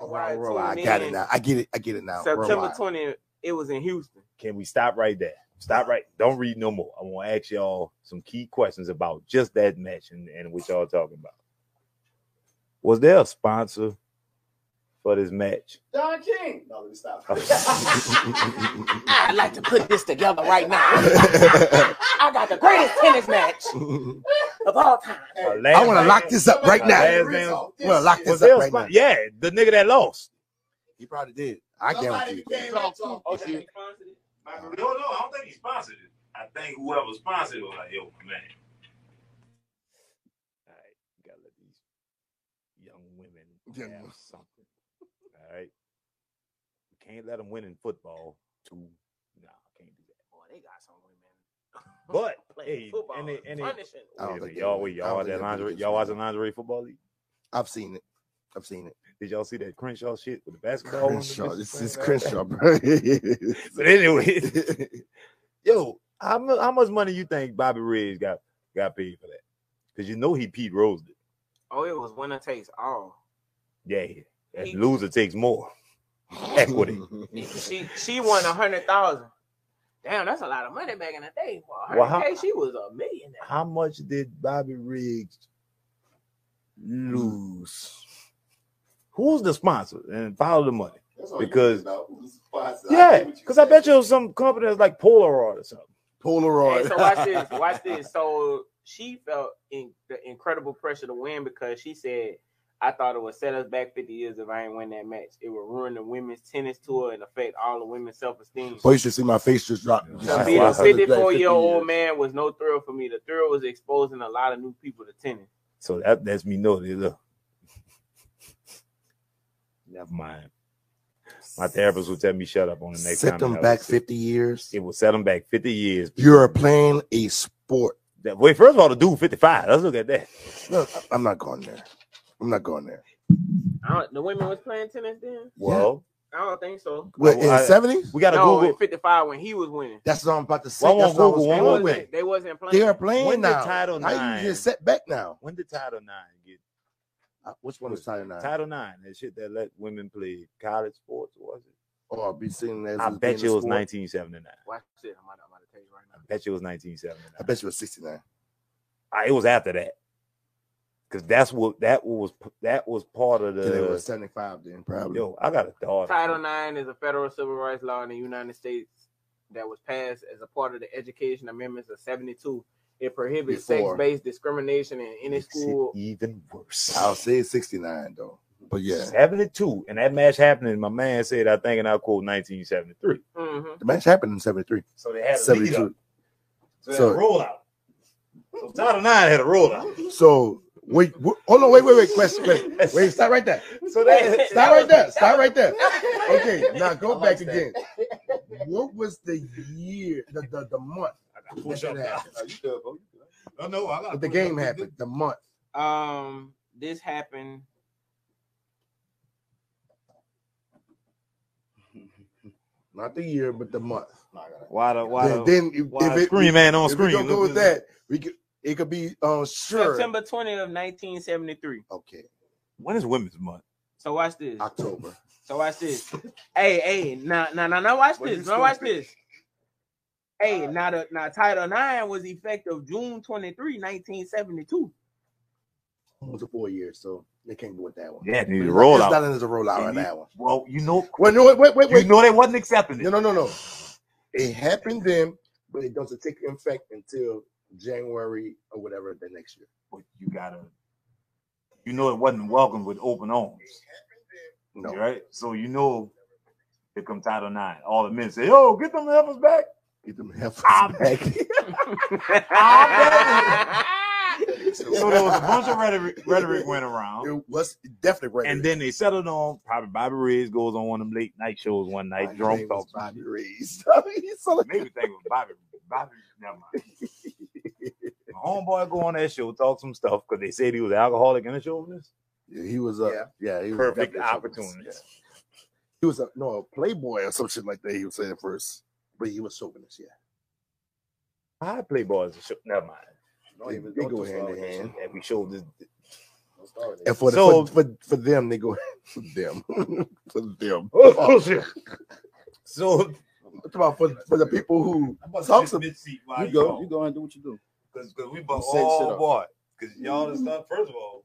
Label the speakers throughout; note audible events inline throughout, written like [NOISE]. Speaker 1: July
Speaker 2: Royal. Oh, I
Speaker 1: 29th.
Speaker 2: got it now. I get it. I get it now.
Speaker 1: September
Speaker 2: [LAUGHS] Worldwide.
Speaker 1: twentieth, it was in Houston.
Speaker 3: Can we stop right there? Stop right. Don't read no more. I want to ask y'all some key questions about just that match and, and what y'all talking about. Was there a sponsor for this match? [LAUGHS]
Speaker 4: Don King. No, let me stop.
Speaker 5: I'd like to put this together right now. I got the greatest tennis match of all
Speaker 3: [LAUGHS]
Speaker 5: time.
Speaker 3: A
Speaker 4: Hey,
Speaker 3: last-
Speaker 2: [LAUGHS] I wanna lock this up right
Speaker 3: now.
Speaker 4: Rizzo,
Speaker 3: Last
Speaker 4: this
Speaker 2: Well, lock
Speaker 4: shit.
Speaker 2: this
Speaker 3: Was there a
Speaker 2: right
Speaker 3: spon-
Speaker 2: now.
Speaker 3: Yeah, the nigga that lost.
Speaker 2: he probably did. I
Speaker 4: Somebody
Speaker 2: guarantee.
Speaker 4: came and talked.
Speaker 1: Oh,
Speaker 2: If you-
Speaker 6: No, no, I don't think he sponsored it. I think whoever sponsored it was like, yo, man.
Speaker 3: All right, you gotta let these young women
Speaker 2: Young
Speaker 3: have
Speaker 2: women.
Speaker 3: something. All right, we can't let them win in football. Too, nah, can't do that.
Speaker 1: Boy, they got some women. [LAUGHS]
Speaker 3: But
Speaker 1: Playing
Speaker 3: hey,
Speaker 1: football,
Speaker 3: any, any,
Speaker 1: punishing.
Speaker 2: I don't
Speaker 3: wait a
Speaker 2: think
Speaker 3: minute,
Speaker 2: they
Speaker 3: y'all,
Speaker 2: would.
Speaker 3: wait,
Speaker 2: I
Speaker 3: y'all
Speaker 2: don't
Speaker 3: watch
Speaker 2: think
Speaker 3: that
Speaker 2: they would
Speaker 3: lingerie,
Speaker 2: just
Speaker 3: y'all watch the
Speaker 2: win.
Speaker 3: lingerie football league.
Speaker 2: I've seen it. I've seen it.
Speaker 3: Did y'all see that Crenshaw shit with the basketball? on the
Speaker 2: Crenshaw.
Speaker 3: bitches
Speaker 2: This is
Speaker 3: [LAUGHS] playing back?
Speaker 2: Crenshaw, bro. [LAUGHS]
Speaker 3: But anyway, [LAUGHS] yo, how, mu- how much money you think Bobby Riggs got got paid for that? Because you know he Pete Rose it.
Speaker 1: Oh, it was winner takes all.
Speaker 3: Yeah, that
Speaker 1: He-
Speaker 3: loser takes more. [LAUGHS]
Speaker 4: [LAUGHS]
Speaker 3: Equity.
Speaker 1: She she won a hundred thousand. Damn, that's a lot of money back in the day. For a
Speaker 3: Well, how-
Speaker 1: 100K, she was a millionaire.
Speaker 3: How much did Bobby Riggs lose? Who's the sponsor? And follow the money.
Speaker 4: That's all you
Speaker 3: Because-
Speaker 4: need to know. Who's the sponsor? I
Speaker 3: Yeah,
Speaker 4: get what
Speaker 3: because I
Speaker 4: said.
Speaker 3: bet you some company that's like Polaroid or something.
Speaker 1: Hey,
Speaker 2: Polaroid.
Speaker 1: so watch this. Watch this. So she felt in, the incredible pressure to win because she said, "I thought it would set us back 50 years if I ain't win that match. It would ruin the women's tennis tour and affect all the women's self-esteem."
Speaker 2: Boy, you should see my face just drop.
Speaker 3: I
Speaker 1: To
Speaker 3: see
Speaker 1: be the
Speaker 3: why her look
Speaker 1: 54 year old man was no thrill for me. The thrill was exposing a lot of new people to tennis.
Speaker 3: So that lets me know. that, Look. [LAUGHS] Never mind. My therapist will tell me shut up on the next
Speaker 2: Set
Speaker 3: time.
Speaker 2: them
Speaker 3: that
Speaker 2: back
Speaker 3: was-
Speaker 2: 50 years.
Speaker 3: It will set them back 50 years.
Speaker 2: You're playing a sport.
Speaker 3: That- Wait, first of all, the dude 55. Let's look at that.
Speaker 2: Look, I- I'm not going there. I'm not going there.
Speaker 1: I don't, the women was playing tennis then.
Speaker 3: Well,
Speaker 1: I don't think so.
Speaker 2: What, in
Speaker 3: I-
Speaker 2: the 70s?
Speaker 3: we got to
Speaker 1: No, in
Speaker 3: Google.
Speaker 1: 55 when he was winning,
Speaker 2: That's what I'm about to say.
Speaker 3: Well, I
Speaker 2: That's
Speaker 3: won't
Speaker 2: what I was
Speaker 3: Google
Speaker 1: they
Speaker 3: one
Speaker 2: going
Speaker 3: more
Speaker 2: with.
Speaker 1: wasn't, they wasn't playing.
Speaker 2: They are playing
Speaker 3: When did
Speaker 2: now.
Speaker 3: Title
Speaker 2: now
Speaker 3: IX
Speaker 2: you just set back now.
Speaker 3: When did Title Nine get?
Speaker 2: Uh, Which one was Title IX?
Speaker 3: Title Nine, that shit that let women play college sports, was it?
Speaker 2: Oh, I'll be seen as
Speaker 3: I
Speaker 2: as
Speaker 3: bet
Speaker 2: being
Speaker 3: you
Speaker 2: a
Speaker 3: it was
Speaker 2: sport.
Speaker 3: 1979.
Speaker 1: Watch this. I'm about, I'm about to tell you right
Speaker 3: I
Speaker 1: now.
Speaker 3: bet you it was
Speaker 2: I
Speaker 3: 1979.
Speaker 2: bet you it was 69.
Speaker 3: Ah, it was after that, because that's what that was that was part of
Speaker 2: Then it
Speaker 3: the.
Speaker 2: was 75 then, probably.
Speaker 3: Yo, I got a daughter.
Speaker 1: Title IX is a federal civil rights law in the United States that was passed as a part of the Education Amendments of 72. It prohibits
Speaker 2: Before.
Speaker 1: sex based discrimination in any
Speaker 3: Makes it
Speaker 1: school.
Speaker 3: even worse.
Speaker 2: I'll say it's 69, though. But yeah,
Speaker 3: 72, and that match happening. My man said, I think, and I quote 1973.
Speaker 1: Mhm.
Speaker 2: the match happened in 73.
Speaker 3: So they had a lead up.
Speaker 2: 72.
Speaker 3: So, they
Speaker 2: So-
Speaker 3: had a rollout. So Title Nine had a rollout.
Speaker 2: So, wait, wh- hold on, wait, wait, wait. Question, question. Wait, stop right there.
Speaker 3: [LAUGHS]
Speaker 1: [LAUGHS]
Speaker 3: So that
Speaker 2: Stop right there. Stop right there. Okay, now go back again. What was the year, the, the, the month
Speaker 3: I push up.
Speaker 2: that
Speaker 4: No, you good, bro. You good.
Speaker 3: No, no, I got
Speaker 2: that the game happened? The month.
Speaker 1: Um, this happened.
Speaker 2: Not the year, but the month.
Speaker 4: No, I gotta-
Speaker 3: Why the why
Speaker 2: Then,
Speaker 3: the
Speaker 2: then if,
Speaker 3: why
Speaker 2: if
Speaker 3: the
Speaker 2: it,
Speaker 3: screen man on
Speaker 2: if we
Speaker 3: screen?
Speaker 2: don't go
Speaker 3: look
Speaker 2: with
Speaker 3: at-
Speaker 2: that, we could, it could be um sure.
Speaker 1: September 20th of 1973.
Speaker 2: Okay,
Speaker 3: When is Women's Month?
Speaker 1: So watch this.
Speaker 2: October.
Speaker 1: So watch this. hey, hey, now, now, now, now, watch
Speaker 2: Well, you Uh,
Speaker 1: this. Now, watch
Speaker 2: stupid.
Speaker 1: this. Hey, now, the, now, Title IX was effective June 23,
Speaker 2: [LAUGHS]
Speaker 1: 1972.
Speaker 2: It was a four year, so they can't go with that one.
Speaker 3: Yeah, it needs
Speaker 2: It's
Speaker 3: a
Speaker 2: not- It's
Speaker 3: rollout.
Speaker 2: not as a rollout on
Speaker 3: Yeah,
Speaker 2: that one.
Speaker 3: Well, you know,
Speaker 2: Well, no, wait, wait, wait,
Speaker 3: you
Speaker 2: wait.
Speaker 3: know they wasn't accepting
Speaker 2: No,
Speaker 3: it.
Speaker 2: no, no, no. It happened then, but it doesn't take effect until January or whatever the next year.
Speaker 3: But you gotta, you know, it wasn't welcomed with open arms,
Speaker 2: No,
Speaker 3: right? So you know, here come Title Nine. All the men say, "Yo, get them heifers
Speaker 2: [LAUGHS]
Speaker 3: back."
Speaker 2: get them
Speaker 3: [LAUGHS]
Speaker 2: heifers
Speaker 3: I'm
Speaker 2: back.
Speaker 1: [LAUGHS]
Speaker 2: [LAUGHS]
Speaker 3: So there was a bunch of rhetoric, rhetoric went around.
Speaker 2: It was definitely right.
Speaker 3: And then they settled on probably Bobby Riggs goes on one of them late night shows one night, drunk talk.
Speaker 2: Bobby [LAUGHS] Reeves. He's so
Speaker 3: Made me think of Bobby. Bobby, never mind. My homeboy go on that show, talk some stuff because they said he was alcoholic and a chauvinist.
Speaker 2: Yeah, he was a
Speaker 4: Yeah.
Speaker 2: yeah, he was
Speaker 3: Perfect
Speaker 2: definitely something.
Speaker 3: opportunity.
Speaker 2: Yeah. He was a no a playboy or some shit like that. He was saying at first, but he was chauvinist. Yeah,
Speaker 3: I play boys. Never mind.
Speaker 4: Don't even
Speaker 2: They
Speaker 4: don't
Speaker 2: go
Speaker 4: do
Speaker 2: hand
Speaker 4: all
Speaker 2: in
Speaker 4: that
Speaker 2: hand.
Speaker 4: shit.
Speaker 3: That we showed this.
Speaker 7: Don't start it.
Speaker 2: And for, the,
Speaker 8: So-
Speaker 2: for, for for them, they go [LAUGHS] for them for
Speaker 3: [LAUGHS]
Speaker 2: them.
Speaker 8: So
Speaker 2: Talk about for, for the people
Speaker 3: [LAUGHS]
Speaker 2: who [LAUGHS]
Speaker 3: I'm about to
Speaker 2: Talk
Speaker 3: sit
Speaker 2: some-
Speaker 3: mid-seat while
Speaker 4: You go, you go and do what you do.
Speaker 3: Because we both
Speaker 4: set shit
Speaker 3: all
Speaker 4: up.
Speaker 8: what?
Speaker 3: Because y'all is not, first of all,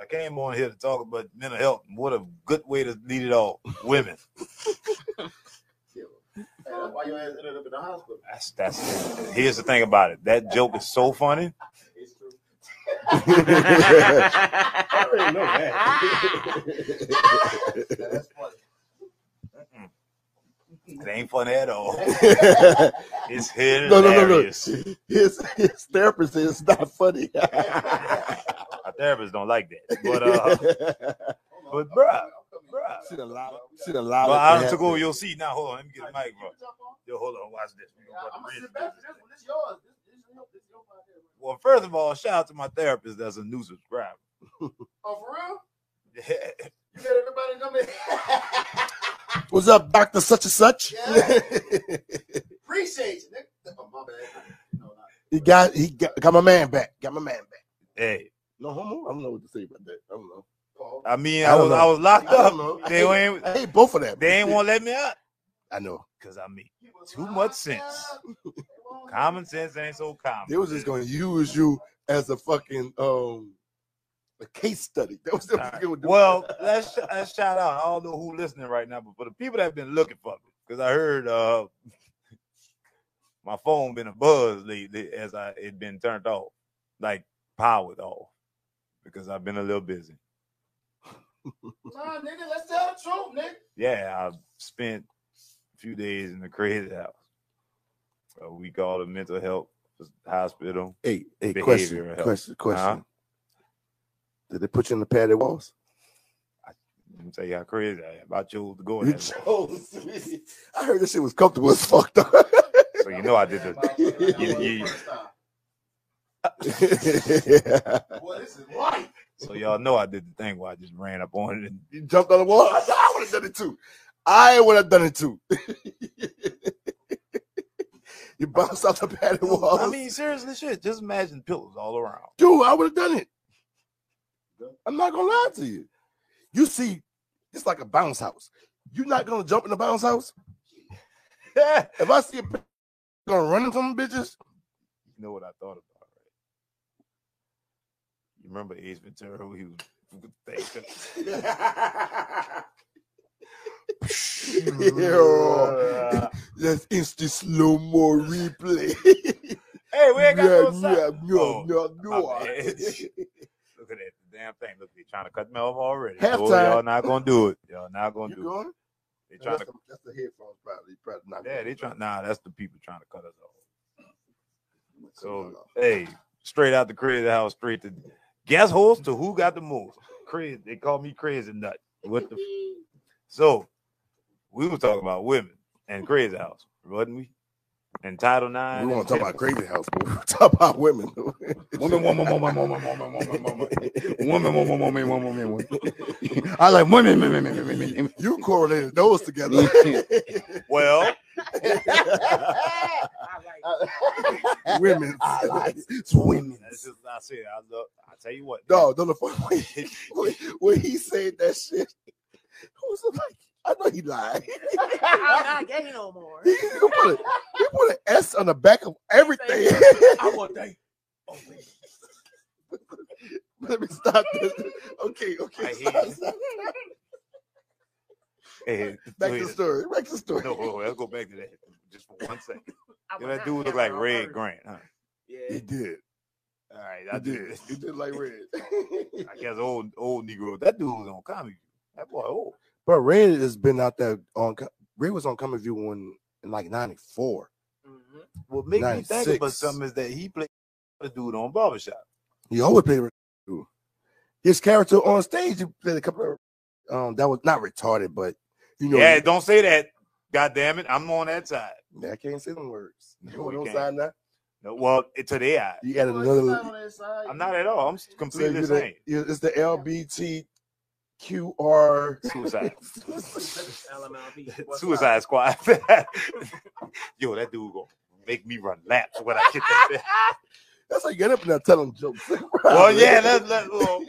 Speaker 3: I came on here to talk about mental health. and What a good way to lead it all. Women.
Speaker 7: Yeah. Hey, that's why your ass ended up in the hospital.
Speaker 3: That's that's here's the thing about it. That joke is so funny.
Speaker 7: It's
Speaker 2: [LAUGHS]
Speaker 7: true.
Speaker 1: I
Speaker 4: already know that.
Speaker 7: That's funny.
Speaker 3: Mm-mm. It ain't funny at all. It's hilarious.
Speaker 2: no no no no. His his therapist says it's not funny.
Speaker 3: [LAUGHS] Our therapists don't like that. But uh
Speaker 2: [LAUGHS]
Speaker 7: Hold on. I'm
Speaker 3: But bruh,
Speaker 7: coming, I'm coming.
Speaker 3: bruh.
Speaker 2: Shit allowed. Shit allowed.
Speaker 3: but I took over your seat. Now hold on, let me get the mic, bro.
Speaker 7: You jump on?
Speaker 3: Yo, hold on, watch this. We gonna
Speaker 7: I'm
Speaker 3: put
Speaker 7: gonna
Speaker 3: the
Speaker 7: sit
Speaker 3: bridge.
Speaker 7: back for this one. This yours. This, this, is your- this is your podcast.
Speaker 3: Well, first of all, shout out to my therapist that's a new subscriber. [LAUGHS]
Speaker 7: Oh, for real?
Speaker 3: Yeah.
Speaker 7: You let everybody come in. [LAUGHS]
Speaker 2: What's up, Doctor Such and Such?
Speaker 7: Yeah. Appreciate you, nigga. [LAUGHS] Oh, my bad. No, not.
Speaker 2: [LAUGHS] he got he got, got my man back. Got my man back.
Speaker 3: Hey,
Speaker 2: No homo. I don't know what to say about that. I don't know.
Speaker 7: Paul.
Speaker 3: I mean,
Speaker 2: I
Speaker 3: I,
Speaker 2: don't
Speaker 3: was
Speaker 2: know.
Speaker 3: I was locked
Speaker 2: I don't
Speaker 3: up.
Speaker 2: know.
Speaker 3: They
Speaker 2: I hate,
Speaker 3: ain't
Speaker 2: I hate both of them.
Speaker 3: they ain't want to let me out
Speaker 2: I know.
Speaker 3: because I mean,
Speaker 7: He was
Speaker 3: too
Speaker 7: locked
Speaker 3: much sense.
Speaker 7: up.
Speaker 3: [LAUGHS]
Speaker 7: They won't-
Speaker 3: common sense ain't so common.
Speaker 2: They was just gonna use you as a fucking um a case study. That was, that was
Speaker 3: Alright.
Speaker 2: they were doing. [LAUGHS]
Speaker 3: Well, let's, let's shout out. I don't know who listening right now, but for the people that have been looking for me, because I heard uh [LAUGHS] my phone been a buzz lately as I it been turned off, like powered off, because I've been a little busy.
Speaker 7: Nah, nigga, let's tell the truth, nigga.
Speaker 3: Yeah, I spent a few days in the crazy house. Uh, we call it mental health hospital.
Speaker 2: hey, hey,
Speaker 3: Behavioral
Speaker 2: question,
Speaker 3: health.
Speaker 2: question, question.
Speaker 3: Huh?
Speaker 2: Did they put you in the padded walls?
Speaker 3: Let me tell you how crazy I am. I chose to go in
Speaker 2: You [LAUGHS]
Speaker 3: that. door.
Speaker 2: chose me. I heard this shit was comfortable as fuck though. [LAUGHS]
Speaker 3: [LAUGHS] So you know I did the
Speaker 4: [LAUGHS]
Speaker 3: Yeah, yeah,
Speaker 7: First time. Boy, this is life.
Speaker 4: [LAUGHS]
Speaker 3: so y'all know I did the thing where I just ran up on it and
Speaker 2: You jumped on the wall. [LAUGHS] I, said, I would have done it too. I would have done it too. [LAUGHS] you bounced off the padded wall.
Speaker 3: I mean, seriously, shit. Just imagine pillows
Speaker 2: [LAUGHS]
Speaker 3: all around.
Speaker 2: Dude, I would have done it. I'm not gonna lie to you. You see, it's like a bounce house. You're not gonna jump in the bounce house.
Speaker 3: you
Speaker 2: If I see a bitch gonna run into them bitches, [LAUGHS]
Speaker 3: know what I thought about, right? You remember Ace Ventura? when He was
Speaker 2: [LAUGHS] Yeah. that's instant slow mo replay.
Speaker 3: Hey, [LAUGHS] we ain't got no sound.
Speaker 2: Yeah,
Speaker 3: Oh,
Speaker 2: yeah, yeah,
Speaker 3: my
Speaker 2: yeah. [LAUGHS]
Speaker 3: bad. Look at that damn thing. Look, they trying to cut me off already.
Speaker 2: Halftime.
Speaker 3: Oh, y'all not gonna do it. Y'all not gonna
Speaker 2: You
Speaker 3: do
Speaker 2: going?
Speaker 3: it. They trying
Speaker 2: That's
Speaker 3: to.
Speaker 2: the, that's the headphones, probably. Probably not.
Speaker 3: Yeah, they trying. Nah, that's the people trying to cut us off.
Speaker 2: So,
Speaker 3: So hey, straight out the crazy house, straight to guest host to who got the most. Crazy, they call me crazy nut. What the? f- so we were talking about women and crazy house, wasn't we? And Title Nine.
Speaker 2: we want to talk about crazy house, but we uh, [LAUGHS] talk about women. [LAUGHS]
Speaker 4: Woman, woman, woman, woman, woman, woman, woman, woman, woman, woman, woman, woman. I like women, women, women, women, women.
Speaker 2: you correlated those
Speaker 4: [LAUGHS]
Speaker 2: together.
Speaker 3: [LAUGHS] Well,
Speaker 2: [LAUGHS] women.
Speaker 4: I like
Speaker 2: it's [LAUGHS] women.
Speaker 3: that's just I said. I love. I tell you what.
Speaker 2: No, no, the funny [LAUGHS] when, he- when, when he said that shit, I was like, I know he lied.
Speaker 5: I'm not gay no more.
Speaker 2: [LAUGHS] He, he put a, he put an S on the back of everything. [LAUGHS]
Speaker 3: I want that.
Speaker 2: [LAUGHS] Let me stop this. Okay,
Speaker 3: I
Speaker 2: okay.
Speaker 3: hear
Speaker 2: Stop,
Speaker 3: you.
Speaker 2: stop.
Speaker 3: Hey,
Speaker 2: [LAUGHS] Back
Speaker 3: wait
Speaker 2: to
Speaker 3: a-
Speaker 2: the story. Back to the story. [LAUGHS]
Speaker 3: No, hold on, let's go back to that just for one second.
Speaker 5: I
Speaker 3: Yeah,
Speaker 5: will
Speaker 3: that
Speaker 5: not
Speaker 3: dude look
Speaker 5: cancel
Speaker 3: like
Speaker 5: on
Speaker 3: Red
Speaker 5: her.
Speaker 3: Grant, huh?
Speaker 2: He
Speaker 1: yeah.
Speaker 2: did.
Speaker 3: All right,
Speaker 2: He
Speaker 3: I
Speaker 2: did.
Speaker 3: did. [LAUGHS]
Speaker 2: He did like red. [LAUGHS]
Speaker 3: I guess old old Negro. That dude was on comedy. That boy old.
Speaker 2: But Red has been out there on. Co- Red was on Coming View when in like '94.
Speaker 1: Mhm.
Speaker 3: What make me think about
Speaker 2: 96.
Speaker 3: something is that he played a dude on Barbershop.
Speaker 2: He always played. retarded. His character on stage, he played a couple of. Um, that was not retarded, but you know.
Speaker 3: Yeah, don't say that. God damn it, I'm on that side.
Speaker 2: I can't say them words. You
Speaker 3: No,
Speaker 2: on
Speaker 3: you
Speaker 2: your
Speaker 3: can't.
Speaker 2: side now?
Speaker 3: No, well, it- to their eye,
Speaker 2: You added
Speaker 7: Boy,
Speaker 2: another.
Speaker 7: you not on that side.
Speaker 3: I'm not at all. I'm
Speaker 2: so
Speaker 3: completely
Speaker 2: you
Speaker 3: the
Speaker 2: the-
Speaker 3: same.
Speaker 2: you- it's the [LAUGHS]
Speaker 3: [LAUGHS]
Speaker 2: LBTQR.
Speaker 3: Suicide,
Speaker 1: LMLB. What's
Speaker 3: Suicide Squad. [LAUGHS] Yo, that dude gonna make me run laps
Speaker 2: [LAUGHS]
Speaker 3: when I get that.
Speaker 2: That's how you get up and tell them jokes. [LAUGHS]
Speaker 3: well, yeah, that's that. Well,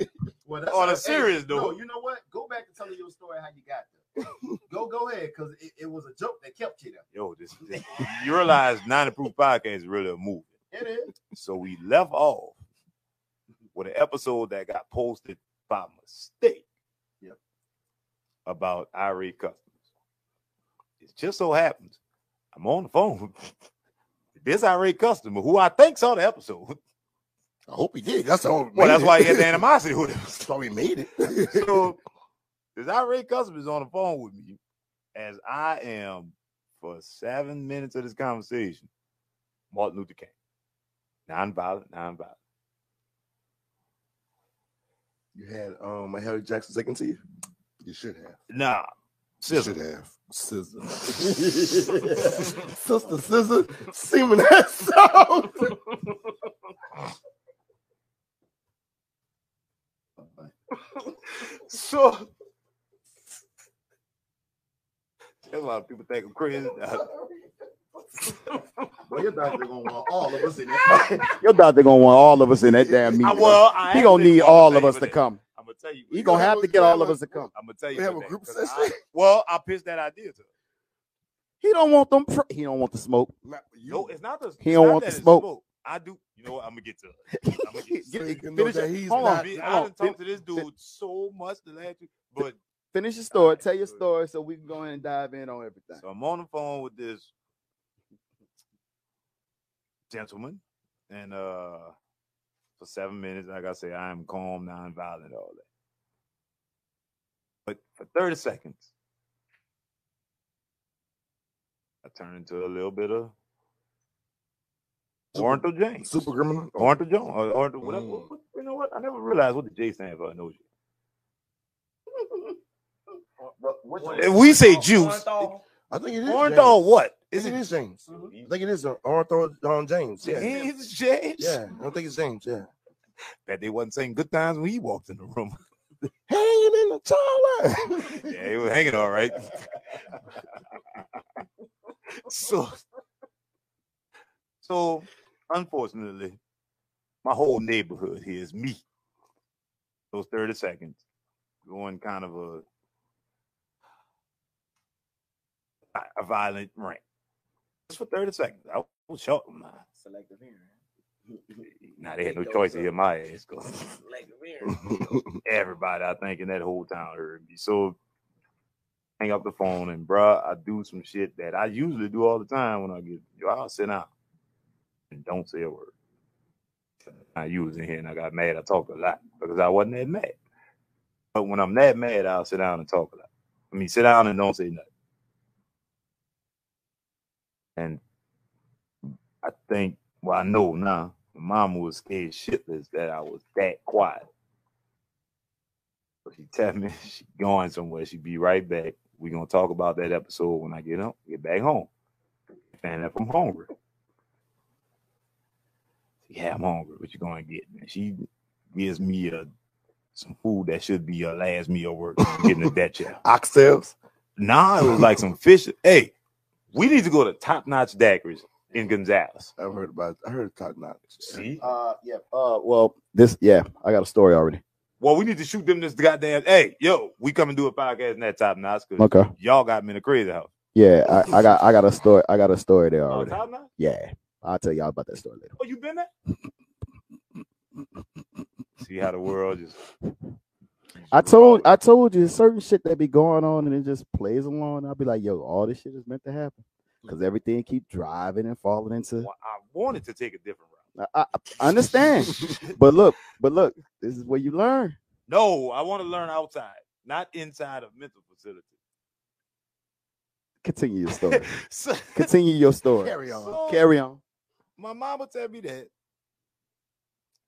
Speaker 7: Well, that's
Speaker 3: On a
Speaker 7: hey,
Speaker 3: serious
Speaker 7: No,
Speaker 3: note.
Speaker 7: you know what? Go back and tell me your story how you got there. go, go ahead, because it, it was a joke that kept you
Speaker 3: Yo, this,
Speaker 2: [LAUGHS]
Speaker 3: this- you realize 90 Proof Podcast is really a movie.
Speaker 7: there. It is.
Speaker 3: So we left off with an episode that got posted by mistake
Speaker 7: Yep.
Speaker 3: about IRA customers. It just so happens I'm on the phone. with [LAUGHS] this IRA customer who I think saw the episode. [LAUGHS]
Speaker 2: I hope he did. That's all.
Speaker 3: Well, that's why he had the animosity with
Speaker 2: [LAUGHS]
Speaker 3: us.
Speaker 2: that's why we made it.
Speaker 3: [LAUGHS] so this irate customer is on the phone with me as I am for seven minutes of this conversation. Martin Luther King. Nonviolent, nonviolent.
Speaker 2: you had um a Harry Jackson second to you. You should have.
Speaker 3: Nah.
Speaker 2: You
Speaker 3: Scissor.
Speaker 2: should have. Scissor. [LAUGHS] Sister Scissor. Semen that sound.
Speaker 3: So that's why people think I'm crazy.
Speaker 7: Well, your doctor gonna want all of us in
Speaker 4: [LAUGHS]
Speaker 7: there.
Speaker 4: Your doctor gonna want all of us in that damn meeting.
Speaker 3: I, well, I
Speaker 4: he gonna need all of us to come.
Speaker 3: I'm gonna tell you.
Speaker 4: He gonna have to get all of us to come.
Speaker 3: I'm gonna tell you.
Speaker 2: We have
Speaker 3: what
Speaker 2: a
Speaker 3: that-
Speaker 2: group
Speaker 3: 'cause I-
Speaker 2: session?
Speaker 3: well, I pitched that idea to her.
Speaker 4: He don't want them. Pr- he don't want the smoke.
Speaker 3: No, it's not the.
Speaker 4: He
Speaker 3: it's
Speaker 4: don't
Speaker 3: not
Speaker 4: want
Speaker 3: that
Speaker 4: the
Speaker 3: it's
Speaker 4: smoke.
Speaker 3: I do. You know what? I'm gonna get to it.
Speaker 4: [LAUGHS]
Speaker 3: I'ma
Speaker 4: Get-
Speaker 3: get-
Speaker 2: Thinking
Speaker 4: finish
Speaker 2: that
Speaker 4: it.
Speaker 2: he's
Speaker 4: Hold
Speaker 3: I,
Speaker 4: on.
Speaker 2: not-
Speaker 3: I,
Speaker 4: Hold
Speaker 3: done
Speaker 4: on.
Speaker 3: talked to this dude so much the last week, but
Speaker 4: Finish your story. Tell your story so we can go in and dive in on everything.
Speaker 3: so I'm on the phone with this gentleman, and uh for seven minutes, like I say, I am calm, nonviolent, all that. But for 30 seconds, I turn into a little bit of
Speaker 2: Super-
Speaker 3: Warrental James.
Speaker 2: Super criminal. Oh,
Speaker 3: Arthur Jones, or Arthur, whatever.
Speaker 2: Mm.
Speaker 3: what- you know what? I never realized what the J stand for. No, if we say juice,
Speaker 2: I think it is.
Speaker 3: orange
Speaker 2: James.
Speaker 3: or what?
Speaker 2: I
Speaker 3: Is
Speaker 2: think
Speaker 3: it?
Speaker 2: it is James. I
Speaker 3: Mhm.
Speaker 2: think it is uh, Arthur um, James. Yeah.
Speaker 3: James, James.
Speaker 2: Yeah. I think it's James. Yeah.
Speaker 3: Bet they wasn't saying good times when he walked in the room. [LAUGHS]
Speaker 2: Hanging in the toilet.
Speaker 3: yeah, he was hanging all right. [LAUGHS] so, so unfortunately, my whole neighborhood here is me. Those thirty seconds going kind of a a violent rant. Just for thirty seconds, I was short on mine.
Speaker 1: Selective hearing.
Speaker 3: Now they had no choice to hear my ass go. [LAUGHS]
Speaker 1: Selective hearing.
Speaker 3: everybody I think in that whole town heard me. So hang up the phone and bruh, I do some shit that I usually do all the time when I get yo, I'll sit down and don't say a word. I you was in here and I got mad. I talked a lot because I wasn't that mad. But when I'm that mad, I'll sit down and talk a lot. I mean sit down and don't say nothing. And I think well, I know now. My mama was scared shitless that I was that quiet. So she tell me [LAUGHS] she going somewhere. She be right back. we gonna talk about that episode when I get up, get back home. And if I'm hungry. Yeah, I'm hungry. What you gonna get? And she gives me a some food that should be a last meal work getting a debt check.
Speaker 2: Oxtails.
Speaker 3: Nah, it was like some fish. Hey, we need to go to top notch daiquiris in Gonzales.
Speaker 2: I've heard about. I heard top notch.
Speaker 3: See?
Speaker 7: Uh, yeah.
Speaker 4: Uh, well, this yeah, I got a story already.
Speaker 3: Well, we need to shoot them this goddamn. Hey, yo, we come and do a podcast in that top notch because
Speaker 4: Okay.
Speaker 3: y'all got me in a crazy house.
Speaker 4: Yeah, I, I got I got a story. I got a story there
Speaker 3: Oh,
Speaker 4: already.
Speaker 3: top notch?
Speaker 4: Yeah, I'll tell y'all about that story later.
Speaker 3: Oh, you been there? [LAUGHS] See how the world just.
Speaker 4: I told I told you certain shit that be going on and it just plays along. I'll be like, yo, all this shit is meant to happen because everything keep driving and falling into.
Speaker 3: Well, I wanted to take a different route.
Speaker 4: I, I, I understand,
Speaker 3: [LAUGHS]
Speaker 4: but look, but look, this is where you learn.
Speaker 3: No, I want to learn outside, not inside of mental facility. [LAUGHS]
Speaker 4: Continue your story.
Speaker 3: So,
Speaker 4: Continue your story.
Speaker 2: Carry on.
Speaker 3: so
Speaker 4: Carry on.
Speaker 3: [LAUGHS] my mama tell me that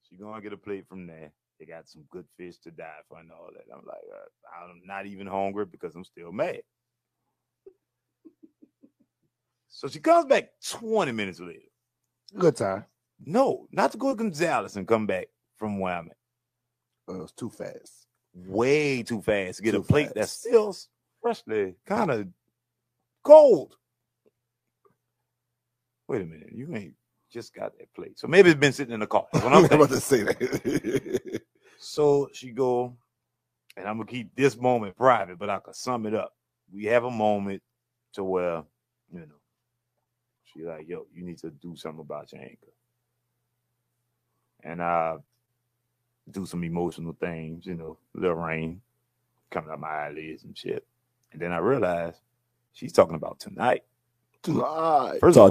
Speaker 3: she gonna get a plate from there. They got some good fish to die for and all that. I'm like, uh, I'm not even hungry because I'm still mad. So she comes back 20 minutes later.
Speaker 2: Good time.
Speaker 3: No, not to go to Gonzales and come back from where I'm at.
Speaker 2: Uh, it's too fast.
Speaker 3: Way too fast to get a
Speaker 2: Too
Speaker 3: plate that's
Speaker 2: fast.
Speaker 3: still s- freshly kind of cold. Wait a minute,
Speaker 2: [LAUGHS]
Speaker 3: you ain't just got that plate. So maybe it's been sitting in the car. That's what
Speaker 2: I'm
Speaker 3: I'm
Speaker 2: about
Speaker 3: thinking.
Speaker 2: to say that. [LAUGHS]
Speaker 3: So she go, and I'm gonna keep this moment private, but I can sum it up. We have a moment to where, you know, she like, yo, you need to do something about your anger. And I do some emotional things, you know, little rain coming out my eyelids and shit. And then I realized she's talking about tonight.
Speaker 2: Tonight.
Speaker 3: First of all,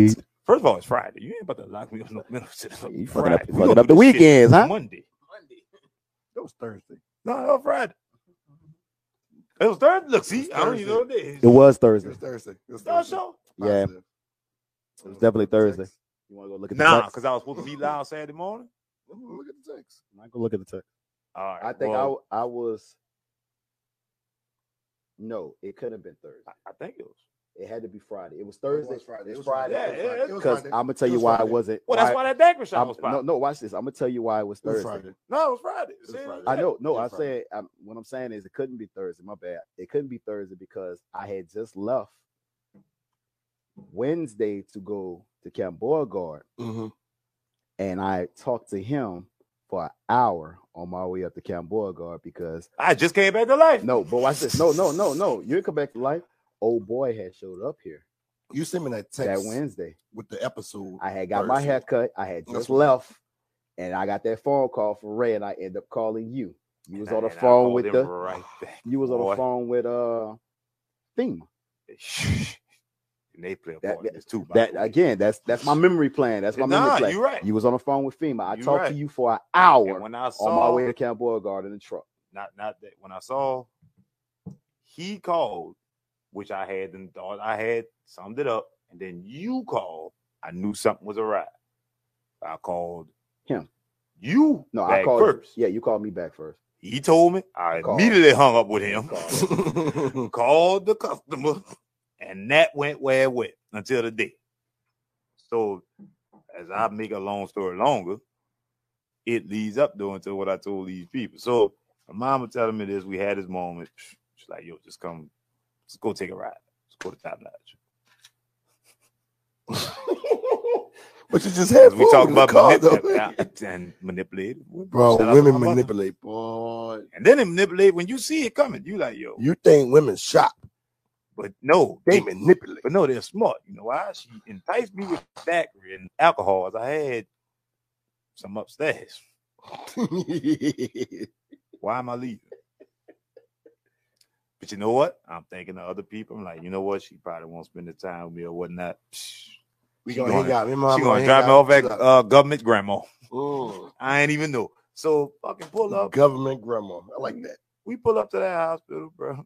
Speaker 4: Tonight.
Speaker 3: first of all, it's Friday. You ain't about to lock me up in the middle of the fucking
Speaker 4: You fucking up,
Speaker 3: Friday. We
Speaker 4: fucking
Speaker 3: gonna
Speaker 4: up the
Speaker 3: do this shit
Speaker 4: weekends, huh?
Speaker 3: Monday.
Speaker 1: Monday.
Speaker 3: That was Thursday. No, that was Friday. It was Thursday. Look, see,
Speaker 2: It was
Speaker 3: I don't even know what it is.
Speaker 4: It was
Speaker 2: It
Speaker 4: Thursday.
Speaker 2: was Thursday. It was
Speaker 3: Y'all
Speaker 2: Thursday.
Speaker 3: sure?
Speaker 4: Yeah.
Speaker 2: Positive.
Speaker 4: It was definitely Thursday.
Speaker 2: Text.
Speaker 4: You want to go look at the
Speaker 3: Nah,
Speaker 4: text?
Speaker 3: because I was supposed to be live Saturday morning.
Speaker 2: Look at the text.
Speaker 4: I'm not gonna look at the text.
Speaker 3: All right.
Speaker 4: I think I
Speaker 3: well,
Speaker 4: w- I was. No, it couldn't have been Thursday.
Speaker 3: I, I think it was.
Speaker 4: It had to be Friday. It was
Speaker 2: It
Speaker 4: Thursday.
Speaker 2: was Friday. It
Speaker 4: It's
Speaker 2: was
Speaker 4: Friday.
Speaker 3: Friday. Yeah, yeah,
Speaker 2: It was
Speaker 4: Because
Speaker 2: Friday.
Speaker 4: I'm gonna tell
Speaker 2: It
Speaker 4: you
Speaker 2: was
Speaker 4: why it
Speaker 2: Friday.
Speaker 4: wasn't.
Speaker 3: Well, that's
Speaker 4: why-
Speaker 3: why that dagger shot
Speaker 4: I'm-
Speaker 3: was
Speaker 4: no,
Speaker 3: popped.
Speaker 4: no. Watch this. I'm gonna tell you why it was
Speaker 2: It was
Speaker 4: Thursday.
Speaker 2: Friday.
Speaker 3: No, it was Friday.
Speaker 2: was
Speaker 3: See,
Speaker 2: Friday.
Speaker 3: yeah.
Speaker 4: I know. No,
Speaker 2: It
Speaker 4: I
Speaker 2: was Friday.
Speaker 4: said I'm, what I'm saying is it couldn't be Thursday. My bad. It couldn't be Thursday because I had just left Wednesday to go to Camp Beauregard,
Speaker 2: Mm-hmm.
Speaker 4: and I talked to him for an hour on my way up to Camp Beauregard because
Speaker 3: I just came back to life.
Speaker 4: no, but watch this. No, no, no, no. You didn't come back to life. Old boy had showed up here
Speaker 2: You sent me that text
Speaker 4: that Wednesday.
Speaker 2: with the episode.
Speaker 3: [LAUGHS]
Speaker 4: I had got my
Speaker 2: Thursday.
Speaker 4: hair cut. I had
Speaker 2: That's
Speaker 4: just
Speaker 2: right.
Speaker 4: left, and I got that phone call from Ray, and I ended up calling you. You was
Speaker 3: And I-
Speaker 4: on the
Speaker 3: and I
Speaker 4: phone
Speaker 3: called
Speaker 4: with
Speaker 3: him
Speaker 4: the
Speaker 3: right back, [LAUGHS]
Speaker 4: you was on
Speaker 3: boy.
Speaker 4: the phone with uh FEMA.
Speaker 3: and they play a
Speaker 4: That-
Speaker 3: part in this too. by
Speaker 4: That
Speaker 3: the way.
Speaker 4: again, that's that's my memory plan. That's my
Speaker 3: Nah,
Speaker 4: memory plan.
Speaker 3: you right.
Speaker 4: You was on the phone with FEMA. I
Speaker 3: You
Speaker 4: talked to
Speaker 3: right.
Speaker 4: you for an
Speaker 3: and
Speaker 4: hour
Speaker 3: when I
Speaker 4: on my
Speaker 3: saw
Speaker 4: way to Camp Beauregard in the truck.
Speaker 3: not not that when I saw he called, which I had and thought I had summed it up, and then you called, I knew something was awry. I called
Speaker 4: Him.
Speaker 3: You
Speaker 4: No,
Speaker 3: back
Speaker 4: I called.
Speaker 3: first.
Speaker 4: Yeah, you called me back first. [LAUGHS]
Speaker 3: He told me I
Speaker 4: Called.
Speaker 3: immediately hung up with him.
Speaker 4: Called.
Speaker 3: called the customer, and that went where it went until the day. So, as I make a long story longer, it leads up though into what I told these people. So, my mama telling me this, we had this moment. She's like, "Yo, just come, just go take a ride, just go to Top Notch."
Speaker 2: [LAUGHS] but you just had
Speaker 3: 'Cause
Speaker 2: food
Speaker 3: we talk
Speaker 2: in the
Speaker 3: about
Speaker 2: car, though.
Speaker 3: manip-
Speaker 2: [LAUGHS]
Speaker 3: and manipulated,
Speaker 2: Bro,
Speaker 3: Shout out to
Speaker 2: women
Speaker 3: my mother.
Speaker 2: manipulate, boy.
Speaker 3: and then they manipulate when you see it coming. You like, yo,
Speaker 2: You think women shop?
Speaker 3: but no,
Speaker 2: They
Speaker 3: they- [LAUGHS]
Speaker 2: manipulate.
Speaker 3: But no, they're smart. You know why? She enticed me with daiquiri and alcohol. As I had some upstairs. Why am I leaving? But you know what? I'm thinking of other people. I'm like, you know what? She probably won't spend the time with me or whatnot. Psh,
Speaker 2: we
Speaker 3: She
Speaker 2: gonna
Speaker 3: gonna-
Speaker 2: hang out. Me and
Speaker 3: she
Speaker 2: mama
Speaker 3: gonna
Speaker 2: hang
Speaker 3: drive me
Speaker 2: out.
Speaker 3: off at uh, government grandma.
Speaker 2: Mm.
Speaker 3: I ain't even know. So fucking pull up. Mm-hmm.
Speaker 2: Government grandma. I like that.
Speaker 3: We pull up to that hospital, bro.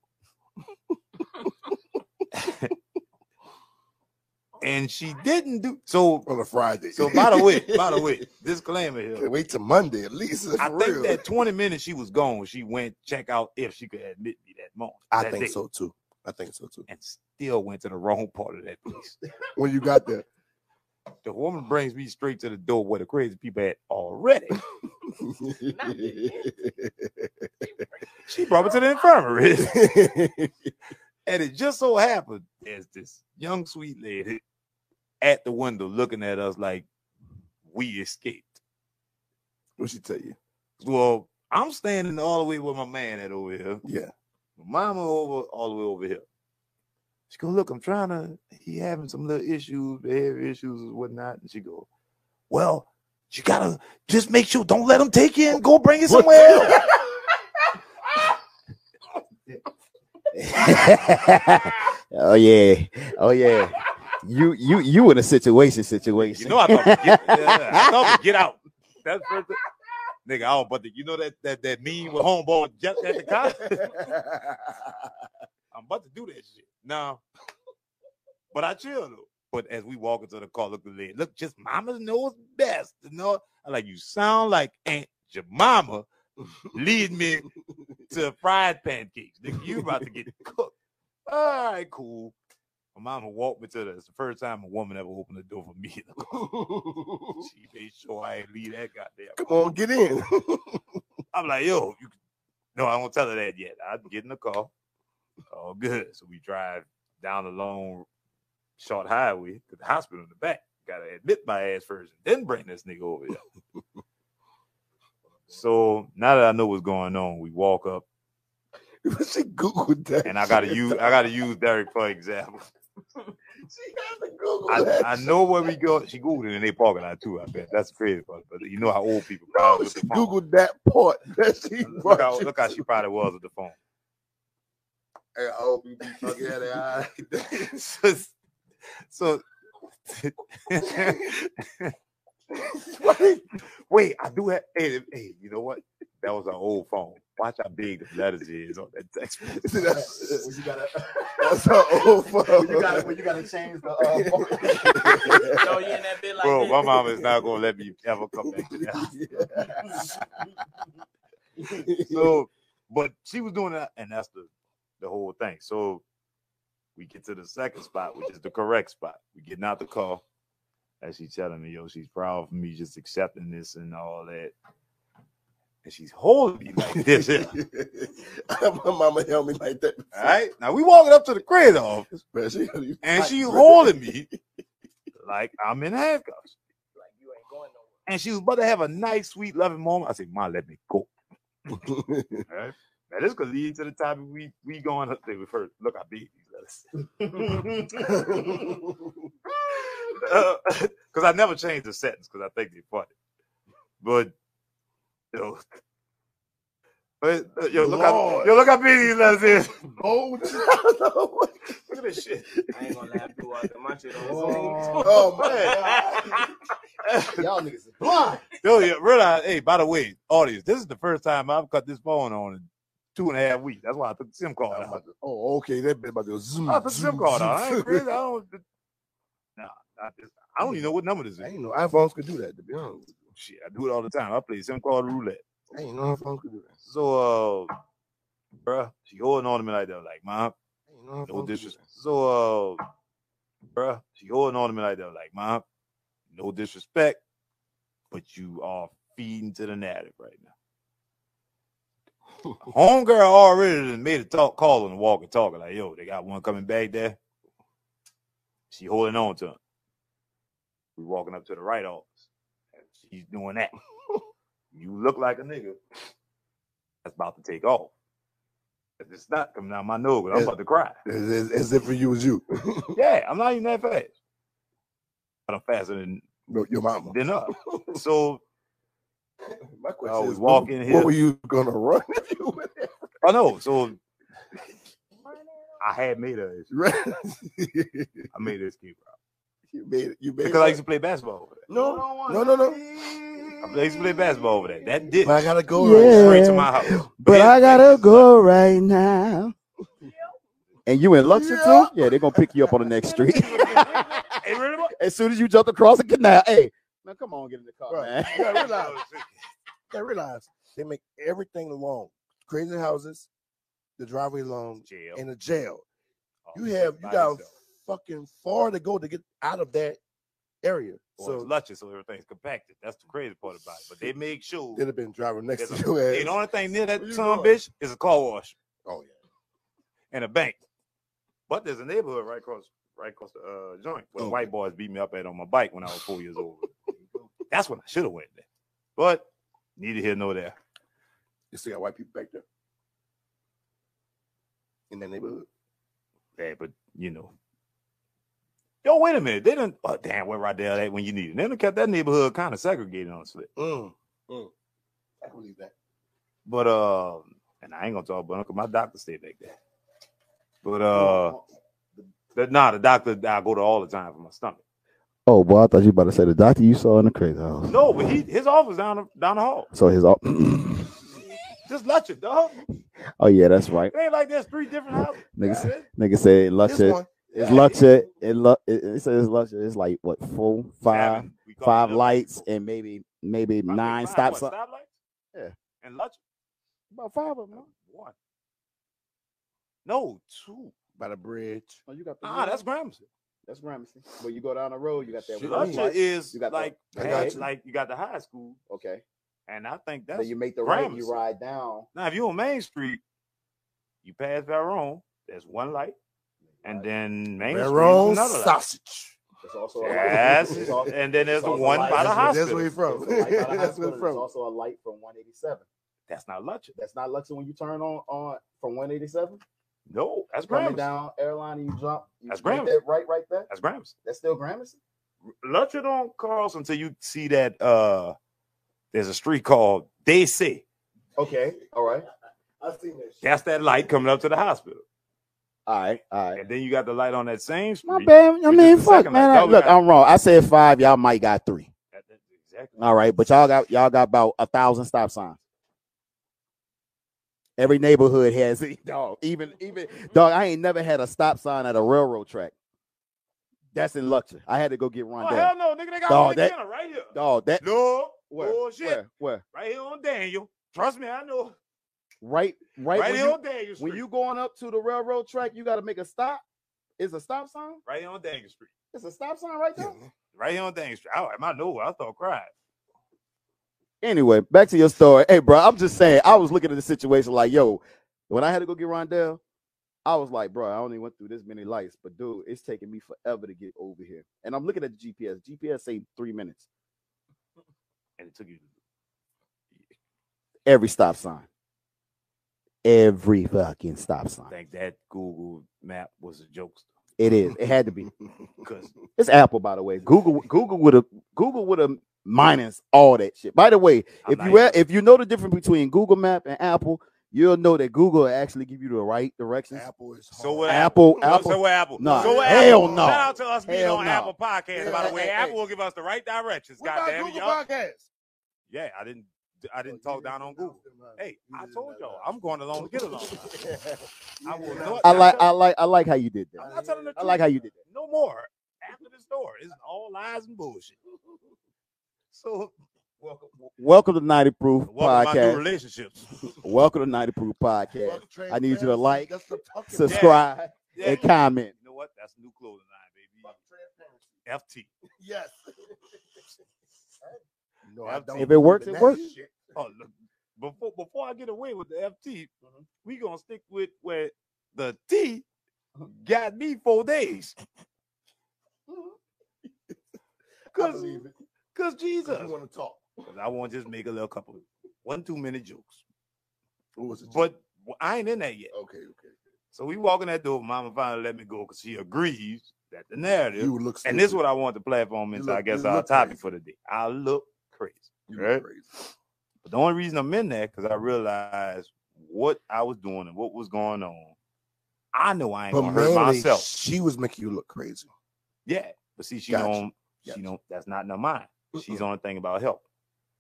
Speaker 3: and she didn't do so.
Speaker 2: On a Friday.
Speaker 3: So by the way, by the way, disclaimer
Speaker 2: [LAUGHS]
Speaker 3: here.
Speaker 2: Can't wait till Monday at least.
Speaker 3: I
Speaker 2: for
Speaker 3: think
Speaker 2: real.
Speaker 3: that 20 minutes she was gone, she went check out if she could admit me that morning.
Speaker 2: I
Speaker 3: that
Speaker 2: think
Speaker 3: day,
Speaker 2: so too. I think so
Speaker 3: [LAUGHS]
Speaker 2: too.
Speaker 3: And still went to the wrong part of that
Speaker 2: [LAUGHS]
Speaker 3: place.
Speaker 2: When you got there,
Speaker 3: the woman brings me straight to the door where the crazy people had already.
Speaker 2: [LAUGHS]
Speaker 3: She brought me to the infirmary. [LAUGHS] and it just so happened there's this young sweet lady at the window looking at us like we escaped.
Speaker 2: what she tell you?
Speaker 3: Well, I'm standing all the way with my man at over here.
Speaker 2: Yeah. [LAUGHS]
Speaker 3: My mama over all the way over here. She go, look, I'm trying to. He having some little issues, behavior issues and whatnot. And she go, well, you gotta just make sure don't let him take you and go bring you somewhere else.
Speaker 4: oh yeah, oh yeah. You you you in a situation situation.
Speaker 3: You know, I thought, we get, [LAUGHS] yeah, I thought we get out. That's first thing. nigga. I don't, but the, you know that that that meme with homeboy jumped at the car. I'm about to do that shit now. [LAUGHS] But I chill though. But as we walk into the car, look the lid. Look, just mama knows best. You know, I like you sound like Aunt Jemima lead me to fried pancakes. Nigga, you about to get cooked. All right, cool. My mama walked me to the, it's the first time a woman ever opened the door for me. [LAUGHS] in the car. she made sure I ain't leave that goddamn.
Speaker 2: Come on, get in. [LAUGHS]
Speaker 3: I'm like, yo, you no, I won't tell her that yet. I get in the car. All good. So we drive down the long, short highway to the hospital in the back. Gotta admit my ass first and then bring this nigga over here. So now that I know what's going on, we walk up
Speaker 2: she googled that.
Speaker 3: and I gotta use I gotta use Derek for example.
Speaker 2: [LAUGHS] She has to Google
Speaker 3: I,
Speaker 2: that.
Speaker 3: I know where we go. She Googled it in their parking lot too. I bet that's the crazy part. But you know how old people
Speaker 2: no,
Speaker 3: probably with
Speaker 2: she
Speaker 3: the phone.
Speaker 2: googled that part. [LAUGHS] That she
Speaker 3: Look
Speaker 2: brought
Speaker 3: how,
Speaker 2: you
Speaker 3: look how
Speaker 2: to. [LAUGHS]
Speaker 3: she probably was with the phone.
Speaker 7: Hey, I hope
Speaker 3: [LAUGHS]
Speaker 7: you be fucking out of eye.
Speaker 2: [LAUGHS]
Speaker 3: so, so [LAUGHS] wait, I do have. Hey, hey, you know what? That was an old phone. Watch how big the letters is on that text. message.
Speaker 2: See, that's,
Speaker 3: [LAUGHS]
Speaker 7: When you gotta,
Speaker 2: that's her old
Speaker 7: [LAUGHS]
Speaker 2: phone.
Speaker 7: when you gotta, when you gotta change the. Uh,
Speaker 1: So you in that bit like
Speaker 3: Bro,
Speaker 1: this.
Speaker 3: my mom is not gonna let me ever come back to that. So, but she was doing that, and that's the the whole thing. So we get to the second spot, which is the correct spot. We getting out the car, and she's telling me, "Yo, she's proud of me just accepting this and all that." And she's holding me like this. [LAUGHS] here.
Speaker 7: uh,
Speaker 2: [LAUGHS]
Speaker 7: [LAUGHS]
Speaker 2: My mama held me like that.
Speaker 3: All right, now we walking up to the crate office,
Speaker 2: Man, she held you
Speaker 3: and
Speaker 2: tight,
Speaker 3: she's
Speaker 2: bro. [LAUGHS]
Speaker 3: holding me [LAUGHS] like I'm in handcuffs.
Speaker 1: Like you ain't going nowhere.
Speaker 3: And she was about to have a nice, sweet, loving moment. I said, "Ma, let me go." All right. Now this could lead to the topic we we going up there first. Look how big these
Speaker 1: [LAUGHS]
Speaker 3: letters. [LAUGHS] because Uh, I never changed the sentence because I think they funny. But you know, but uh, yo, look how
Speaker 2: Lord.
Speaker 3: yo, look how big these letters is.
Speaker 2: Oh, no.
Speaker 3: look at this shit.
Speaker 1: I ain't gonna laugh through all the munch it
Speaker 2: oh
Speaker 1: on. [LAUGHS]
Speaker 2: my
Speaker 7: y'all niggas is blind.
Speaker 3: Yo, yeah, realize, hey, by the way, audience, this is the first time I've cut this phone on in two and a half weeks. That's why I took the SIM card out.
Speaker 2: god. [LAUGHS] Oh, okay. That bit about to go zoom.
Speaker 3: I took the SIM
Speaker 2: zoom,
Speaker 3: card out. I
Speaker 2: zoom.
Speaker 3: ain't crazy. I don't. Nah, not this. I don't even know what number this
Speaker 2: I [LAUGHS]
Speaker 3: is.
Speaker 2: ain't know iPhones could do that. To be honest, with
Speaker 3: Shit, I do it all the time. I play SIM card roulette.
Speaker 2: you. I ain't know iPhones could do that.
Speaker 3: So, uh, bruh, she holding on to me like that. Like, mom,
Speaker 2: I ain't know
Speaker 3: no
Speaker 2: iPhones could do
Speaker 3: disrespect. So, uh, bruh, she holding on to me like that. Like, mom, no disrespect, but you are feeding to the narrative right now. Homegirl already done made a talk call on the walkie talkie. Like, yo, they got one coming back there. She holding on to him. We walking up to the right office. And she's doing that. you look like a nigga that's about to take off. If It's not coming out my nose. 'cause I'm about to cry.
Speaker 2: that. As, as, as if you was you. [LAUGHS]
Speaker 3: Yeah, I'm not even that fast. But I'm faster than
Speaker 2: no, your mama.
Speaker 3: than up. So
Speaker 2: My
Speaker 3: I
Speaker 2: question
Speaker 3: was
Speaker 2: is,
Speaker 3: walking
Speaker 2: what,
Speaker 3: here.
Speaker 2: what were you gonna run [LAUGHS] if you went there?
Speaker 3: I know. So I had made a
Speaker 2: [LAUGHS]
Speaker 3: issue. I made this keeper
Speaker 2: you made it. You made
Speaker 3: because I used
Speaker 2: it.
Speaker 3: to play basketball over
Speaker 2: No, no, no, no.
Speaker 3: there. I used to play basketball over there. That did
Speaker 2: But I gotta go.
Speaker 4: Yeah.
Speaker 3: straight to
Speaker 2: [LAUGHS]
Speaker 3: my house.
Speaker 4: [LAUGHS] But
Speaker 3: here's
Speaker 4: I
Speaker 3: the
Speaker 4: gotta
Speaker 3: thing.
Speaker 4: go right now. And you in Luxor
Speaker 2: Yeah.
Speaker 4: too? Yeah, they're gonna pick you up on the
Speaker 3: [LAUGHS]
Speaker 4: next street.
Speaker 3: Hey, really, boy?
Speaker 4: as soon as you jump across the canal, hey, man, come on, get in the car,
Speaker 2: Right.
Speaker 4: man.
Speaker 2: You gotta
Speaker 3: [LAUGHS]
Speaker 2: realize, you gotta realize they make everything long. Crazy houses, the driveway long,
Speaker 3: Jail.
Speaker 2: and the jail.
Speaker 3: Oh,
Speaker 2: You have you
Speaker 3: by
Speaker 2: got
Speaker 3: yourself.
Speaker 2: fucking far to go to get out of that area.
Speaker 3: Well, it's
Speaker 2: So
Speaker 3: luscious, so everything's compacted. That's the crazy part about it. But they make sure
Speaker 2: they'd have been driving next
Speaker 3: There's
Speaker 2: to
Speaker 3: a-
Speaker 2: your ass.
Speaker 3: Hey, the only thing near that
Speaker 2: Where you
Speaker 3: son of a
Speaker 2: going?
Speaker 3: bitch is a car wash
Speaker 2: oh yeah.
Speaker 3: and a bank. But there's a neighborhood right across right across the uh, joint where the
Speaker 2: Oh.
Speaker 3: white boys beat me up at on my bike when I was four years old. That's when I should have went there. But neither here nor there.
Speaker 2: You still got white people back there in that neighborhood.
Speaker 3: Yeah, but you know. Yo, wait a minute. They didn't oh damn where Rodell at when you need it. They done kept that neighborhood kind of segregated on slick.
Speaker 2: Mm. Mm. I can believe that.
Speaker 3: But uh and I ain't gonna talk about uncle. My doctor stayed back there. But
Speaker 2: Oh.
Speaker 3: uh but nah, the doctor I go to all the time for my stomach.
Speaker 4: [LAUGHS] Oh boy, I thought you about to say the doctor you saw in the crazy house.
Speaker 3: No, but he his office down the, down the hall.
Speaker 4: So his all.
Speaker 3: Just Lutcher, dog.
Speaker 4: [CLEARS THROAT] oh yeah, that's right.
Speaker 3: It ain't like there's three different houses.
Speaker 4: Nigga, s- nigga said
Speaker 2: This
Speaker 4: Lusher.
Speaker 2: one.
Speaker 4: It's
Speaker 3: Yeah.
Speaker 4: Lusher. It, lu- it, it says Lusher. It's like what four, five,
Speaker 3: Seven. We call it
Speaker 4: five
Speaker 3: Lutcher.
Speaker 4: lights, and maybe maybe
Speaker 3: Five-
Speaker 4: nine
Speaker 3: five,
Speaker 4: stop
Speaker 3: what,
Speaker 4: signs.
Speaker 3: stoplights?
Speaker 4: Yeah.
Speaker 3: And Lutcher?
Speaker 4: About five of them.
Speaker 3: One. No, two.
Speaker 2: by the bridge.
Speaker 7: Oh, you got the
Speaker 3: Ah, that's Gramercy.
Speaker 7: that's Ramsey. When you go down the road, you got that.
Speaker 2: Shit.
Speaker 7: one
Speaker 2: Lutcher
Speaker 3: Lutcher
Speaker 7: light.
Speaker 3: is
Speaker 7: You got the-
Speaker 3: like
Speaker 2: I
Speaker 3: past-
Speaker 2: got you.
Speaker 3: like you got the high school,
Speaker 7: Okay.
Speaker 3: and I think that's
Speaker 7: Then you make the right.
Speaker 3: Gramercy.
Speaker 7: You ride down.
Speaker 3: now if you on Main Street, you pass Varone. There's one light, and then Main Street is
Speaker 2: Maroon
Speaker 3: another light.
Speaker 2: sausage.
Speaker 9: It's also
Speaker 3: [LAUGHS] Yes.
Speaker 9: it's al-
Speaker 3: And then there's
Speaker 9: it's
Speaker 3: the
Speaker 9: also
Speaker 3: one
Speaker 9: light.
Speaker 3: by the
Speaker 2: That's where-
Speaker 3: hospital.
Speaker 2: That's where
Speaker 9: It's
Speaker 2: he
Speaker 9: a light by
Speaker 2: from.
Speaker 3: [LAUGHS]
Speaker 9: the
Speaker 2: [LAUGHS] that's
Speaker 9: hospital,
Speaker 2: where
Speaker 9: and
Speaker 2: he
Speaker 9: it's
Speaker 2: from.
Speaker 9: also a light from 187.
Speaker 3: That's not lunch.
Speaker 9: That's not Lexus when you turn on on from 187.
Speaker 3: No, that's
Speaker 9: Coming
Speaker 3: Gramercy.
Speaker 9: down airline, and you jump. You
Speaker 3: That's
Speaker 9: make
Speaker 3: Gramercy.
Speaker 9: that Right, right there.
Speaker 3: That's Gramercy.
Speaker 9: That's still Gramercy.
Speaker 3: Lunch it on Carlson until you see that uh there's a street called DC.
Speaker 9: Okay, all right.
Speaker 7: I've seen that shit.
Speaker 3: That's that light coming up to the hospital.
Speaker 4: All right, all right.
Speaker 3: And then you got the light on that same street.
Speaker 4: My bad. I
Speaker 3: We
Speaker 4: mean,
Speaker 3: just
Speaker 4: fuck,
Speaker 3: second
Speaker 4: man.
Speaker 3: like,
Speaker 4: I-
Speaker 3: no, we
Speaker 4: look,
Speaker 3: got-
Speaker 4: I'm wrong. I said five. Y'all might got three.
Speaker 3: That- that's exactly.
Speaker 4: All right, but y'all got y'all got about a thousand stop signs. Every neighborhood has it, [LAUGHS] dog. Even even dog. I ain't never had a stop sign at a railroad track. That's in Luxor. I had to go get
Speaker 3: Oh,
Speaker 4: Rondell.
Speaker 3: hell no, nigga. They got
Speaker 4: Dog,
Speaker 3: one
Speaker 4: that-
Speaker 3: that, right here.
Speaker 4: Dog, that
Speaker 3: No.
Speaker 4: where,
Speaker 3: Bullshit.
Speaker 4: where, where?
Speaker 3: Right here on Daniel. Trust me, I know.
Speaker 4: Right,
Speaker 3: Right,
Speaker 4: right. when
Speaker 3: here
Speaker 4: you-
Speaker 3: on Daniel Street.
Speaker 4: when you going up to the railroad track, you got to make a stop. Is a stop sign?
Speaker 3: right here on Daniel Street.
Speaker 4: It's a stop sign right there.
Speaker 3: Right here on Daniel Street. I, I know. I thought crying.
Speaker 4: Anyway, back to your story. Hey, bro, I'm just saying. I was looking at the situation like, yo, when I had to go get Rondell, I was like, bro, I only went through this many lights, but dude, it's taking me forever to get over here. And I'm looking at the GPS. GPS say three minutes
Speaker 3: And it took you.
Speaker 4: every stop sign. Every fucking stop sign.
Speaker 3: think that Google map was a joke.
Speaker 4: It is. It had to [LAUGHS] be.
Speaker 3: Because
Speaker 4: It's Apple, by the way. Google Google would have Google would have minus all that shit. By the way,
Speaker 3: I'm
Speaker 4: if
Speaker 3: not
Speaker 4: you a-
Speaker 3: even-
Speaker 4: if you know the difference between Google Map and Apple, you'll know that Google will actually give you the right directions.
Speaker 2: Apple is
Speaker 3: So
Speaker 2: hard.
Speaker 3: what
Speaker 4: Apple, Apple,
Speaker 3: so what Apple?
Speaker 4: Nah,
Speaker 3: so what
Speaker 4: hell
Speaker 3: Apple?
Speaker 4: no.
Speaker 3: Shout out to us being
Speaker 4: Hell
Speaker 3: on
Speaker 4: no.
Speaker 3: Apple Podcast. by the
Speaker 2: Hey,
Speaker 3: way,
Speaker 2: hey, hey.
Speaker 3: Apple will give us the right directions.
Speaker 2: What about
Speaker 3: Goddamn it,
Speaker 2: Google
Speaker 3: y'all.
Speaker 2: Podcast?
Speaker 3: Yeah, I didn't. I didn't talk down on Google. Hey, I told y'all, I'm going along to
Speaker 2: [LAUGHS]
Speaker 3: get along. I will not.
Speaker 4: I like, I like, I like how you did
Speaker 3: I'm
Speaker 4: that.
Speaker 3: not telling the
Speaker 4: [LAUGHS] I like how
Speaker 3: truth.
Speaker 4: you did that.
Speaker 3: No more. After this door, it's all lies and
Speaker 4: [LAUGHS]
Speaker 3: bullshit. So, welcome,
Speaker 4: Welcome to Ninety Proof
Speaker 3: welcome my new
Speaker 4: Podcast.
Speaker 3: relationships.
Speaker 4: Welcome to Ninety Proof Podcast. I need you to like,
Speaker 2: subscribe.
Speaker 4: Subscribe
Speaker 3: Yeah.
Speaker 4: and comment.
Speaker 3: You know what? That's new clothing line, baby. FT.
Speaker 2: Yes. No,
Speaker 3: If
Speaker 4: it works, it works.
Speaker 3: Oh, look, before before I get away with the FT,
Speaker 2: Mm-hmm.
Speaker 3: we gonna stick with where the T
Speaker 2: Mm-hmm.
Speaker 3: got me four days.
Speaker 2: Mm-hmm. [LAUGHS]
Speaker 3: Cause, cause Jesus,
Speaker 2: I want to talk.
Speaker 3: 'Cause I want to just make a little couple, one two minute jokes.
Speaker 2: What was it?
Speaker 3: But I ain't in that yet.
Speaker 2: okay, okay.
Speaker 3: So we walking that door. Mama finally let me go because she agrees that the narrative.
Speaker 2: You look. Stupid.
Speaker 3: and this is what I want the platform
Speaker 2: You
Speaker 3: into.
Speaker 2: look-
Speaker 3: I guess
Speaker 2: you
Speaker 3: our
Speaker 2: look
Speaker 3: topic
Speaker 2: crazy.
Speaker 3: for the day. I look crazy.
Speaker 2: You
Speaker 3: right?
Speaker 2: look crazy.
Speaker 3: But the only reason I'm in there because I realized what I was doing and what was going on. I know I ain't
Speaker 2: But
Speaker 3: gonna hurt
Speaker 2: Melanie,
Speaker 3: myself.
Speaker 2: she was making you look crazy.
Speaker 3: yeah, but see, she
Speaker 2: Gotcha.
Speaker 3: don't.
Speaker 2: Gotcha. Mm,
Speaker 3: She don't. That's not in her mind. She's
Speaker 2: Mm-mm.
Speaker 3: on a thing about help,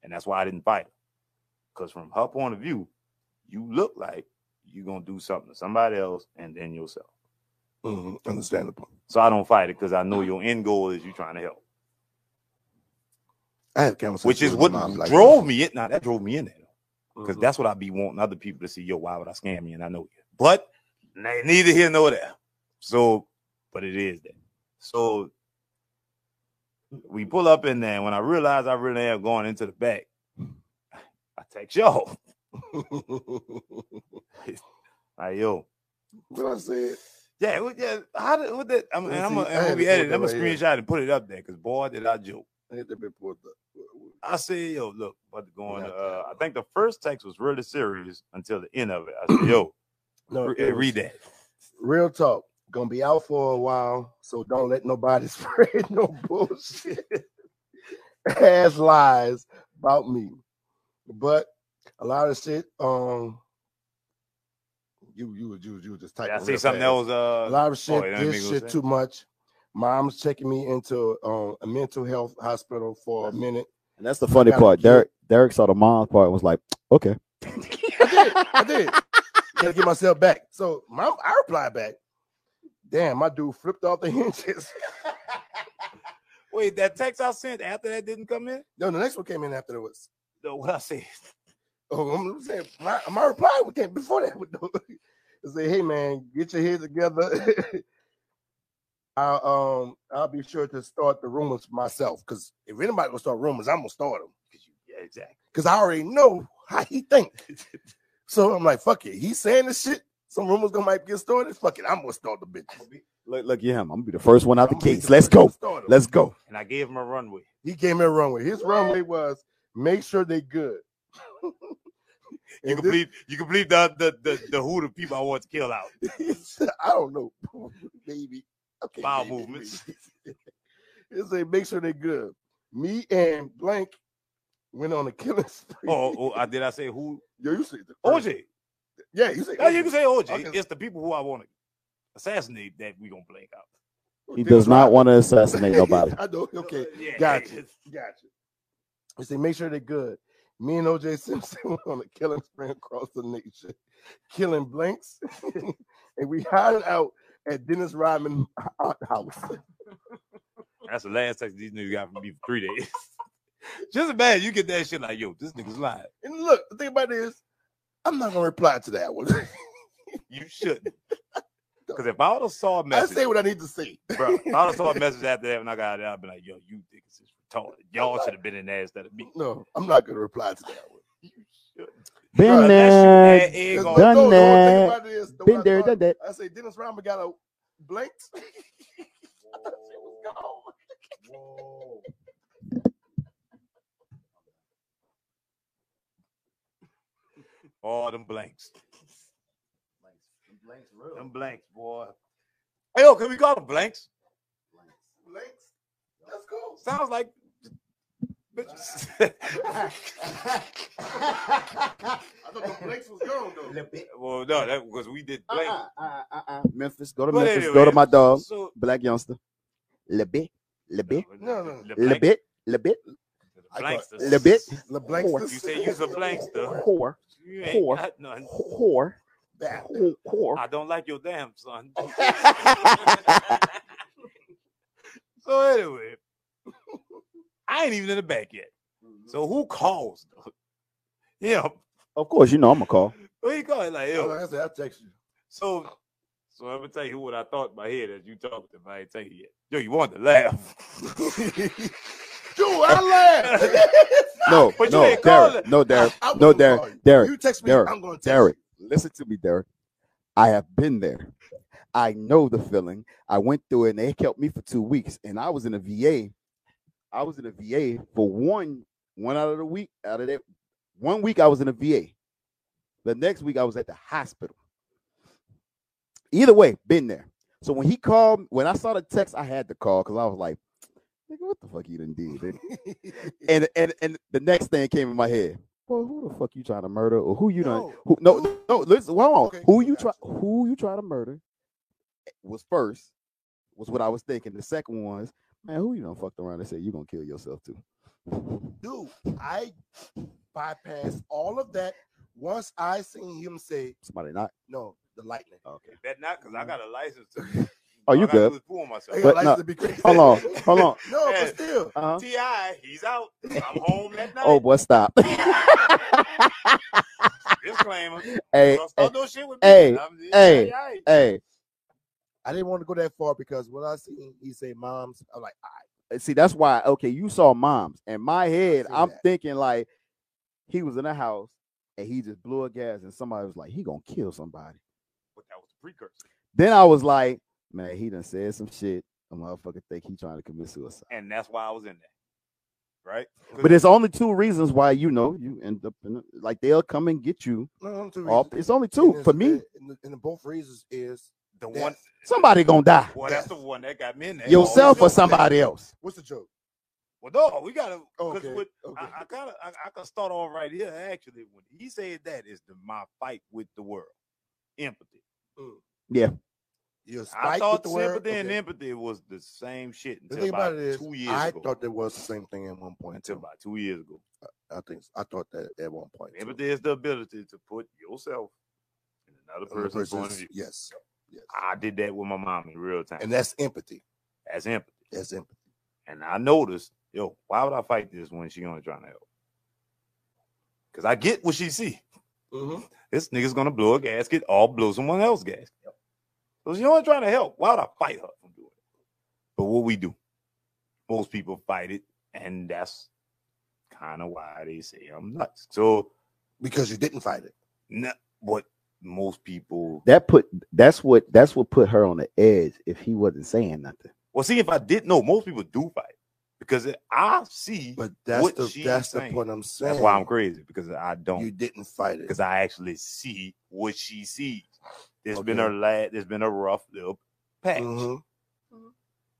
Speaker 3: and that's why I didn't fight her. Because from her point of view, you look like you're gonna do something to somebody else and then yourself.
Speaker 2: Mhm, Understandable.
Speaker 3: So I don't fight it because I know your end goal is you trying to help,
Speaker 2: I have conversations.
Speaker 3: which is
Speaker 2: with
Speaker 3: what
Speaker 2: my mom like [LAUGHS]
Speaker 3: drove me. In, now that drove me in there.
Speaker 2: that.
Speaker 3: because that's what I be wanting other people to see. Yo, why would I scam you? And I know you, but they neither here nor there. So, but it is that. So we pull up in there, and when I realize I really am going into the back, I text yo, like yo,
Speaker 2: what I said.
Speaker 3: yeah, what- yeah. How did what that? I'm, and I'm
Speaker 2: See, I had
Speaker 3: gonna
Speaker 2: to
Speaker 3: be
Speaker 2: put
Speaker 3: editing.
Speaker 2: that
Speaker 3: I'm gonna
Speaker 2: right here.
Speaker 3: screenshot and put it up there because boy, did I joke.
Speaker 2: I had to be pulled up.
Speaker 3: I said, yo, look, about to go on.
Speaker 2: Yeah.
Speaker 3: Uh, I think the first text was really serious until the end of it.
Speaker 2: [COUGHS]
Speaker 3: I said, yo,
Speaker 2: No,
Speaker 3: re-
Speaker 2: it was-
Speaker 3: read that.
Speaker 2: Real talk. Gonna be out for a while, so don't let nobody [LAUGHS] spread no bullshit ass lies about me. But a lot of shit. Um, you you was- you was- you was just typing.
Speaker 3: I
Speaker 2: real
Speaker 3: see something
Speaker 2: fast.
Speaker 3: that was uh
Speaker 2: A lot of shit.
Speaker 3: it don't make
Speaker 2: this
Speaker 3: no
Speaker 2: shit
Speaker 3: sense.
Speaker 2: too much. Mom's checking me into um, a mental health hospital for a minute.
Speaker 4: And that's the funny
Speaker 2: got a
Speaker 4: part.
Speaker 2: kid.
Speaker 4: Derek, Derek saw the mom's part and was like, okay.
Speaker 2: I did. Gotta get myself back. So my I replied back. Damn, my dude flipped off the [LAUGHS] hinges.
Speaker 3: Wait, that text I sent after that didn't come in?
Speaker 2: No, the next one came in after that was.
Speaker 3: No, what I said.
Speaker 2: Oh, I'm saying my, my reply came before that. Would [LAUGHS] say, hey man, get your head together. [LAUGHS] I'll um I'll be sure to start the rumors myself because if anybody gonna start rumors, I'm gonna start them
Speaker 3: Yeah, exactly.
Speaker 2: because I already know how he think.
Speaker 3: [LAUGHS]
Speaker 2: so I'm like, fuck it. He's saying this shit. Some rumors gonna might get started. Fuck it. I'm gonna start the bitch.
Speaker 4: Look, look, yeah, I'm gonna be the first one out the
Speaker 2: I'm gonna be
Speaker 4: gates.
Speaker 2: the
Speaker 4: Let's
Speaker 2: first to
Speaker 4: go.
Speaker 2: start 'em.
Speaker 4: Let's go.
Speaker 3: and I gave him a runway.
Speaker 2: He gave me a runway. His runway was make sure they good.
Speaker 3: You
Speaker 2: And
Speaker 3: can
Speaker 2: this-
Speaker 3: believe [LAUGHS] you can believe the the the, the who the people I want to kill out.
Speaker 2: [LAUGHS] I don't know, baby. Okay,
Speaker 3: Bowel
Speaker 2: baby,
Speaker 3: movements.
Speaker 2: please. [LAUGHS] it say make sure they good. Me and blank went on a killing [LAUGHS] spree.
Speaker 3: Oh, oh, I did I say who?
Speaker 2: Yo, you say the first-
Speaker 3: OJ.
Speaker 2: Yeah, you say.
Speaker 3: Yeah, you can say OJ.
Speaker 2: Okay.
Speaker 3: It's the people who I want to assassinate that we gonna blink out.
Speaker 4: He does not want
Speaker 2: [LAUGHS]
Speaker 4: to assassinate nobody.
Speaker 2: I know. Okay,
Speaker 3: [LAUGHS] Yeah,
Speaker 2: gotcha, gotcha. You say make sure they good. Me and OJ Simpson [LAUGHS] went on a killing spree across the nation, killing blanks, [LAUGHS] and we hiding out at Dennis Rodman house.
Speaker 3: That's the last text these niggas got from me for three [LAUGHS] days. Just imagine you get that shit like, yo, this nigga's lying.
Speaker 2: And look, the thing about it is, I'm not gonna reply to that one. [LAUGHS]
Speaker 3: You [LAUGHS] shouldn't. Because if I would have saw a
Speaker 2: I
Speaker 3: message,
Speaker 2: say what I need to say. [LAUGHS]
Speaker 3: bro, if I would have saw a message after that when I got out, I'd be like, yo, you niggas is retarded. Y'all should have been in there instead of me.
Speaker 2: No, I'm not gonna reply to that one.
Speaker 3: You should.
Speaker 4: Been
Speaker 3: Unless
Speaker 4: there,
Speaker 3: you add egg
Speaker 2: That's-
Speaker 3: on-
Speaker 4: Done
Speaker 2: no, the whole thing
Speaker 4: that.
Speaker 2: about it is, the way
Speaker 4: been
Speaker 2: I
Speaker 4: there,
Speaker 2: thought-
Speaker 4: done that.
Speaker 2: I say Dennis Rodman got a blank. [LAUGHS] I thought she was gone.
Speaker 3: all them blanks.
Speaker 7: Blanks, blanks, real.
Speaker 3: Them blanks, boy. Hey, yo, can we call them blanks?
Speaker 7: Blanks.
Speaker 2: Blanks. Let's go.
Speaker 3: Sounds like.
Speaker 2: I thought the blanks was gone though.
Speaker 3: [LAUGHS] well, no, that because we did blank.
Speaker 9: Uh-uh, uh-uh, uh-uh.
Speaker 4: Memphis, go to
Speaker 3: But
Speaker 4: Memphis. Go to
Speaker 3: anyway,
Speaker 4: my dog,
Speaker 3: So,
Speaker 4: Black Youngster. Le bit, le bit,
Speaker 2: No, no, no.
Speaker 3: the
Speaker 4: le
Speaker 3: blank-
Speaker 4: bit, le bit,
Speaker 3: the
Speaker 2: I
Speaker 3: blanks-
Speaker 4: le bit,
Speaker 2: LeBlanc.
Speaker 3: You say you's a blankster.
Speaker 4: whore,
Speaker 3: You ain't
Speaker 4: Whore.
Speaker 3: got none.
Speaker 4: whore, whore, whore.
Speaker 3: [LAUGHS] I don't like your damn son.
Speaker 4: Oh. I
Speaker 3: [LAUGHS] So anyway, I ain't even in the back yet.
Speaker 4: Mm-hmm.
Speaker 3: So who calls? Yeah,
Speaker 4: Of course, you know I'm gonna call.
Speaker 3: who you calling? Like, yo.
Speaker 2: I said, Oh, I'll text you. [LAUGHS]
Speaker 3: So, so I'm gonna tell you what I thought in my head as you talked. If I ain't tell you yet, yo, you wanted to
Speaker 4: [LAUGHS]
Speaker 3: laugh,
Speaker 2: Dude, I laughed.
Speaker 4: No,
Speaker 3: But you
Speaker 4: no,
Speaker 3: ain't call
Speaker 4: Derek,
Speaker 3: it.
Speaker 4: [LAUGHS] no, Derek,
Speaker 2: [LAUGHS] I wouldn't
Speaker 4: no, Derek,
Speaker 2: call you.
Speaker 4: Derek,
Speaker 2: You text me,
Speaker 4: Derek,
Speaker 2: I'm gonna text
Speaker 4: Derek. Listen to me, Derek. I have been there. I know the feeling. I went through it, and they kept me for two weeks, and I was in a VA. I was in a VA for one one out of the week. Out of that one week, I was in a VA. The next week, I was at the hospital. Either way, been there. So when he called, when I saw the text, I had to call because I was like, "Nigga, what the fuck you done did?" nigga?" and and and the next thing came in my head. Well, who the fuck you trying to murder, or who you done?
Speaker 2: No,
Speaker 4: Who, no, no. Listen, hold on.
Speaker 2: Okay,
Speaker 4: who
Speaker 2: I
Speaker 4: you
Speaker 2: got
Speaker 4: try? Who you try to murder? Was first was what I was thinking. The second one was, man, who you done fucked around and said you gonna kill yourself too? [LAUGHS]
Speaker 2: dude, I bypassed all of that once I seen him say,
Speaker 4: Somebody not
Speaker 2: no, the lightning.
Speaker 4: okay.
Speaker 3: that not because I got a license. To,
Speaker 4: [LAUGHS] Oh, you
Speaker 3: All I gotta
Speaker 4: good?
Speaker 3: do is fool myself.
Speaker 2: They
Speaker 4: But
Speaker 2: got
Speaker 4: no,
Speaker 2: license to be crazy.
Speaker 4: Hold on, hold on.
Speaker 2: [LAUGHS] No,
Speaker 3: Hey.
Speaker 2: but still. [LAUGHS]
Speaker 4: Uh-huh.
Speaker 3: Ti, he's out. I'm home that night.
Speaker 4: [LAUGHS] Oh boy, stop.
Speaker 3: Disclaimer.
Speaker 4: hey,
Speaker 3: Don't
Speaker 4: hey,
Speaker 3: start no shit with me.
Speaker 4: hey,
Speaker 3: I'm- yeah,
Speaker 4: hey.
Speaker 3: yeah, yeah.
Speaker 4: hey.
Speaker 2: I didn't want to go that far because when I seen he say moms, I'm like, "Ah,
Speaker 4: See, that's why. Okay, you saw moms. In my head,
Speaker 2: seen
Speaker 4: I'm
Speaker 2: that.
Speaker 4: thinking like he was in a house and he just blew a gas, and somebody was like, "He gonna kill somebody."
Speaker 3: But that was the precursor.
Speaker 4: Then I was like, man, he done said some shit. A motherfucker think he trying to commit suicide.
Speaker 3: And that's why I was in there. Right?
Speaker 4: But it's only two reasons why you know you end up in a, like they'll come and get you.
Speaker 2: no, I'm too
Speaker 4: Off. It's only two for me.
Speaker 2: And, the- and the both reasons is
Speaker 3: the
Speaker 2: that-
Speaker 3: one
Speaker 4: Somebody gonna die,
Speaker 3: well, that's the one that got me in there.
Speaker 4: yourself
Speaker 2: Oh,
Speaker 4: or somebody else.
Speaker 2: what's the joke? Oh,
Speaker 3: Well, no, we gotta because
Speaker 2: Okay,
Speaker 3: with
Speaker 2: okay.
Speaker 3: I, I kinda I, I can start off right here. Actually, when he said that is the my fight with the world. Empathy.
Speaker 2: You're
Speaker 3: I
Speaker 2: spiked with
Speaker 3: thought
Speaker 2: the word.
Speaker 3: sympathy and
Speaker 2: okay.
Speaker 3: empathy was the same shit
Speaker 2: The
Speaker 3: until
Speaker 2: thing
Speaker 3: about
Speaker 2: about it is,
Speaker 3: two years
Speaker 2: I
Speaker 3: ago.
Speaker 2: thought there was the same thing at one point.
Speaker 3: until
Speaker 2: Too.
Speaker 3: about two years ago.
Speaker 2: I think I thought that at one point. too.
Speaker 3: Empathy is the ability to put yourself in another
Speaker 2: Other
Speaker 3: person's point of
Speaker 2: person's-
Speaker 3: view.
Speaker 2: Yes, yes.
Speaker 3: I did that with my mom in real time.
Speaker 2: And that's empathy.
Speaker 3: that's empathy.
Speaker 2: That's empathy.
Speaker 3: And I noticed, yo, why would I fight this when she only trying to help? Because I get what she see. This nigga's gonna blow a gasket or blow someone else's gasket. So she only trying to help. Why would I fight her from doing it? But what we do, most people fight it, and that's kind of why they say I'm nuts. So
Speaker 2: Because you didn't fight it.
Speaker 3: no, what most people.
Speaker 4: That put that's what that's what put her on the edge if he wasn't saying nothing.
Speaker 3: Well, see, if I did know, most people do fight because I see.
Speaker 2: But that's
Speaker 3: What
Speaker 2: the
Speaker 3: she
Speaker 2: that's
Speaker 3: saying.
Speaker 2: the point I'm saying.
Speaker 3: that's why I'm crazy because I don't
Speaker 2: You didn't fight it.
Speaker 3: because I actually see what she sees. There's been
Speaker 2: Okay.
Speaker 3: a lad. There's been a rough little patch,
Speaker 4: Mm-hmm.
Speaker 2: Mhm.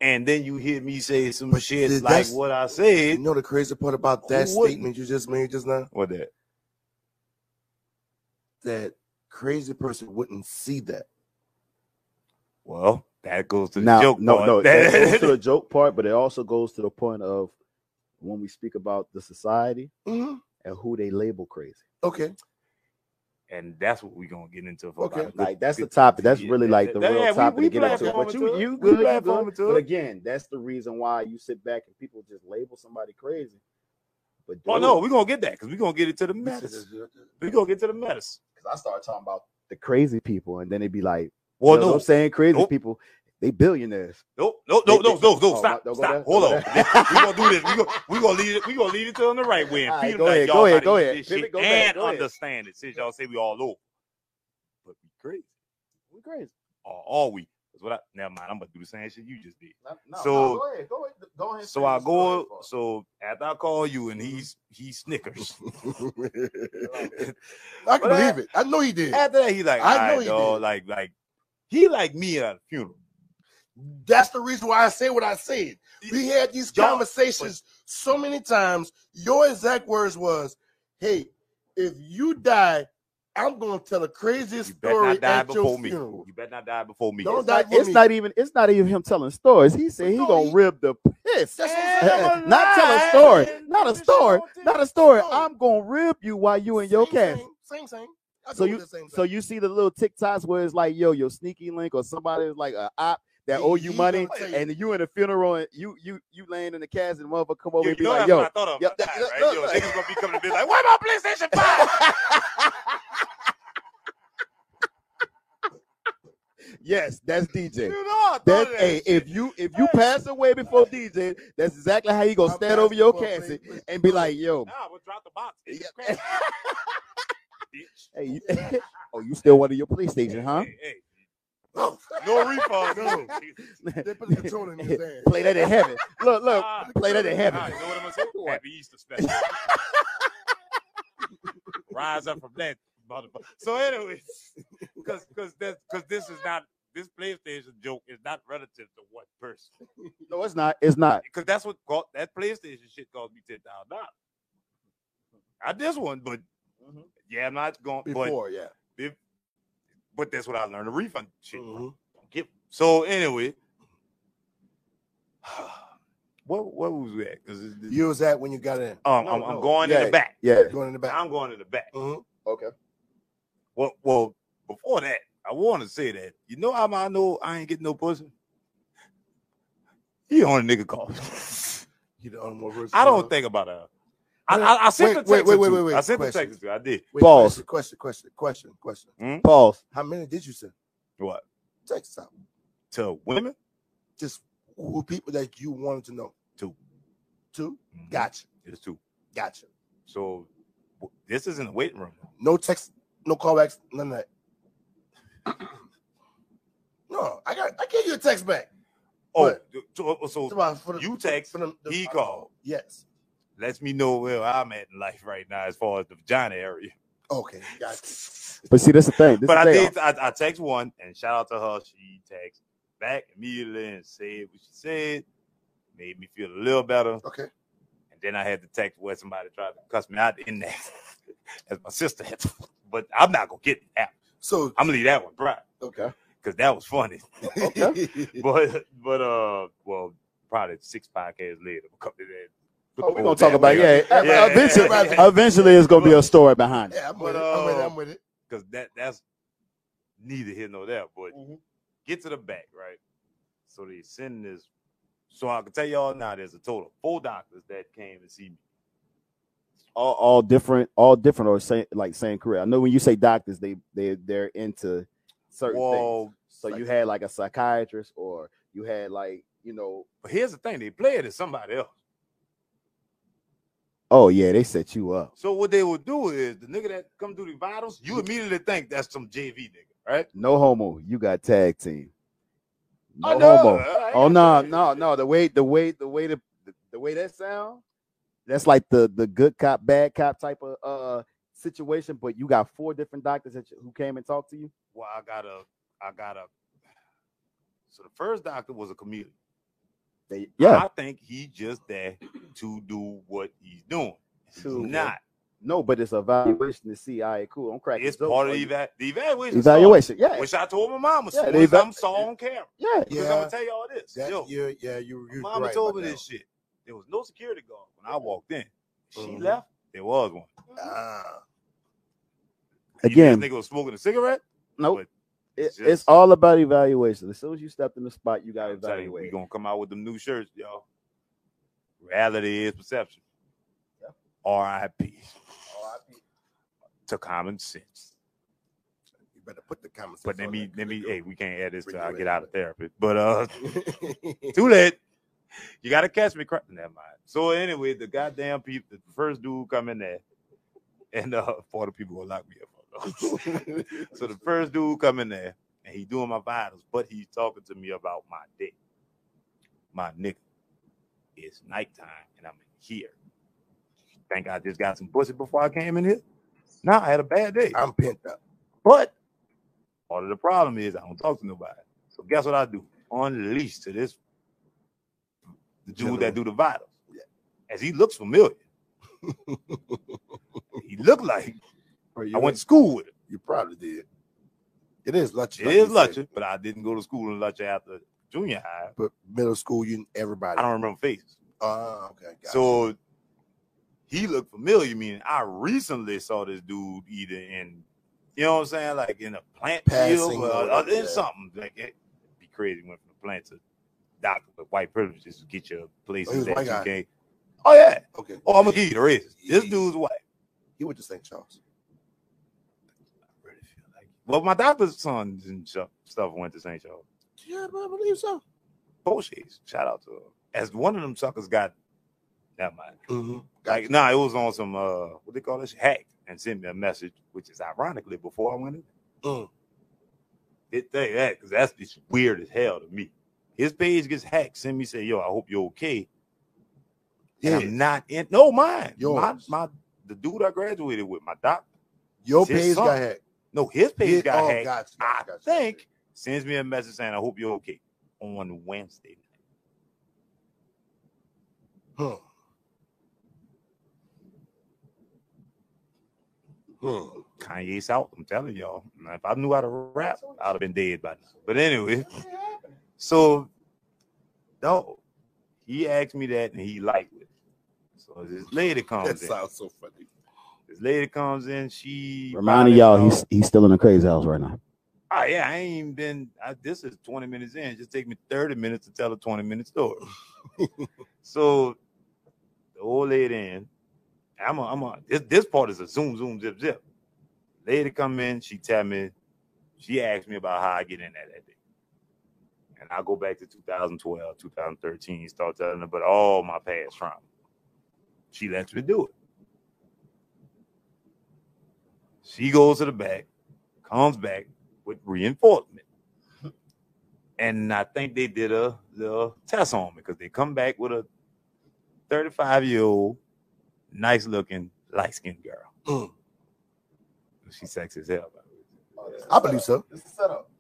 Speaker 3: and then you hear me say some
Speaker 2: But
Speaker 3: shit
Speaker 2: th-
Speaker 3: like
Speaker 2: that's-
Speaker 3: what I
Speaker 2: You
Speaker 3: said.
Speaker 2: know the crazy part about that
Speaker 3: Who wouldn't?
Speaker 2: statement you just made just now?
Speaker 3: What that?
Speaker 2: That crazy person wouldn't see that.
Speaker 3: Well, that goes to the
Speaker 4: Now,
Speaker 3: joke.
Speaker 4: no,
Speaker 3: part. [LAUGHS]
Speaker 4: no, that goes to the joke part, but it also goes to the point of when we speak about the society
Speaker 3: Mm-hmm.
Speaker 2: hmm
Speaker 4: and who they label crazy.
Speaker 2: Okay.
Speaker 3: and that's what we're gonna get into. For
Speaker 2: Okay.
Speaker 3: about a good-
Speaker 4: Like that's the
Speaker 3: good-
Speaker 4: topic. That's
Speaker 3: yeah,
Speaker 4: really
Speaker 3: that-
Speaker 4: like the
Speaker 3: that-
Speaker 4: real
Speaker 3: yeah, we-
Speaker 4: topic
Speaker 3: we
Speaker 4: to get into.
Speaker 3: platforming
Speaker 4: But
Speaker 3: to
Speaker 4: you,
Speaker 3: it.
Speaker 4: you
Speaker 3: We
Speaker 4: good, you
Speaker 3: platforming
Speaker 4: good.
Speaker 3: to
Speaker 4: But
Speaker 3: it.
Speaker 4: again, that's the reason why you sit back and people just label somebody crazy. But
Speaker 3: Oh
Speaker 4: dude,
Speaker 3: no, we're gonna get that because we're gonna get into
Speaker 2: [LAUGHS]
Speaker 3: the [LAUGHS] medicine. We're gonna get to the medicine.
Speaker 9: Because I started talking about
Speaker 4: the crazy people, and then they be like,
Speaker 3: Well,
Speaker 4: you know,
Speaker 3: no,
Speaker 4: I'm saying crazy
Speaker 3: Nope.
Speaker 4: people, they billionaires.
Speaker 3: Nope, nope, no,
Speaker 4: They-
Speaker 3: no,
Speaker 4: they-
Speaker 3: no, no,
Speaker 4: oh,
Speaker 3: stop,
Speaker 4: don't go there,
Speaker 3: stop, hold on.
Speaker 4: don't go there.
Speaker 3: We're gonna do this. We're gonna, we gonna lead it, we gonna lead it to on the right way. And
Speaker 4: All right,
Speaker 3: Peter,
Speaker 4: go
Speaker 3: like,
Speaker 4: ahead,
Speaker 3: y'all
Speaker 4: go ahead,
Speaker 3: gotta eat
Speaker 4: go ahead.
Speaker 3: This
Speaker 4: Pivot,
Speaker 3: shit
Speaker 4: go back,
Speaker 3: and
Speaker 4: go ahead.
Speaker 3: understand it since y'all say we all over. But we crazy.
Speaker 4: We crazy.
Speaker 3: Or are we? That's what I never mind. I'm gonna do the same shit you just did.
Speaker 9: No, no,
Speaker 3: So-
Speaker 9: no, go ahead, go ahead, go ahead.
Speaker 3: So I go so after I call you and he's he
Speaker 4: [LAUGHS]
Speaker 3: snickers.
Speaker 2: I can
Speaker 3: But I-
Speaker 2: believe it. I know he did.
Speaker 3: after that, he like,
Speaker 2: I
Speaker 3: I
Speaker 2: know
Speaker 3: know
Speaker 2: he did.
Speaker 3: like like he like me at a funeral.
Speaker 2: That's the reason why I say what I said. We had these
Speaker 3: Y'all-
Speaker 2: conversations so many times. Your exact words was, "Hey, if you die, I'm gonna tell the craziest
Speaker 3: You better
Speaker 2: story
Speaker 3: not die
Speaker 2: at your
Speaker 3: before me.
Speaker 2: funeral."
Speaker 3: You better not die before me.
Speaker 2: Don't
Speaker 4: It's,
Speaker 2: die
Speaker 4: not,
Speaker 2: for
Speaker 4: [LAUGHS] it's
Speaker 2: me.
Speaker 4: not even. It's not even him telling stories. He said he
Speaker 2: No,
Speaker 4: gonna
Speaker 2: he-
Speaker 4: rib the piss.
Speaker 2: That's what
Speaker 4: [LAUGHS]
Speaker 2: I'm saying.
Speaker 3: Hell,
Speaker 4: not tell a
Speaker 3: lie,
Speaker 4: story.
Speaker 3: man.
Speaker 4: Not a
Speaker 3: Put your shit
Speaker 4: story.
Speaker 3: on tape.
Speaker 4: Not a story.
Speaker 2: No.
Speaker 4: I'm gonna rib you while you in your
Speaker 2: Same,
Speaker 4: cast.
Speaker 2: same, Same, same. I
Speaker 4: So
Speaker 2: do
Speaker 4: you,
Speaker 2: the same
Speaker 4: so
Speaker 2: thing.
Speaker 4: you see the little TikToks where it's like, yo, your sneaky link or somebody is like a op that
Speaker 2: He-
Speaker 4: owe you
Speaker 2: he
Speaker 4: money,
Speaker 2: gonna tell you.
Speaker 4: and you in a funeral and you you you laying in the cast and motherfucker come over
Speaker 3: You,
Speaker 4: and
Speaker 3: you
Speaker 4: be
Speaker 3: know
Speaker 4: like,
Speaker 3: that's
Speaker 4: yo,
Speaker 3: what I thought of.
Speaker 4: yo,
Speaker 3: Yo,
Speaker 4: that-
Speaker 3: right?
Speaker 4: that-
Speaker 3: yo,
Speaker 4: look-
Speaker 3: niggas gonna be coming to be like, "Where my PlayStation
Speaker 4: [LAUGHS]
Speaker 3: 5?
Speaker 4: [LAUGHS] yes, that's DJ.
Speaker 3: you know, I thought
Speaker 4: That's
Speaker 3: of that.
Speaker 4: hey, if you if you pass away before DJ, that's exactly how you gonna
Speaker 2: I'm
Speaker 4: stand over your
Speaker 2: basketball
Speaker 4: casket
Speaker 2: player, please.
Speaker 4: and be like, yo,
Speaker 3: nah, we'll drop the box. It's
Speaker 4: Yeah.
Speaker 3: crazy.
Speaker 4: [LAUGHS]
Speaker 3: Bitch.
Speaker 4: hey, you, [LAUGHS] oh, you still one of your PlayStation, huh?
Speaker 3: Hey, hey,
Speaker 2: No,
Speaker 3: no refund.
Speaker 2: No. they [LAUGHS] put the controller in his hand.
Speaker 4: [LAUGHS] Play that in heaven.
Speaker 3: [LAUGHS]
Speaker 4: Look, look,
Speaker 3: Ah,
Speaker 4: play that in heaven.
Speaker 3: ah, you know what I'm
Speaker 4: [LAUGHS]
Speaker 3: gonna say? Happy Easter special. Rise up from that, motherfucker. So, anyways, because because because this is not this PlayStation joke is not relative to one person.
Speaker 4: No, it's not. It's not.
Speaker 3: because that's what caught that PlayStation shit cost me ten thousand dollars. I did one, but yeah, I'm not going. But
Speaker 2: Mm-hmm. Before, yeah.
Speaker 3: but that's what I learned. The refund shit.
Speaker 2: Mhm.
Speaker 3: Don't get- So anyway, [SIGHS] what what was that? Because
Speaker 2: You was at when you got in.
Speaker 3: um,
Speaker 2: No,
Speaker 3: I'm, I'm
Speaker 2: no.
Speaker 3: going in
Speaker 4: Yeah,
Speaker 3: the back.
Speaker 4: Yeah.
Speaker 2: Going in the back.
Speaker 3: I'm going in the back.
Speaker 2: Mhm.
Speaker 9: Okay.
Speaker 3: Well, well, before that, I want to say that you know how I know I ain't getting no pussy. He on a nigga call. [LAUGHS]
Speaker 2: You the only one person-
Speaker 3: I don't think about her. I, I, I sent
Speaker 2: Wait,
Speaker 3: the text.
Speaker 2: wait,
Speaker 3: or
Speaker 2: wait,
Speaker 3: two.
Speaker 2: wait, wait.
Speaker 3: I sent the
Speaker 2: Question.
Speaker 3: text. or two. I did.
Speaker 2: Wait,
Speaker 4: Balls.
Speaker 2: Question, question, question, question, question.
Speaker 4: Pause.
Speaker 2: How many did you send?
Speaker 3: What?
Speaker 2: Text out.
Speaker 3: to women
Speaker 2: Just who people that you wanted to know.
Speaker 3: Two.
Speaker 2: Two?
Speaker 3: Mm-hmm.
Speaker 2: Gotcha.
Speaker 3: It's two.
Speaker 2: Gotcha.
Speaker 3: So w- this isn't a waiting room.
Speaker 2: No text, no callbacks, none of that. [CLEARS THROAT] no, I got I gave you a text back.
Speaker 3: Oh,
Speaker 2: What?
Speaker 3: so, so
Speaker 2: For
Speaker 3: you text,
Speaker 2: for the-
Speaker 3: he called.
Speaker 2: Yes.
Speaker 3: Lets me know where I'm at in life right now as far as the vagina area.
Speaker 2: Okay,
Speaker 3: [LAUGHS]
Speaker 2: gotcha.
Speaker 4: But see, that's the thing. This
Speaker 3: but
Speaker 4: is
Speaker 3: I
Speaker 4: the thing.
Speaker 3: did. I, I text one and shout out to her. She texted back immediately and said what she said. Made me feel a little better.
Speaker 2: Okay.
Speaker 3: And then I had to text where somebody tried to cuss me out in there, [LAUGHS] as my sister had. To, but I'm not gonna get that.
Speaker 2: So
Speaker 3: I'm gonna leave that one private
Speaker 9: Okay.
Speaker 3: because that was funny. [LAUGHS]
Speaker 2: [LAUGHS] okay.
Speaker 3: but but uh well probably six podcasts later [LAUGHS] we'll come to that.
Speaker 4: Oh, we're gonna talk about yeah.
Speaker 2: Yeah, yeah,
Speaker 4: eventually,
Speaker 2: yeah.
Speaker 4: eventually, it's gonna be a story behind it.
Speaker 2: yeah, I'm
Speaker 3: But,
Speaker 2: with it. I'm with it.
Speaker 3: uh,
Speaker 2: I'm with it.
Speaker 3: because that that's neither here nor there. But
Speaker 9: Mhm.
Speaker 3: get to the back right. So they send this. So I can tell y'all now there's a total of four doctors that came and see me.
Speaker 4: All, all different, all different, or same like same career. I know when you say doctors, they they they're into certain things.
Speaker 3: Well,
Speaker 4: So you had like a psychiatrist, or you had like you know
Speaker 3: but here's the thing: they played it as somebody else.
Speaker 4: Oh yeah, they set you up.
Speaker 3: So what they would do is the nigga that come through the vitals, you immediately think that's some JV nigga, right?
Speaker 4: No homo. You got tag team. No
Speaker 3: Oh, no.
Speaker 4: homo.
Speaker 3: I ain't
Speaker 4: Oh no,
Speaker 3: got tag
Speaker 4: no,
Speaker 3: team.
Speaker 4: no. The way, the way, the way the the way that sound. That's like the the good cop, bad cop type of uh situation. But you got four different doctors that you, who came and talked to you.
Speaker 3: Well, I got a, I got a. So the first doctor was a comedian.
Speaker 4: They, yeah,
Speaker 3: I think he just there to do what he's doing. He's
Speaker 4: To-
Speaker 3: not.
Speaker 4: no, but it's evaluation to see. All right, cool. I'm cracking.
Speaker 3: It's
Speaker 4: jokes
Speaker 3: part of
Speaker 4: for
Speaker 3: the,
Speaker 4: you.
Speaker 3: eva- the evaluation.
Speaker 4: evaluation.
Speaker 3: saw,
Speaker 4: Yeah,
Speaker 3: Which I told my mama.
Speaker 4: Yeah,
Speaker 3: Yeah,
Speaker 4: the
Speaker 3: soon as
Speaker 4: eva-
Speaker 3: I'm saw on camera.
Speaker 4: yeah.
Speaker 3: Because I'm
Speaker 9: Yeah.
Speaker 3: gonna tell y'all this.
Speaker 9: That,
Speaker 3: Yo,
Speaker 9: yeah, yeah, you, you
Speaker 3: mama
Speaker 9: right
Speaker 3: told me
Speaker 9: about
Speaker 3: this shit. There was no security guard when I walked in. She
Speaker 9: Mhm.
Speaker 3: left. There was one.
Speaker 9: that one. Ah,
Speaker 3: Either
Speaker 4: Again,
Speaker 3: this nigga was smoking a cigarette.
Speaker 4: nope.
Speaker 3: but
Speaker 4: It,
Speaker 3: it's
Speaker 4: it's
Speaker 3: just-
Speaker 4: all about evaluation. As soon as you stepped in the spot, you got to
Speaker 3: I'm telling you, we
Speaker 4: evaluate.
Speaker 3: gonna come out with them new shirts, y'all. Reality is perception. R.I.P. To common sense.
Speaker 9: you better put the comments.
Speaker 3: But
Speaker 9: in
Speaker 3: let
Speaker 9: front
Speaker 3: me,
Speaker 9: of
Speaker 3: let me. Hey, we can't add this till I
Speaker 9: Renew it.
Speaker 3: get out of therapy. But uh,
Speaker 2: [LAUGHS]
Speaker 9: that.
Speaker 3: [LAUGHS] too late. You gotta catch me. Cry- Never mind. So anyway, the goddamn people, the first dude come in there, and uh, for the people gonna lock me up. [LAUGHS] so the first dude come in there, and he doing my vitals, but he's talking to me about my dick. My nigga, it's nighttime, and I'm in here. Think I just got some pussy before I came in here? Nah, I had a bad day.
Speaker 9: I'm pent up.
Speaker 3: But part of the problem is I don't talk to nobody. So guess what I do? Unleash to this the dude that do the vitals. As he looks
Speaker 9: [LAUGHS]
Speaker 3: familiar. he looked like
Speaker 9: Or
Speaker 3: I
Speaker 9: you-
Speaker 3: went to school with him.
Speaker 9: You probably did. It is Lutcher.
Speaker 3: It is
Speaker 9: like you
Speaker 3: Lutcher,
Speaker 9: said.
Speaker 3: but I didn't go to school in Lutcher after junior high.
Speaker 9: But middle school, you everybody.
Speaker 3: I don't remember faces.
Speaker 9: Ah, okay. Got it.
Speaker 3: So he looked familiar, meaning I recently saw this dude either in, you know what I'm saying, like in a plant field
Speaker 9: Passing
Speaker 3: or,
Speaker 9: or-
Speaker 3: or in
Speaker 9: yeah.
Speaker 3: something. Like it, would be crazy went from the plant to doctor with white privilege just to get
Speaker 9: Oh,
Speaker 3: your
Speaker 9: he
Speaker 3: places
Speaker 9: was
Speaker 3: that
Speaker 9: white
Speaker 3: you
Speaker 9: guy.
Speaker 3: can't. Oh yeah.
Speaker 9: okay.
Speaker 3: Oh, I'm gonna give you the racist. This
Speaker 9: Yeah.
Speaker 3: dude's white.
Speaker 9: He went to St. Charles.
Speaker 3: Really feel like- Well, my doctor's sons and stuff stuff went to St. Charles.
Speaker 9: Yeah, but I believe so.
Speaker 3: Bullshit. Shout out to him. As one of them suckers got, never mind.
Speaker 9: Mm-hmm.
Speaker 3: Like, nah, it was on some uh, what they call this hack, and sent me a message, which is ironically before I went in.
Speaker 9: Mm.
Speaker 3: It tell you that because that's just weird as hell to me. His page gets hacked. Send me say, yo, I hope you're okay. And
Speaker 9: Yeah,
Speaker 3: I'm not in. No, mine.
Speaker 9: Yours.
Speaker 3: My my the dude I graduated with, my doc.
Speaker 9: your
Speaker 3: His
Speaker 9: page
Speaker 3: son.
Speaker 9: got hacked.
Speaker 3: No, his page
Speaker 9: His-
Speaker 3: got
Speaker 9: oh,
Speaker 3: hacked.
Speaker 9: gotcha,
Speaker 3: I
Speaker 9: gotcha, gotcha.
Speaker 3: think sends me a message saying, I hope you're okay on Wednesday.
Speaker 9: Hmm. Hmm.
Speaker 3: Kanye's out. I'm telling y'all. Now, If I knew how to rap, I'd have been dead by now.
Speaker 9: [LAUGHS]
Speaker 3: But anyway, so no, he asked me that and he liked it. So this lady
Speaker 9: That
Speaker 3: comes in.
Speaker 9: sounds so funny.
Speaker 3: This lady comes in. She
Speaker 4: Reminding
Speaker 3: probably
Speaker 4: y'all,
Speaker 3: about-
Speaker 4: he's he's still in the crazy house right now.
Speaker 3: Oh yeah, I ain't even been. I, this is twenty minutes in. It Just take me thirty minutes to tell a twenty minute story. so the old lady in. I'm a. I'm a. This, this part is a zoom zoom zip zip. Lady come in. She tell me. She asked me about how I get in there that day. And I go back to 2012, 2013. Start telling her about all my past trauma. She lets me do it. She goes to the back, comes back with reinforcement. And I think they did a little test on me because they come back with a 35 year old, nice looking, light skinned girl.
Speaker 9: Mm.
Speaker 3: She's sexy as hell. by the way.
Speaker 9: I believe so.
Speaker 7: It's a setup.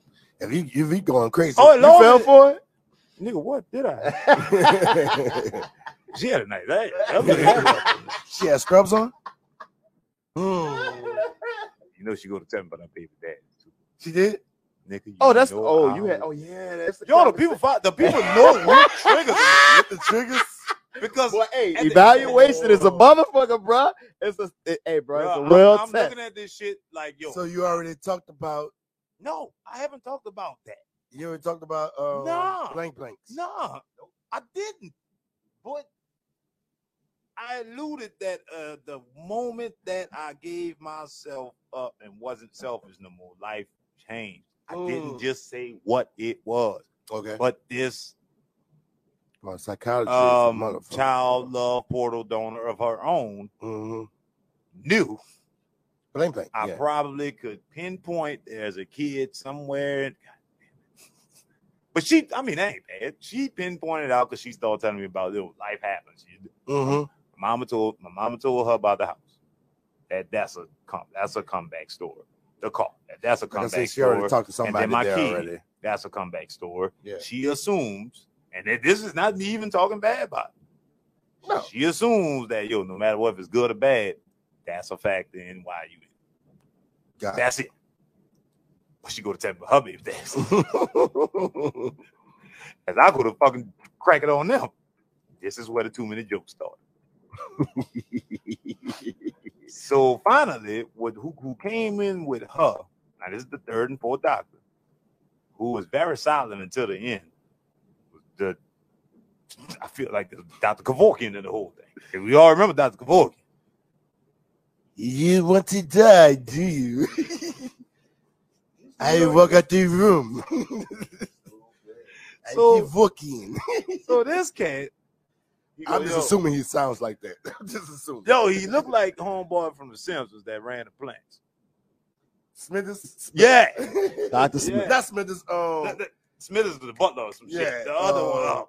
Speaker 9: If you if you going crazy, [LAUGHS]
Speaker 3: Oh,
Speaker 9: you
Speaker 3: Lord.
Speaker 9: fell for it.
Speaker 3: Nigga, what did
Speaker 4: [LAUGHS]
Speaker 3: I? She had a nice ass.
Speaker 9: she had scrubs on. Hmm.
Speaker 3: you know, she go to tell me about her baby dad. too.
Speaker 9: She did.
Speaker 3: Nigga, you
Speaker 4: Oh, that's
Speaker 3: know
Speaker 4: oh
Speaker 3: I
Speaker 4: you had
Speaker 3: don't-
Speaker 4: oh yeah that's the
Speaker 3: Yo, the people, fi- the people know
Speaker 4: [LAUGHS]
Speaker 3: who
Speaker 2: [LAUGHS]
Speaker 3: triggers them.
Speaker 9: The triggers.
Speaker 3: because
Speaker 4: Boy, hey,
Speaker 3: At the-
Speaker 4: evaluation is a motherfucker, bruh. It's a it, hey, bro. It's
Speaker 3: Bruh,
Speaker 4: a
Speaker 3: I'm-
Speaker 4: real
Speaker 3: I'm,
Speaker 4: test.
Speaker 3: looking at this shit like, yo,
Speaker 9: So you already talked about.
Speaker 3: no, I haven't talked about that.
Speaker 9: You already talked about. Um,
Speaker 3: Nah.
Speaker 9: Blank blanks.
Speaker 3: No, I didn't. But I alluded that uh, the moment that I gave myself up and wasn't selfish no more, life changed. I didn't
Speaker 9: Mm.
Speaker 3: just say what it was,
Speaker 9: Okay.
Speaker 3: but this
Speaker 2: Well, psychology is a
Speaker 3: um,
Speaker 2: motherfucker.
Speaker 3: child love portal donor of her own
Speaker 2: Mhm.
Speaker 3: knew
Speaker 2: Blame thing.
Speaker 3: I
Speaker 2: yeah.
Speaker 3: probably could pinpoint there's a kid somewhere. God damn it. But she, I mean, that ain't bad. She pinpointed out because she started telling me about it. Life happens. She,
Speaker 2: Mhm.
Speaker 3: mama told my mama told her about the house. That that's a come that's a comeback story. The call that, that's a
Speaker 2: Like I
Speaker 3: comeback
Speaker 2: said, she
Speaker 3: story.
Speaker 2: already talked to somebody
Speaker 3: my
Speaker 2: there
Speaker 3: kid.
Speaker 2: already.
Speaker 3: that's a comeback story.
Speaker 2: Yeah.
Speaker 3: She assumes, and that this is not me even talking bad about. It.
Speaker 2: No.
Speaker 3: She assumes that yo, no matter what, if it's good or bad, that's a factor in why you.
Speaker 2: Got
Speaker 3: That's it. But she go to tell my hubby
Speaker 2: [LAUGHS]
Speaker 3: if that's. As I go to fucking crack it on them. This is where the two minute
Speaker 2: [LAUGHS]
Speaker 3: joke started. so finally, with who, who came in with her, now this is the third and fourth doctor, who was very silent until the end. The I feel like the Dr. Kevorkian in the whole thing. And we all remember Dr. Kevorkian.
Speaker 2: You want to die, do
Speaker 3: [LAUGHS]
Speaker 2: you? [LAUGHS] I walk out the room. [LAUGHS]
Speaker 3: So-
Speaker 2: I keep walking.
Speaker 3: So this cat, he go,
Speaker 2: I'm just
Speaker 3: "Yo."
Speaker 2: assuming he sounds like that. [LAUGHS] I'm just assuming.
Speaker 3: Yo, he looked like homeboy from The Simpsons that ran the plants.
Speaker 2: Smithers. [LAUGHS]
Speaker 3: Yeah.
Speaker 10: Dr. Smith.
Speaker 2: Not Smithers. Um,
Speaker 3: That- that- Smithers was the butler or some
Speaker 2: Yeah,
Speaker 3: shit. The other one.
Speaker 2: uh,
Speaker 3: Oh,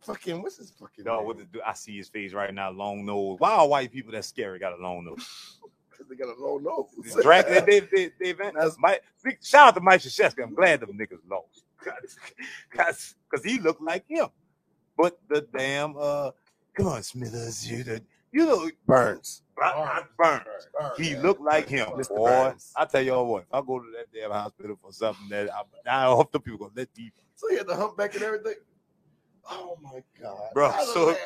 Speaker 2: fucking. What's his fucking?
Speaker 3: Yo,
Speaker 2: name?
Speaker 3: what the, dude- I see his face right now, long nose. Why are white people that scary got a long [LAUGHS] nose?
Speaker 2: 'Cause they got a low nose.
Speaker 3: Drac, they, they, they, they,
Speaker 2: That's-
Speaker 3: Mike, big- shout out to Mike Krzyzewski. I'm glad them niggas lost. [LAUGHS] Because he looked like him. But the damn, uh, come on, Smithers, you, the, you know,
Speaker 2: [LAUGHS] Burns.
Speaker 3: I, burn. He looked like him,
Speaker 2: Mr.
Speaker 3: boy.
Speaker 2: Burns.
Speaker 3: I tell y'all what, if I go to that damn hospital for something that I, I hope the people gonna let me,
Speaker 2: So he had the humpback and everything. Oh my god,
Speaker 3: bro.
Speaker 2: I [LAUGHS]
Speaker 3: So
Speaker 2: laugh.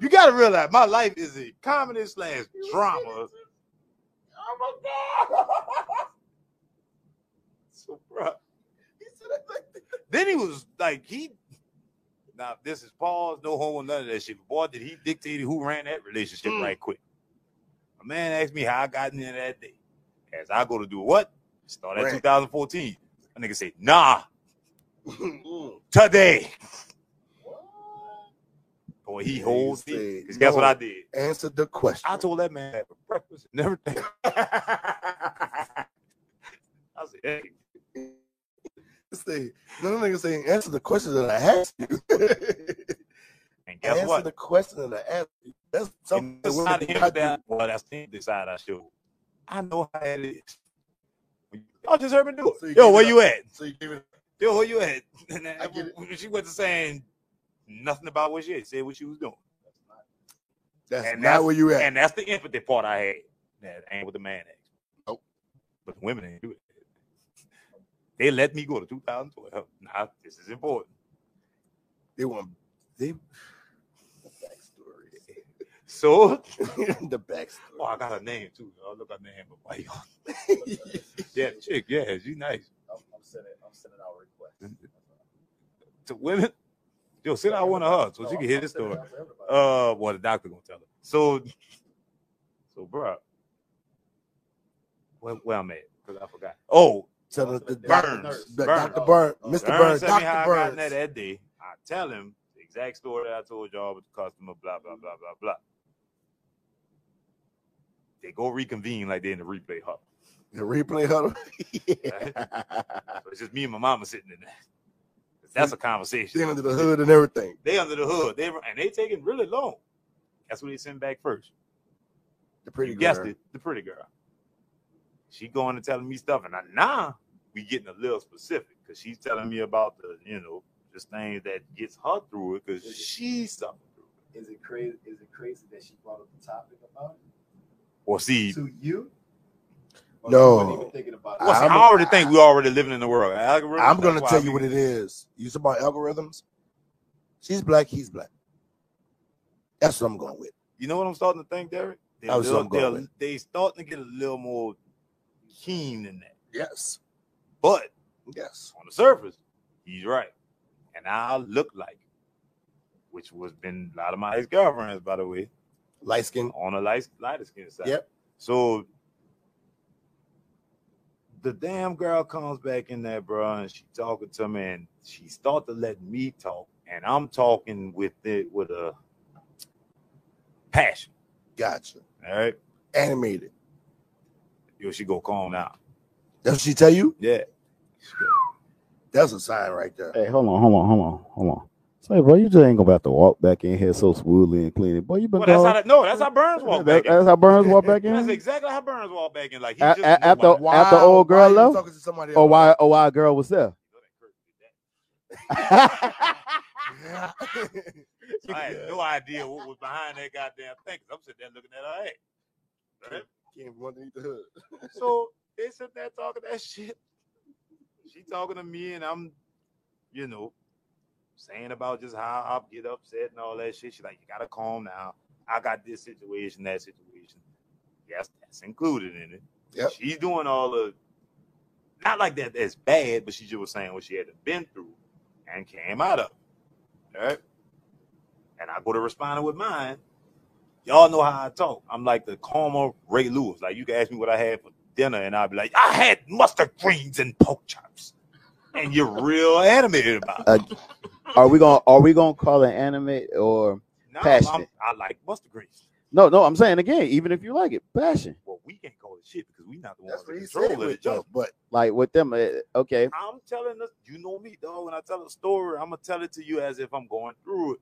Speaker 3: you gotta realize my life is a comedy slash drama.
Speaker 2: Oh my god.
Speaker 3: So, bro.
Speaker 2: He said it like that.
Speaker 3: Then he was like, he now this is pause, no homo, none of that shit. But boy, did he dictate who ran that relationship
Speaker 2: Mm.
Speaker 3: right quick. A man asked me how I got in there that day. As I go to do what? Start at
Speaker 2: Rant.
Speaker 3: 2014. A nigga say,
Speaker 2: [LAUGHS]
Speaker 3: nah,
Speaker 2: Mm.
Speaker 3: today. Boy, he
Speaker 2: Yeah,
Speaker 3: holds
Speaker 2: you
Speaker 3: it.
Speaker 2: said
Speaker 3: Because guess what
Speaker 2: no.
Speaker 3: I did?
Speaker 2: Answer the question.
Speaker 3: I told that man that for breakfast [LAUGHS] and everything. I said, hey,
Speaker 2: say, no nigga say, answer the question that I asked you. [LAUGHS]
Speaker 3: and guess
Speaker 2: answer
Speaker 3: what?
Speaker 2: the question that I asked you. That's something
Speaker 3: And this
Speaker 2: women
Speaker 3: side of
Speaker 2: do
Speaker 3: him
Speaker 2: not
Speaker 3: that- well, that's the other side I showed. I know how it is. Y'all just heard me do it.
Speaker 2: So you
Speaker 3: Yo,
Speaker 2: give
Speaker 3: where
Speaker 2: it
Speaker 3: you at?
Speaker 2: do. So you give it.
Speaker 3: Yo, where you at? [LAUGHS] And
Speaker 2: I get
Speaker 3: then she went to saying nothing about what she had, said what she was doing.
Speaker 2: That's
Speaker 3: And
Speaker 2: not
Speaker 3: that's-
Speaker 2: where you at.
Speaker 3: And that's the empathy part I had. That ain't what the man asked.
Speaker 2: Nope.
Speaker 3: But women ain't do it. They let me go to 2012. Nah, this is important.
Speaker 2: they want they [LAUGHS] [LAUGHS]
Speaker 3: So,
Speaker 2: the backstory.
Speaker 3: oh, I got her name too. I look at her name, but why y'all? Yeah, chick, yeah, she nice.
Speaker 4: I'm, I'm sending. I'm sending out requests.
Speaker 3: to women. Yo, sit down one of her so she can hear this story. Uh, well, the doctor gonna tell her. So, so, bro, where, where I'm at because I forgot. Oh,
Speaker 2: Tell us the
Speaker 3: Burns.
Speaker 2: the
Speaker 3: Burns.
Speaker 2: Dr. Burns,
Speaker 4: Oh,
Speaker 2: Mr.
Speaker 3: Burns
Speaker 2: Burns,
Speaker 3: sent me how
Speaker 2: Dr.
Speaker 3: I got in
Speaker 2: Burns.
Speaker 3: there that day. I tell him the exact story that I told y'all with the customer. Blah blah blah blah blah. They go reconvene like they in the replay hub.
Speaker 2: The replay huddle.
Speaker 3: [LAUGHS]
Speaker 2: [LAUGHS]
Speaker 3: So it's just me and my mama sitting in there. That's a conversation.
Speaker 2: They under the hood and everything.
Speaker 3: They under the hood. They and they taking really long. That's what they send back first.
Speaker 2: The pretty
Speaker 3: you
Speaker 2: girl.
Speaker 3: guessed it, the pretty girl. She going and telling me stuff, and I, now we getting a little specific because she's telling me about the you know just things that gets her through it because she suffered through it.
Speaker 4: Is it crazy? Is it crazy that she brought up the topic about it
Speaker 3: Or see,
Speaker 4: to you? Or
Speaker 2: No.
Speaker 4: you weren't even thinking about
Speaker 3: well, see,
Speaker 2: I'm-
Speaker 3: I already think we already living in the world. Algorithm,
Speaker 2: I'm gonna
Speaker 3: that's why
Speaker 2: tell
Speaker 3: I
Speaker 2: you
Speaker 3: be-
Speaker 2: what it is. You talking about algorithms? She's black, he's black. That's what I'm going with.
Speaker 3: You know what I'm starting to think, Derek? They're
Speaker 2: That was
Speaker 3: little-
Speaker 2: what Oh, I'm going
Speaker 3: they're-
Speaker 2: with.
Speaker 3: they starting to get a little more keen than that.
Speaker 2: Yes.
Speaker 3: But
Speaker 2: Yes.
Speaker 3: on the surface, he's right, and I look like, it, which was been a lot of my ex girlfriends, by the way.
Speaker 2: Light skin.
Speaker 3: on a light, lighter skin side.
Speaker 2: Yep.
Speaker 3: So the damn girl comes back in there, bro, and she talking to me, and she start to let me talk, and I'm talking with it with a passion.
Speaker 9: Gotcha.
Speaker 3: All right,
Speaker 9: Animated.
Speaker 3: yo, she go calm down.
Speaker 9: That's what she tell you?
Speaker 3: Yeah,
Speaker 9: That's a sign right there.
Speaker 4: Hey, hold on, hold on, hold on, hold on. Say, bro, you just ain't gonna have to walk back in here so smoothly and clean it. Boy, you been
Speaker 3: well, that's how
Speaker 4: gone-
Speaker 3: that, no, that's how Burns walk
Speaker 4: That-
Speaker 3: back in.
Speaker 4: that's how Burns walk back
Speaker 3: [LAUGHS]
Speaker 4: in.
Speaker 3: That's exactly how Burns walk back in. Like he
Speaker 4: A-
Speaker 3: just
Speaker 4: a- after-
Speaker 3: nobody.
Speaker 4: After old girl
Speaker 9: why you
Speaker 4: left?
Speaker 9: talking to somebody
Speaker 4: Or
Speaker 9: else?
Speaker 4: Oh, why? Or why a girl was there? [LAUGHS]
Speaker 9: [LAUGHS]
Speaker 3: [LAUGHS] I had no idea what was behind that goddamn thing. 'cause I'm sitting there looking at her ass.
Speaker 9: Came from underneath the hood.
Speaker 3: So they sit there talking that shit. She talking to me, and I'm, you know, saying about just how I will get upset and all that shit. She like, you gotta calm down. I got this situation, that situation. Yes, that's included in it.
Speaker 9: Yep.
Speaker 3: She's doing all the, not like that. That's bad, but she just was saying what she had been through and came out of. All right. And I go to responding with mine. Y'all know how I talk. I'm like the calmer Ray Lewis. Like you can ask me what I had for dinner, and I'll be like, I had mustard greens and pork chops. And you're real animated about it.
Speaker 4: Uh, are we gonna Are we gonna call it animate or
Speaker 3: No, I'm,
Speaker 4: passionate.
Speaker 3: I like mustard greens.
Speaker 4: no? No, I'm saying again, even if you like it, passion.
Speaker 3: Well, we can't call it shit because we not the ones
Speaker 9: That's
Speaker 3: in
Speaker 9: what he
Speaker 3: control
Speaker 9: said
Speaker 3: of the
Speaker 9: with though.
Speaker 3: judgment.
Speaker 9: But
Speaker 4: Like with them, eh, okay.
Speaker 3: I'm telling us, you know me, though. When I tell a story, I'm gonna tell it to you as if I'm going through it.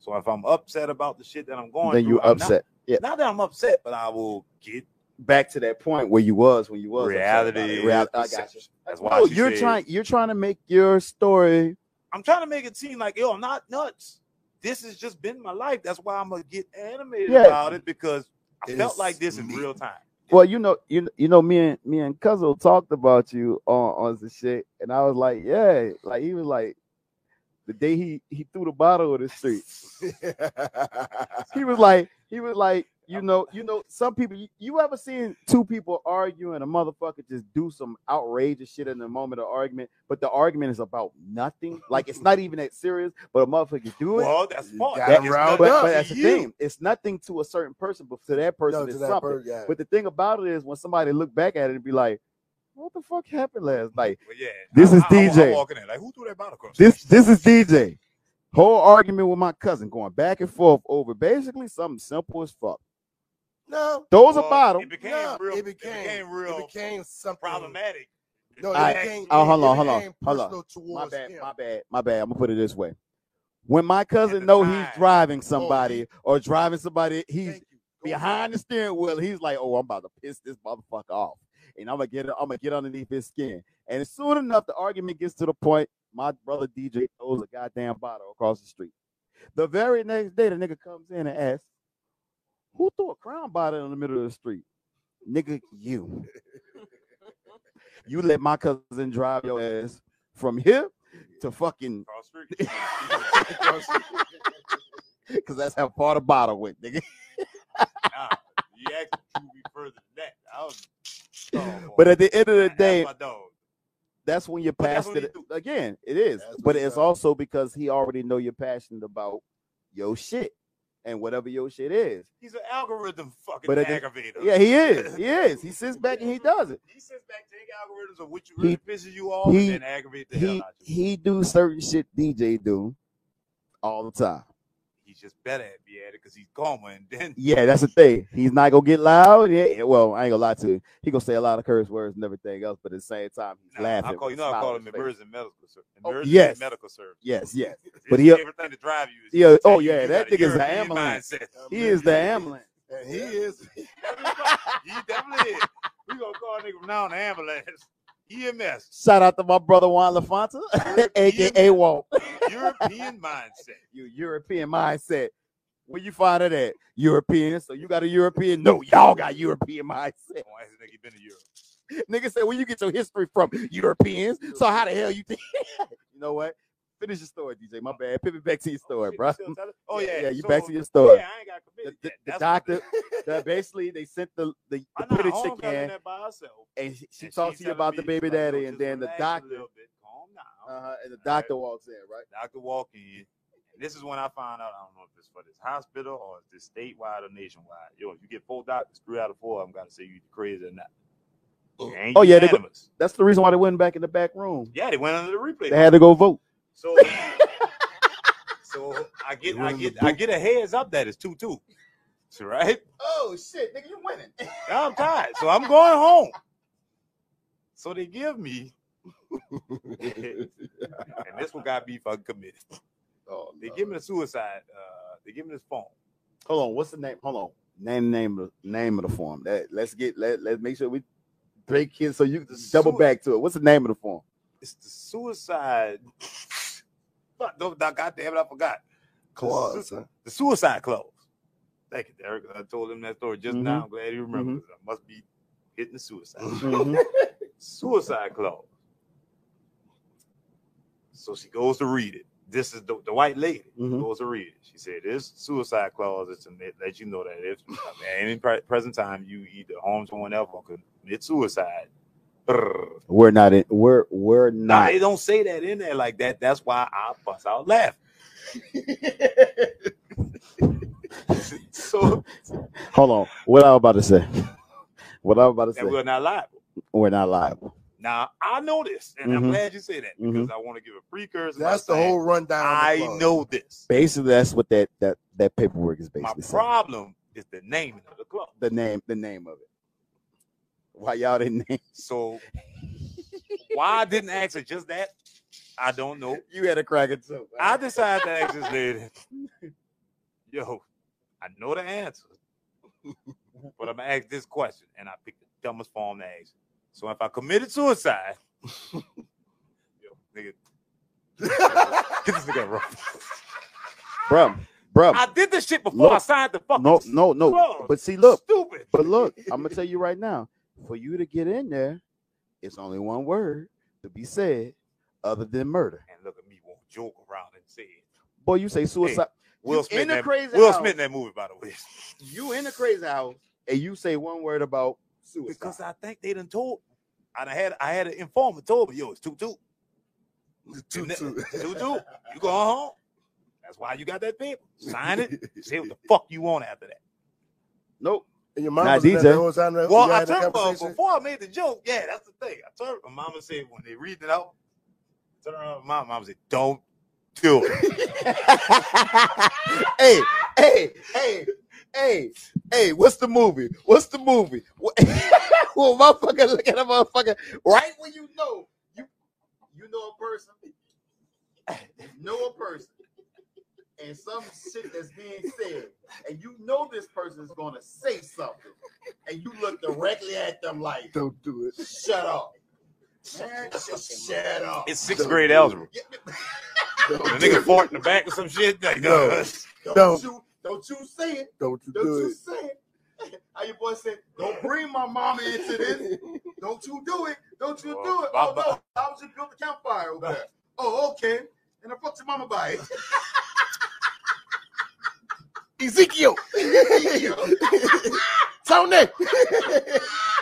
Speaker 3: So if I'm upset about the shit that I'm going
Speaker 4: Then
Speaker 3: through,
Speaker 4: you
Speaker 3: I'm
Speaker 4: upset. Yeah.
Speaker 3: Not, not that I'm upset, but I will get
Speaker 4: Back to that point where you was when you was upset about
Speaker 3: reality.
Speaker 4: it.
Speaker 3: is
Speaker 4: Real- I got you.
Speaker 3: perception. That's why
Speaker 4: No,
Speaker 3: she
Speaker 4: Oh, you're
Speaker 3: said,
Speaker 4: trying. You're trying to make your story.
Speaker 3: I'm trying to make it seem like yo, I'm not nuts. This has just been my life. That's why I'm gonna get animated
Speaker 4: Yeah.
Speaker 3: about it because I
Speaker 9: It
Speaker 3: felt
Speaker 9: is
Speaker 3: like this in
Speaker 9: me.
Speaker 3: real time.
Speaker 4: Well, you know, you you know, me and me and Cuzzo talked about you on on the shit, and I was like, yeah, like he was like, the day he he threw the bottle in the street,
Speaker 9: [LAUGHS]
Speaker 4: he was like, he was like, you know, you know, some people. You, you ever seen two people arguing, and a motherfucker just do some outrageous shit in the moment of argument, but the argument is about nothing. Like it's not even that serious, but a motherfucker do it.
Speaker 3: Well, that's
Speaker 9: You
Speaker 3: part.
Speaker 9: got
Speaker 3: That
Speaker 9: him
Speaker 3: is
Speaker 9: riled
Speaker 3: nothing
Speaker 4: but,
Speaker 9: up.
Speaker 4: but
Speaker 3: to
Speaker 4: that's the
Speaker 3: you.
Speaker 4: thing. It's nothing to a certain person, but to that person,
Speaker 9: no, to
Speaker 4: it's
Speaker 9: that
Speaker 4: something.
Speaker 9: bird guy.
Speaker 4: But the thing about it is, when somebody look back at it and be like, "What the fuck happened last night?"
Speaker 3: Well, yeah,
Speaker 4: This
Speaker 3: I,
Speaker 4: is
Speaker 3: I, I,
Speaker 4: DJ.
Speaker 3: I'm walking in like who threw that bottle across? the
Speaker 4: This
Speaker 3: street?
Speaker 4: this is DJ. Whole argument with my cousin going back and forth over basically something simple as fuck.
Speaker 9: [LAUGHS] no,
Speaker 4: Throws a
Speaker 3: Well,
Speaker 4: bottle.
Speaker 3: It became
Speaker 9: no,
Speaker 3: real.
Speaker 9: it became,
Speaker 3: real
Speaker 9: it became something
Speaker 3: problematic.
Speaker 9: No, it
Speaker 4: All right.
Speaker 9: became,
Speaker 4: Oh, hold
Speaker 9: it
Speaker 4: on, hold on,
Speaker 9: became
Speaker 4: hold on.
Speaker 9: personal
Speaker 4: My
Speaker 9: towards
Speaker 4: bad,
Speaker 9: him.
Speaker 4: my bad, my bad. I'm gonna put it this way. When my
Speaker 3: At
Speaker 4: cousin
Speaker 3: the
Speaker 4: know
Speaker 3: time.
Speaker 4: he's driving
Speaker 9: Oh, he-
Speaker 4: somebody or driving somebody, he's
Speaker 9: Thank you. Go
Speaker 4: behind the steering wheel. He's like, "Oh, I'm about to piss this motherfucker off, and I'm gonna get, I'm gonna get underneath his skin." And soon enough, the argument gets to the point. My brother DJ throws a goddamn bottle across the street. The very next day, the nigga comes in and asks, "Who threw a crown bottle in the middle of the street?" Nigga, you. You let my cousin drive your ass from here to fucking,
Speaker 3: Across the street.
Speaker 4: [LAUGHS] cause that's how far the bottle went, nigga.
Speaker 3: nah, you actually drew me further than that. I was. Oh, boy.
Speaker 4: But at the end of the
Speaker 3: That- that's
Speaker 4: day,
Speaker 3: my dog.
Speaker 4: that's when you're
Speaker 3: But that's
Speaker 4: past
Speaker 3: what he
Speaker 4: it again. It is,
Speaker 9: That's what
Speaker 4: but
Speaker 9: he
Speaker 4: it's
Speaker 9: does.
Speaker 4: also because he already know you're passionate about your shit and whatever your shit is.
Speaker 3: He's an algorithm fucking
Speaker 4: But at the-
Speaker 3: aggravator.
Speaker 4: Yeah, he
Speaker 3: [LAUGHS]
Speaker 4: is. He is. He sits back and he does it.
Speaker 3: He sits back take algorithms of what you
Speaker 4: He-
Speaker 3: really pisses you off
Speaker 4: he-
Speaker 3: and then aggravate the hell
Speaker 4: He
Speaker 3: out you.
Speaker 4: he do certain shit DJ do all the time.
Speaker 3: He's just better at be at it because he's calmer and then
Speaker 4: Yeah, that's the thing. He's not gonna get loud. Yeah, well, I ain't gonna lie to you. He gonna say a lot of curse words and everything else, but at the same time, he's laughing.
Speaker 3: I call you
Speaker 4: with a
Speaker 3: know I
Speaker 4: smile
Speaker 3: call
Speaker 4: on
Speaker 3: him
Speaker 4: his face.
Speaker 3: emergency medical service.
Speaker 4: Oh,
Speaker 3: Emergency
Speaker 4: yes.
Speaker 3: medical service.
Speaker 4: Yes, yes. But
Speaker 3: But
Speaker 4: he-
Speaker 3: he everything to drive you is
Speaker 4: Yeah,
Speaker 3: tell
Speaker 4: oh,
Speaker 3: you
Speaker 4: yeah,
Speaker 3: you
Speaker 4: that
Speaker 3: got a
Speaker 4: nigga's an
Speaker 3: European
Speaker 4: ambulance. [LAUGHS]
Speaker 3: mindset.
Speaker 4: He is the ambulance.
Speaker 9: And he is.
Speaker 4: [LAUGHS]
Speaker 3: he definitely is. We gonna call a nigga from now on the ambulance. EMS,
Speaker 4: Shout out to my brother Juan LaFonta, [LAUGHS] aka Walt.
Speaker 3: European mindset.
Speaker 4: You European mindset. Where you find it at? European. So you got a European? No, y'all got European mindset. [LAUGHS]
Speaker 3: Don't ask a nigga he been to Europe.
Speaker 4: Nigga said, where you get your history from? Europeans. So how the hell you think? [LAUGHS] you know what? Finish your story, DJ. My bad. Pivot back to your story,
Speaker 3: shit,
Speaker 4: bro.
Speaker 3: you still tell it? Oh yeah,
Speaker 4: Yeah, you
Speaker 3: so-
Speaker 4: back to your story.
Speaker 3: Yeah, I ain't got
Speaker 4: The,
Speaker 3: committed.
Speaker 4: the-
Speaker 3: yet.
Speaker 4: the
Speaker 3: That's what
Speaker 4: doctor, the- basically, they sent the the,
Speaker 3: [LAUGHS] I
Speaker 4: the
Speaker 3: know
Speaker 4: pretty
Speaker 3: home
Speaker 4: chick
Speaker 3: got in
Speaker 4: in,
Speaker 3: there by herself.
Speaker 4: and she, she
Speaker 3: And
Speaker 4: talks
Speaker 3: she's
Speaker 4: to you
Speaker 3: telling
Speaker 4: about
Speaker 3: me,
Speaker 4: the baby
Speaker 3: like, yo,
Speaker 4: daddy, and
Speaker 3: just
Speaker 4: then the
Speaker 3: relax a
Speaker 4: doctor,
Speaker 3: little bit. Calm down.
Speaker 4: uh-huh, and the
Speaker 3: All right.
Speaker 4: doctor walks in, right?
Speaker 3: Doctor walk in. And this is when I find out. I don't know if it's for this hospital or if it's statewide or nationwide. Yo, if you get four doctors, three out of four of them got to say you crazy or not. Ain't
Speaker 4: Oh, yeah, they go-
Speaker 3: unanimous.
Speaker 4: That's the reason why they went back in the back room.
Speaker 3: yeah, they went under the replay.
Speaker 4: They had to go vote. [LAUGHS]
Speaker 3: So, so I get,
Speaker 9: They
Speaker 3: I
Speaker 9: went
Speaker 3: get,
Speaker 9: under
Speaker 3: I get a heads up that it's two two, [LAUGHS] right?
Speaker 7: Oh shit, nigga, you winning.
Speaker 3: Now I'm tired, so I'm going home. So they give me,
Speaker 9: [LAUGHS]
Speaker 3: and this one got me fucking committed.
Speaker 7: Oh,
Speaker 3: They give me the suicide. Uh, they give me this phone.
Speaker 4: Hold on, what's the name? Hold on, name name of- name of the form. That let's get let let us make sure we break it so you can double
Speaker 3: Sure.
Speaker 4: back to it. What's the name of the form?
Speaker 3: It's the suicide. Fuck, no, no, God damn it, I forgot
Speaker 9: Claws, huh?
Speaker 3: the suicide clause. Thank you, Derek. I told him that story just
Speaker 4: Mhm.
Speaker 3: now. I'm glad he remembers. I must be hitting the suicide.
Speaker 4: Mm-hmm.
Speaker 3: suicide clause. So she goes to read it. This is the, the white lady
Speaker 4: Mhm.
Speaker 3: goes to read it. She said, "This suicide clause is to let- let you know that if at any pre- present time you either harm someone else or commit suicide." Brrr.
Speaker 4: We're not in. We're we're
Speaker 3: Nah,
Speaker 4: not.
Speaker 3: they don't say that in there like that. That's why I bust out laughing. [LAUGHS] so
Speaker 4: Hold on. What I was about to say. [LAUGHS] What I was about to say.
Speaker 3: that we're not liable.
Speaker 4: We're not liable.
Speaker 3: Now I know this, and
Speaker 4: Mhm.
Speaker 3: I'm glad you say that
Speaker 4: Mhm.
Speaker 3: because I want to give a precursor. by
Speaker 9: That's the
Speaker 3: saying,
Speaker 9: whole rundown. of
Speaker 3: I
Speaker 9: Claws.
Speaker 3: know this.
Speaker 4: Basically, that's what that that that paperwork is
Speaker 3: My
Speaker 4: basically saying.
Speaker 3: problem is the naming of the club.
Speaker 4: The name, the name of it. Why y'all didn't name?
Speaker 3: So why I didn't ask her just that, I don't know.
Speaker 4: You had a crack at too.
Speaker 3: I decided to ask this lady. [LAUGHS] Yo, I know the
Speaker 4: [LAUGHS]
Speaker 3: answer, but I'm gonna ask this question, and I picked the dumbest form to ask. So if I committed
Speaker 4: [LAUGHS]
Speaker 3: suicide, yo, nigga, get this nigga rough.
Speaker 4: bro, bro.
Speaker 3: I did this shit before I
Speaker 4: Look,
Speaker 3: signed the fucking
Speaker 4: No, no, no.
Speaker 3: Clause.
Speaker 4: But see, look.
Speaker 3: stupid.
Speaker 4: But look,
Speaker 3: [LAUGHS]
Speaker 4: I'm gonna tell you right now. For you to get in there, it's only one word to be said, other than murder.
Speaker 3: And look at me, won't joke around and say it.
Speaker 4: Boy, you say suicide.
Speaker 3: Will
Speaker 4: You
Speaker 3: Smith,
Speaker 4: in a
Speaker 3: that-
Speaker 4: crazy
Speaker 3: Will
Speaker 4: house.
Speaker 3: Smith in that movie, by the way.
Speaker 4: You in the crazy house, and you say one word about suicide.
Speaker 3: Because I think they done told, and I had I had an informant told me, yo, it's two two.
Speaker 9: Two, two.
Speaker 3: Two two. You go home. That's why you got that paper. Sign it. Say
Speaker 9: [LAUGHS]
Speaker 3: what the fuck you want after that.
Speaker 4: nope.
Speaker 9: [LAUGHS] And your mom
Speaker 4: Nah,
Speaker 9: was in there
Speaker 4: DJ.
Speaker 9: the whole time that
Speaker 3: Well,
Speaker 9: you
Speaker 3: I
Speaker 9: had that
Speaker 3: turned well,
Speaker 9: conversation.
Speaker 3: before I made the joke. Yeah, that's the thing. I turned my mama said when they read it out, turn around, my mama said, "Don't do
Speaker 9: [LAUGHS]
Speaker 3: it."
Speaker 7: [LAUGHS]
Speaker 4: hey, hey, hey, hey, hey, what's the movie? What's the movie?
Speaker 7: [LAUGHS]
Speaker 4: What, well, motherfucker, look at a motherfucker right when you know.
Speaker 7: you know a person, [LAUGHS] you know a person, and some shit that's being said, and you know this person is gonna say something, and you look directly at them like,
Speaker 9: Don't do it.
Speaker 7: "Shut up, shut up."
Speaker 3: It's sixth grade algebra.
Speaker 9: [LAUGHS] Don't
Speaker 3: The
Speaker 9: do
Speaker 3: nigga
Speaker 9: it.
Speaker 3: fought in the back or some shit. [LAUGHS] Like,
Speaker 9: No.
Speaker 3: uh,
Speaker 7: Don't,
Speaker 9: Don't.
Speaker 7: you, don't you say it.
Speaker 9: Don't you
Speaker 7: Don't you
Speaker 9: do
Speaker 7: say it. [LAUGHS] How your boy said, don't bring my mama into this.
Speaker 9: [LAUGHS]
Speaker 7: Don't you do it. Don't you do it.
Speaker 3: Well,
Speaker 7: Oh,
Speaker 3: my-
Speaker 7: no. I was just built a campfire over
Speaker 3: [LAUGHS]
Speaker 7: there. Oh, okay. And I fucked your mama by it.
Speaker 9: it. Ezekiel. Tony.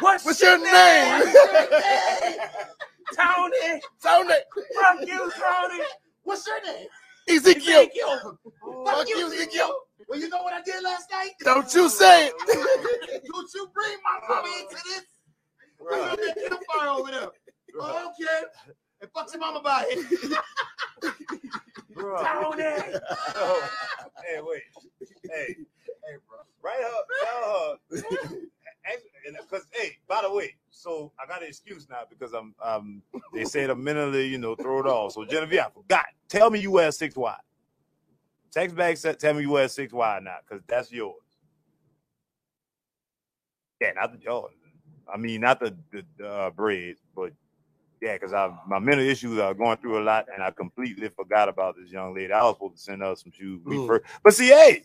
Speaker 1: What's,
Speaker 9: What's your name?
Speaker 7: [LAUGHS]
Speaker 1: Tony?
Speaker 9: Tony.
Speaker 1: Fuck you, Tony.
Speaker 7: What's your name?
Speaker 9: Ezekiel.
Speaker 7: Fuck
Speaker 9: Fuck
Speaker 7: you,
Speaker 9: you,
Speaker 7: Ezekiel. Well, you know what I did last night?
Speaker 9: Don't you say it.
Speaker 7: Don't you bring my mama into
Speaker 9: [LAUGHS]
Speaker 7: this. I built a campfire over there. Oh, [LAUGHS] okay. And fucked your mama by it.
Speaker 1: Tony.
Speaker 3: hey, wait. Hey, hey, bro. Right up. Tell her. Because, uh, hey, by the way, so I got an excuse now because I'm, um, they said I'm mentally, you know, throw it off. So, Genevieve, I forgot. Tell me you wear 6 Y. Text back, said, tell me you wear 6 Y now because that's yours. Yeah, not the Jordan. I mean, not the, the uh, braids, but yeah, because I my mental issues are going through a lot, and I completely forgot about this young lady. I was supposed to send her some shoes, we
Speaker 9: Mm.
Speaker 3: first, but see, hey,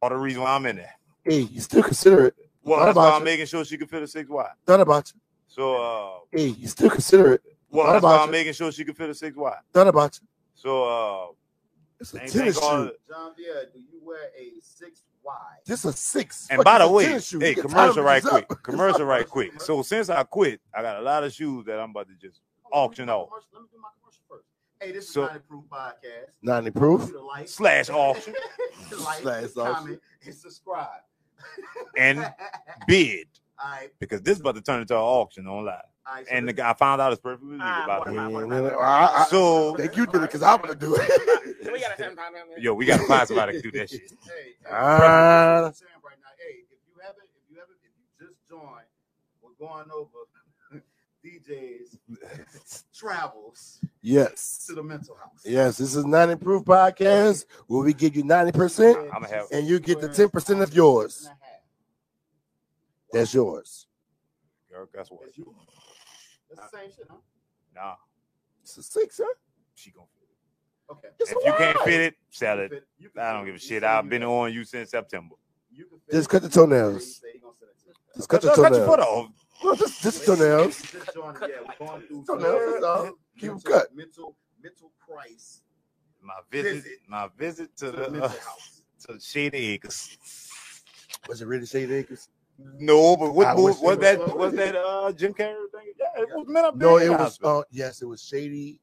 Speaker 3: all the reason why I'm in there.
Speaker 9: [LAUGHS] Hey, you still consider it.
Speaker 3: Well,
Speaker 9: Thought
Speaker 3: that's why
Speaker 9: about
Speaker 3: I'm
Speaker 9: you.
Speaker 3: making sure she could fit a six Y.
Speaker 9: Thought about
Speaker 3: So, uh,
Speaker 9: you. Hey, you still consider it.
Speaker 3: well,
Speaker 9: Thought
Speaker 3: that's why
Speaker 9: about
Speaker 3: I'm
Speaker 9: you.
Speaker 3: making sure she could fit a six Y.
Speaker 9: Thought about you.
Speaker 3: So, uh,
Speaker 9: It's a
Speaker 3: ain't- ain't
Speaker 9: tennis
Speaker 3: gonna-
Speaker 9: shoe.
Speaker 7: John Deere, do you wear a six wide?
Speaker 9: This a six.
Speaker 3: and
Speaker 9: Fuck,
Speaker 3: by
Speaker 9: it's
Speaker 3: the
Speaker 9: a
Speaker 3: way,
Speaker 9: tennis shoe.
Speaker 3: hey,
Speaker 9: Your
Speaker 3: commercial
Speaker 9: time
Speaker 3: right
Speaker 9: is up.
Speaker 3: quick,
Speaker 9: It's
Speaker 3: commercial
Speaker 9: up.
Speaker 3: right quick. So since I quit, I got a lot of shoes that I'm about to just auction off
Speaker 7: Let me do my commercial first. Hey, this is
Speaker 3: So-
Speaker 7: not improved podcast.
Speaker 9: Not any
Speaker 7: Give
Speaker 9: proof.
Speaker 7: you the like,
Speaker 3: slash
Speaker 4: [LAUGHS]
Speaker 3: auction
Speaker 7: like,
Speaker 9: Slash
Speaker 4: [LAUGHS]
Speaker 7: comment, and subscribe.
Speaker 3: and bid.
Speaker 7: I
Speaker 4: I,
Speaker 3: because this is about to turn into an auction online.
Speaker 4: I,
Speaker 3: And the guy I found out it's perfectly legal
Speaker 1: Ah,
Speaker 3: about
Speaker 2: what
Speaker 3: it.
Speaker 2: about-
Speaker 1: I-
Speaker 3: So
Speaker 1: Think you did it because I'm gonna do it.
Speaker 11: We got a sometime.
Speaker 3: yo, we gotta find somebody to do that shit.
Speaker 4: [LAUGHS] Hey, hey,
Speaker 2: Ah.
Speaker 4: I'm saying right now, hey, if you haven't, if you haven't, if you just joined, we're going over [LAUGHS]
Speaker 3: [LAUGHS]
Speaker 4: DJ's travels
Speaker 2: [LAUGHS] yes.
Speaker 4: to the mental house.
Speaker 2: Yes, this is 90 Proof Podcast where we give you 90%
Speaker 3: I'ma have-
Speaker 2: and you get the 10% of yours. That's yours.
Speaker 3: Girl, guess what?
Speaker 4: That's you. That's
Speaker 3: Uh,
Speaker 4: the same shit, huh?
Speaker 3: Nah,
Speaker 2: It's a six, huh?
Speaker 3: she gonna fit it.
Speaker 4: Okay.
Speaker 2: It's
Speaker 3: If you can't fit it,
Speaker 4: You
Speaker 3: sell
Speaker 4: can
Speaker 3: it.
Speaker 4: fit- you can
Speaker 3: I
Speaker 4: fit
Speaker 3: don't
Speaker 4: it.
Speaker 3: give a
Speaker 4: You
Speaker 3: shit.
Speaker 4: say
Speaker 3: I've
Speaker 4: you
Speaker 3: been
Speaker 4: can-
Speaker 3: on you since September.
Speaker 4: you can fit
Speaker 2: Just
Speaker 4: it.
Speaker 2: cut the toenails.
Speaker 4: You say you gonna send it to me.
Speaker 2: Just cut your
Speaker 3: No, cut your foot
Speaker 2: toenails.
Speaker 3: off.
Speaker 2: No, just, just
Speaker 4: But
Speaker 2: your
Speaker 4: if you
Speaker 2: toenails.
Speaker 4: Just joined, yeah, we're going through
Speaker 2: Toenails, that's all. Keep 'em
Speaker 4: mental,
Speaker 2: cut.
Speaker 4: mental, mental price
Speaker 3: My visit,
Speaker 4: Visit.
Speaker 3: my visit to
Speaker 4: to the
Speaker 3: the uh,
Speaker 4: mental house.
Speaker 3: to Shady Acres.
Speaker 2: Was it really Shady Acres?
Speaker 3: No, but
Speaker 2: I wish
Speaker 3: what was,
Speaker 2: it
Speaker 3: was
Speaker 2: was.
Speaker 3: that? Was that uh Jim Carrey thing? Yeah, it was men up
Speaker 2: No,
Speaker 3: there
Speaker 2: it
Speaker 3: in the
Speaker 2: was.
Speaker 3: hospital.
Speaker 2: Uh, yes, it was Shady.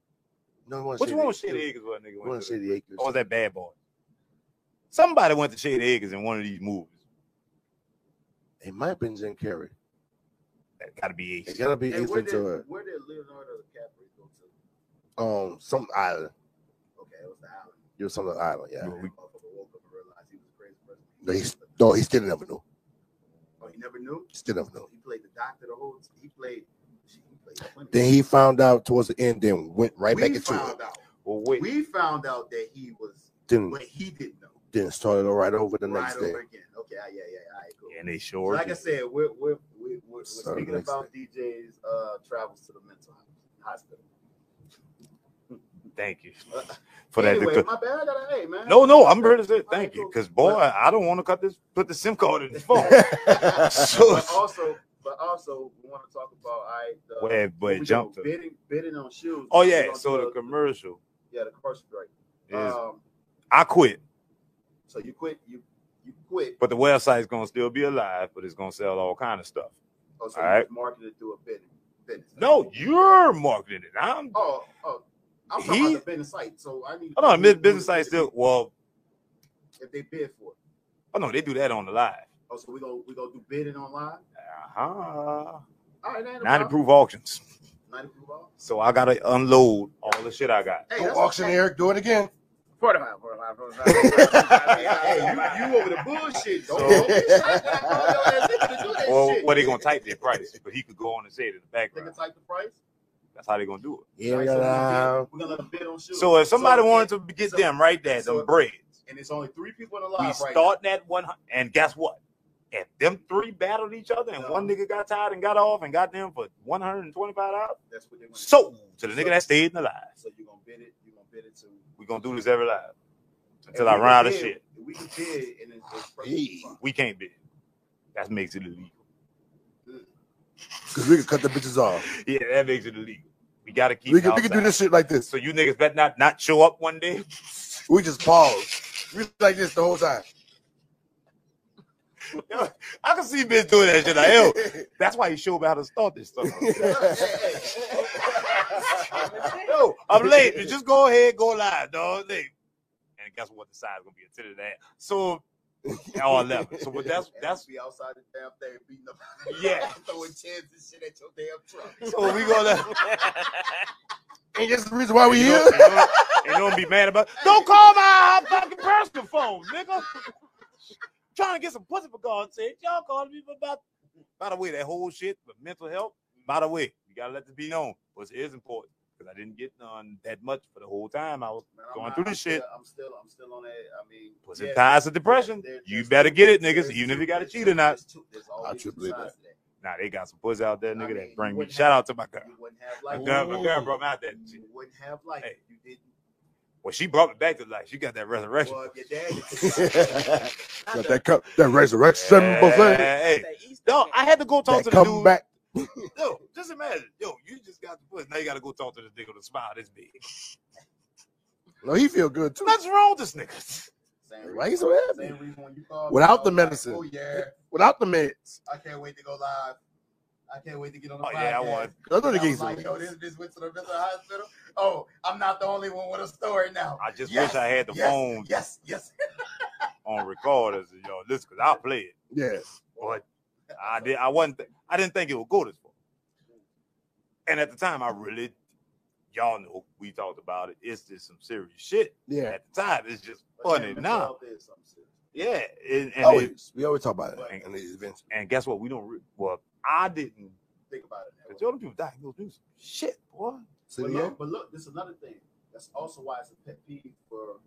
Speaker 2: No, it wasn't
Speaker 3: Which
Speaker 2: Shady
Speaker 3: one was
Speaker 2: Acres.
Speaker 3: Shady Acres? What nigga
Speaker 2: It wasn't
Speaker 3: went to?
Speaker 2: Shady Acres.
Speaker 3: Or was that Bad Boy? Somebody went to Shady Acres in one of these movies.
Speaker 2: It might have been Jim Carrey.
Speaker 3: That gotta be
Speaker 2: It's
Speaker 3: Ace.
Speaker 2: gotta be
Speaker 4: Hey, where
Speaker 2: Ethan
Speaker 4: did,
Speaker 2: to
Speaker 4: where did Leonardo DiCaprio go to?
Speaker 2: um some island.
Speaker 4: Okay, it was the island.
Speaker 2: It was some other island, yeah.
Speaker 4: Yeah. Motherfucker woke up and realized he was a crazy person.
Speaker 2: No, he's, no, he still never knew.
Speaker 4: Oh, he never knew.
Speaker 2: Still never knew.
Speaker 4: He played the doctor the whole. He played. He played plenty.
Speaker 2: Then he found out towards the end, then went right
Speaker 4: we
Speaker 2: back into it.
Speaker 4: found out.
Speaker 3: Well, wait.
Speaker 4: We found out that he was
Speaker 2: Then,
Speaker 4: what he didn't know.
Speaker 2: then started all right over Hmm. the
Speaker 4: right
Speaker 2: next day. [LAUGHS]
Speaker 4: over again. Okay, ah, yeah, yeah, yeah. All right, cool.
Speaker 3: and they
Speaker 4: So
Speaker 3: sure.
Speaker 4: like I said, we're we're, we're, we're, we're
Speaker 2: So
Speaker 4: speaking
Speaker 2: next
Speaker 4: about DJ's uh, travels to the mental hospital.
Speaker 3: thank you for that.
Speaker 4: Uh, anyway, my bad. I got an A, man.
Speaker 3: no, no, I'm ready to say thank
Speaker 4: Alright,
Speaker 3: you
Speaker 4: cool.
Speaker 3: because boy,
Speaker 4: But-
Speaker 3: I don't want to cut this. Put the SIM card in this
Speaker 4: [LAUGHS]
Speaker 3: phone. [LAUGHS]
Speaker 4: but also, but also, we want to talk about I. Uh,
Speaker 3: Wait,
Speaker 4: what
Speaker 3: wait,
Speaker 4: we
Speaker 3: jump
Speaker 4: doing?
Speaker 3: to.
Speaker 4: bidding, bidding on shoes.
Speaker 3: Oh
Speaker 4: We're
Speaker 3: yeah,
Speaker 4: gonna
Speaker 3: so
Speaker 4: do
Speaker 3: the
Speaker 4: a-
Speaker 3: commercial
Speaker 4: yeah the commercial break.
Speaker 3: is
Speaker 4: Um,
Speaker 3: I quit,
Speaker 4: so you quit, you you quit.
Speaker 3: but the website's gonna still be alive, but it's gonna sell all kind of stuff.
Speaker 4: Oh, so
Speaker 3: Alright.
Speaker 4: you just marketed through a bidding business.
Speaker 3: No, you're marketing it. I'm
Speaker 4: Oh, oh, I'm talking
Speaker 3: He-
Speaker 4: about the business site. So I need.
Speaker 3: I don't know,
Speaker 4: need to
Speaker 3: business
Speaker 4: know
Speaker 3: site
Speaker 4: if they-
Speaker 3: still well,
Speaker 4: if they bid for it.
Speaker 3: oh no, they do that on the live.
Speaker 4: Oh, so we go we go do bidding online.
Speaker 3: Uh-huh.
Speaker 4: All right, that Oh, ain't
Speaker 3: Not
Speaker 4: a problem.
Speaker 3: improve auctions.
Speaker 4: Not approved. all.
Speaker 3: So I gotta unload all the shit I got.
Speaker 4: Hey,
Speaker 2: Go
Speaker 4: that's
Speaker 2: auction
Speaker 4: okay.
Speaker 2: Eric, do it again.
Speaker 11: Forty-five, forty-five, forty-five.
Speaker 4: [LAUGHS] Hey, you, you over the bullshit. Don't don't be [LAUGHS] shocked that I called your ass nigga to do that
Speaker 3: Or
Speaker 4: shit.
Speaker 3: what they gonna type their price, but he could go on and say it in the
Speaker 4: They can
Speaker 3: background.
Speaker 4: type the price.
Speaker 3: That's how they gonna do it.
Speaker 2: Yeah,
Speaker 4: All
Speaker 2: we
Speaker 4: right, so
Speaker 2: got
Speaker 4: we're gonna
Speaker 2: uh,
Speaker 4: bid- we're gonna bid on shoes.
Speaker 3: So if somebody
Speaker 4: So,
Speaker 3: wanted to get
Speaker 4: so-
Speaker 3: them right there,
Speaker 4: so-
Speaker 3: them breads,
Speaker 4: and it's only three people in the
Speaker 3: we
Speaker 4: live right now.
Speaker 3: starting at one hundred and guess what? If them three battled each other and one
Speaker 4: No.
Speaker 3: nigga got tired and got off and got them for one hundred and twenty five dollars,
Speaker 4: That's what they want.
Speaker 3: sold to the nigga that stayed in the live.
Speaker 4: So you're gonna bid it. You're gonna bid it to.
Speaker 3: We're gonna do this every live
Speaker 4: If
Speaker 3: until I
Speaker 4: we
Speaker 3: run
Speaker 4: can
Speaker 3: out of
Speaker 4: bid-
Speaker 3: shit.
Speaker 4: if We can bid and it's, it's
Speaker 2: Hey.
Speaker 4: [LAUGHS] fine.
Speaker 3: We can't bid. That makes it illegal. [LAUGHS]
Speaker 2: because we can cut the bitches off.
Speaker 4: [LAUGHS]
Speaker 3: Yeah, that makes it illegal. We gotta keep
Speaker 2: We
Speaker 3: it
Speaker 2: can, we can do
Speaker 3: outside.
Speaker 2: this shit like this.
Speaker 3: So you niggas better not not show up one day. [LAUGHS]
Speaker 2: We just pause. We like this the whole
Speaker 4: [LAUGHS]
Speaker 2: time.
Speaker 3: I can see bitch doing that shit. Like, yo,
Speaker 2: [LAUGHS]
Speaker 3: that's why you show about to start this stuff. yo, I'm late. Just go ahead, go live, dog. Late. And guess what? The side's gonna be a ten of that. So all eleven. So but that's
Speaker 4: And
Speaker 3: that's
Speaker 4: be outside the damn thing beating up. [LAUGHS]
Speaker 3: Yeah.
Speaker 4: throwing chairs and shit at your damn truck.
Speaker 3: so we gonna
Speaker 2: And that's the reason why we
Speaker 3: you
Speaker 2: here.
Speaker 3: Don't,
Speaker 2: [LAUGHS]
Speaker 3: you don't- you don't be mad about. Don't call my uh, fucking personal phone, nigga. Trying to get some pussy for God's sake. Y'all calling me about. By the way, that whole shit with mental health. By the way, you gotta let this be known. Pussy is important because I didn't get none that much for the whole time. I was
Speaker 4: Man, I'm
Speaker 3: Going
Speaker 4: not-
Speaker 3: through
Speaker 4: I'm
Speaker 3: this shit.
Speaker 4: Still, I'm still, I'm still on that. I mean,
Speaker 3: pussy
Speaker 4: yes,
Speaker 3: ties to depression.
Speaker 4: there-
Speaker 3: you
Speaker 4: there's
Speaker 3: better
Speaker 4: two-
Speaker 3: get it, niggas.
Speaker 4: there's
Speaker 3: Even if
Speaker 4: two-
Speaker 3: you got to
Speaker 4: there's
Speaker 3: cheat
Speaker 4: two-
Speaker 3: or not.
Speaker 4: there's two- there's always
Speaker 2: I truly
Speaker 4: two
Speaker 2: believe
Speaker 4: sides to
Speaker 3: Nah, they got some pussy out there,
Speaker 4: I
Speaker 3: nigga.
Speaker 4: mean,
Speaker 3: that bring
Speaker 4: you
Speaker 3: me.
Speaker 4: wouldn't
Speaker 3: Shout
Speaker 4: have-
Speaker 3: out to my girl.
Speaker 4: You wouldn't have
Speaker 3: My
Speaker 4: life.
Speaker 3: girl, my girl brought me out that shit.
Speaker 4: You wouldn't have life.
Speaker 3: Hey.
Speaker 4: if You didn't.
Speaker 3: Well, she brought me back to life. She got that resurrection.
Speaker 4: Well, if your
Speaker 2: [LAUGHS]
Speaker 4: daddy.
Speaker 2: Got that cup, that resurrection buffet.
Speaker 3: Hey, No, I had to go talk
Speaker 2: That
Speaker 3: to the
Speaker 2: come
Speaker 3: dude.
Speaker 2: back.
Speaker 3: Yo, just imagine. Yo, you just got the pussy. Now you got to go talk to this nigga with a smile this big.
Speaker 4: [LAUGHS]
Speaker 2: No, he feel good too.
Speaker 3: Nothing's wrong with this nigga. [LAUGHS]
Speaker 4: Same
Speaker 2: Why
Speaker 4: reason,
Speaker 2: you so happy?
Speaker 4: same reason when you called. me,
Speaker 2: Without
Speaker 4: I was
Speaker 2: the
Speaker 4: like,
Speaker 2: medicine.
Speaker 4: Oh yeah,
Speaker 2: Without the meds.
Speaker 4: I can't wait to go live. I can't wait to get on the
Speaker 3: Oh,
Speaker 4: podcast.
Speaker 3: yeah, I was.
Speaker 2: I know
Speaker 4: And
Speaker 2: the
Speaker 4: I was
Speaker 2: game's
Speaker 4: like, yo, this bitch went to the mental hospital. Oh, I'm not the only one with a story now.
Speaker 3: I just
Speaker 4: Yes,
Speaker 3: wish I had the
Speaker 4: yes,
Speaker 3: phone
Speaker 4: Yes, yes.
Speaker 3: on recorders. Yo, listen, because I'll play it.
Speaker 2: Yes.
Speaker 3: But I did. I wasn't. th- I didn't think it would go this far. And at the time, I really, y'all know, we talked about it. It's just some serious shit.
Speaker 2: Yeah.
Speaker 3: At the time, it's just
Speaker 4: But
Speaker 3: funny
Speaker 4: damn,
Speaker 3: now.
Speaker 4: it's all there, some shit.
Speaker 3: Yeah. And and, it-
Speaker 2: Always. Oh, We always talk about it in these events.
Speaker 3: and guess what? We don't. Re- well, I didn't.
Speaker 4: Think about it. that way.
Speaker 3: Cause y'all people diagnosed me with some shit, boy.
Speaker 2: See it
Speaker 4: but,
Speaker 2: again?
Speaker 4: look, but look, this is another thing. That's also why it's a pet peeve for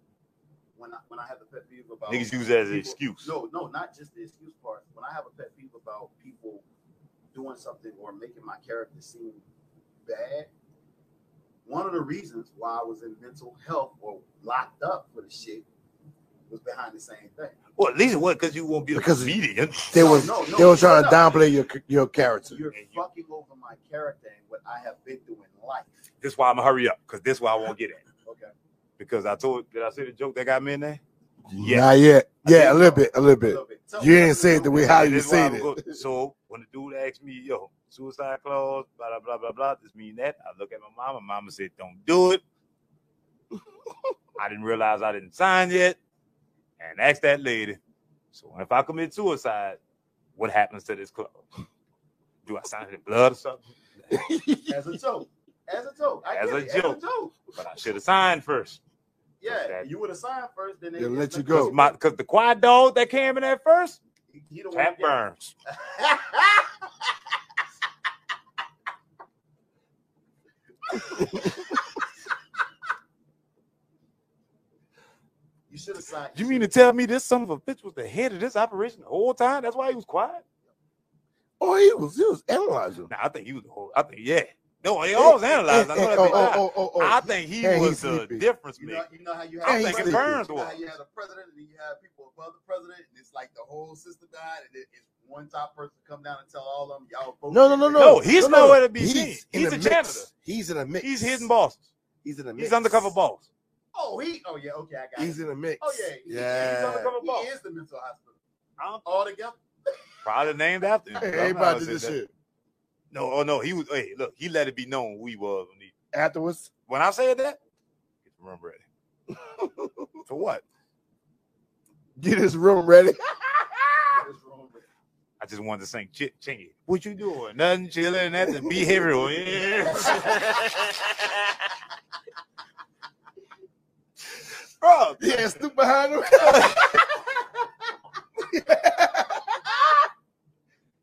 Speaker 4: when I when I have a pet peeve about
Speaker 3: Niggas use that as an
Speaker 4: people-
Speaker 3: excuse.
Speaker 4: No, no, not just the excuse part. When I have a pet peeve about people doing something or making my character seem bad, one of the reasons why I was in mental health or locked up for the shit was behind the same thing.
Speaker 3: Well, at least it was because you won't be
Speaker 2: Because-
Speaker 3: because comedian.
Speaker 2: They was
Speaker 4: No, no,
Speaker 2: they was trying to
Speaker 4: shut up.
Speaker 2: downplay your your character.
Speaker 4: You're
Speaker 3: And you-
Speaker 4: fucking over my character and what I have been through in life.
Speaker 3: This why I'm gonna hurry up because this why I won't get at.
Speaker 4: Okay.
Speaker 3: Because I told did I say the joke that got me in there?
Speaker 2: Yeah. Not yet. Yeah, a
Speaker 3: think
Speaker 2: little bit, a little bit.
Speaker 4: little bit. Tell
Speaker 2: You
Speaker 4: me
Speaker 2: ain't
Speaker 4: about
Speaker 2: said
Speaker 4: it.
Speaker 2: the way how
Speaker 3: And
Speaker 2: you
Speaker 3: this why
Speaker 2: said
Speaker 3: I'm
Speaker 2: it. [LAUGHS]
Speaker 3: go- so when the dude asked me, yo, suicide clause, blah blah blah blah blah, this mean that. I look at my mama. Mama said, don't do it. I didn't realize I didn't sign yet, and asked that lady. So if I commit suicide, what happens to this clause? Do I sign it in blood or something?
Speaker 4: as a joke. As a joke. I
Speaker 3: As a
Speaker 4: get it.
Speaker 3: joke.
Speaker 4: As a joke.
Speaker 3: But I should have signed first.
Speaker 4: Yeah,
Speaker 3: That-
Speaker 4: you would have signed first, then they
Speaker 2: They'll let you
Speaker 3: Cause
Speaker 2: go.
Speaker 3: my cause the quiet dog that came in at first,
Speaker 4: You don't
Speaker 3: Pat
Speaker 4: want to
Speaker 3: Burns.
Speaker 4: [LAUGHS] You should have signed.
Speaker 3: You mean to tell me this son of a bitch was the head of this operation the whole time? That's why he was quiet.
Speaker 2: Oh, he was he was analyzing.
Speaker 3: Nah, I think he was the whole. I think yeah. No, he always analyzed. I know
Speaker 2: oh,
Speaker 3: that big guy.
Speaker 2: oh, oh, oh,
Speaker 3: I
Speaker 2: oh.
Speaker 3: think he
Speaker 2: And he's
Speaker 3: was the
Speaker 2: sleepy.
Speaker 3: difference
Speaker 4: You know,
Speaker 3: maker.
Speaker 4: you know how you
Speaker 2: And
Speaker 4: have
Speaker 3: I
Speaker 2: he's
Speaker 4: a
Speaker 3: think
Speaker 2: sleepy.
Speaker 4: president,
Speaker 3: Burns
Speaker 4: you know how you
Speaker 3: was.
Speaker 4: had a president, and then you have people above the president, and it's like the whole system died, and then it's one top person come down and tell all of them, y'all vote.
Speaker 2: No, no, no, no.
Speaker 3: No, he's
Speaker 2: no,
Speaker 3: nowhere to be
Speaker 2: He's
Speaker 3: seen.
Speaker 2: in
Speaker 3: He's
Speaker 2: the
Speaker 3: a
Speaker 2: mix.
Speaker 3: janitor.
Speaker 2: He's in a mix.
Speaker 3: He's hidden bosses.
Speaker 2: He's in a mix.
Speaker 3: He's undercover boss.
Speaker 4: Oh, he. Oh yeah. Okay, I got.
Speaker 2: He's
Speaker 4: it.
Speaker 2: in a mix.
Speaker 4: Oh yeah. he- He's
Speaker 2: yeah.
Speaker 4: undercover boss. He is the mental hospital.
Speaker 3: I'm
Speaker 4: All together.
Speaker 3: probably named after him.
Speaker 2: Hey,
Speaker 3: I'm not gonna
Speaker 2: everybody did
Speaker 3: say
Speaker 2: this
Speaker 3: that.
Speaker 2: shit
Speaker 3: No, oh no, he was. Hey, look, he let it be known who he was when he
Speaker 2: afterwards.
Speaker 3: When I said that, get the room ready. [LAUGHS] For what?
Speaker 2: Get his room ready. [LAUGHS]
Speaker 4: What is wrong with
Speaker 3: I just wanted to sing Ch- Chingy. What you doing? Nothing chilling, nothing behavioral. [LAUGHS] Yeah. Bro,
Speaker 2: Yeah, stoop behind him.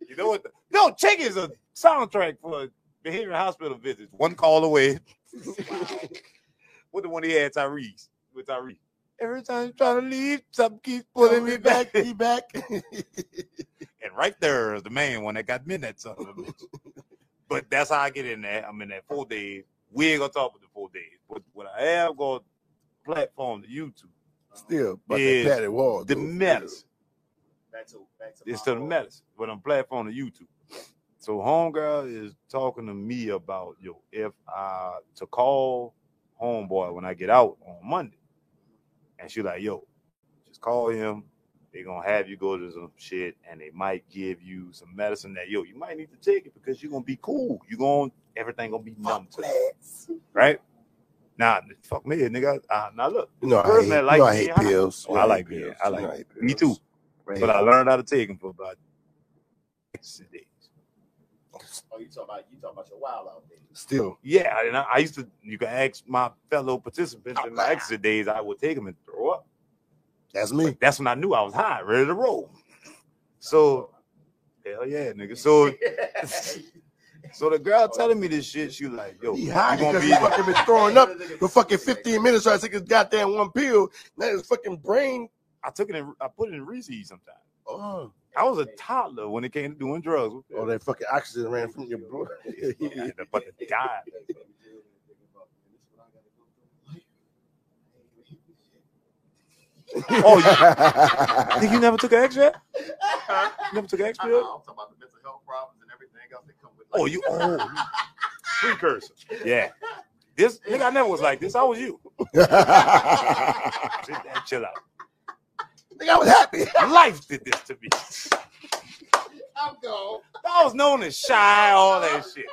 Speaker 3: you know what? The, no, Chingy is a soundtrack for behavioral hospital visits. One call away. [LAUGHS] what the one he had Tyrese with Tyrese? Every time I'm trying to leave, something keeps pulling me back.
Speaker 2: He [LAUGHS] back.
Speaker 3: And right there is the main one that got me in that son of a bitch. but that's how I get in there. I'm in that four days. We ain't gonna talk about the four days. But what I have got platform to YouTube,
Speaker 2: Still, but
Speaker 3: Is
Speaker 2: the padded wall.
Speaker 3: the
Speaker 2: dude.
Speaker 3: medicine.
Speaker 4: it? Back to back to.
Speaker 3: It's
Speaker 4: my
Speaker 3: to the
Speaker 4: whole-
Speaker 3: medicine, but I'm platform to YouTube. So homegirl is talking to me about yo, if I to call homeboy when I get out on Monday. And she like, yo, just call him. They gonna have you go to some shit, and they might give you some medicine that yo, you might need to take it because you're gonna be cool. You gonna everything gonna be numb to it, right? Nah, fuck me, nigga. Uh, now look,
Speaker 2: You know, I
Speaker 3: Birdman
Speaker 2: hate, you
Speaker 3: like
Speaker 2: know I
Speaker 3: being
Speaker 2: hate
Speaker 3: high.
Speaker 2: pills.
Speaker 3: Oh,
Speaker 2: You know
Speaker 3: I like
Speaker 2: hate
Speaker 3: being-
Speaker 2: pills.
Speaker 3: I
Speaker 2: You
Speaker 3: like-
Speaker 2: know hate
Speaker 3: me
Speaker 2: pills. Right.
Speaker 3: but I learned how to take them for about six days.
Speaker 4: Oh, you talking about you talking about your wild out there?
Speaker 2: Still,
Speaker 3: Yeah, and I, I used to. You can ask my fellow
Speaker 2: Oh,
Speaker 3: participants in my exit days. I would take them and throw up.
Speaker 2: that's me.
Speaker 3: That's when I knew I was high, ready to roll. So, hell yeah, nigga.
Speaker 4: [LAUGHS]
Speaker 3: So, so the girl telling me this shit, she like, yo,
Speaker 2: He
Speaker 3: you
Speaker 2: high
Speaker 3: gonna
Speaker 2: because
Speaker 3: be
Speaker 2: he fucking been throwing up for fucking 15 minutes trying to take his goddamn one pill. Now his fucking brain.
Speaker 3: I took it in, I put it in Reese's sometimes.
Speaker 2: Oh,
Speaker 3: I was a toddler when it came to doing drugs.
Speaker 2: oh that fucking oxygen ran from your blood.
Speaker 3: Yeah, but
Speaker 2: [LAUGHS]
Speaker 3: the guy, Oh,
Speaker 2: [LAUGHS]
Speaker 3: you, think you never took an X yet?
Speaker 4: [LAUGHS]
Speaker 3: You never took an X
Speaker 4: Uh-uh, I'm
Speaker 3: pill?
Speaker 4: talking about the mental health problems and everything else that come with.
Speaker 3: Oh, you oh you precursor. Yeah. This nigga, I never was like this. I was you. Sit down, chill out.
Speaker 2: Nigga, I was happy.
Speaker 3: Life did this to me.
Speaker 4: I'm gone.
Speaker 3: I was known as shy, all that shit.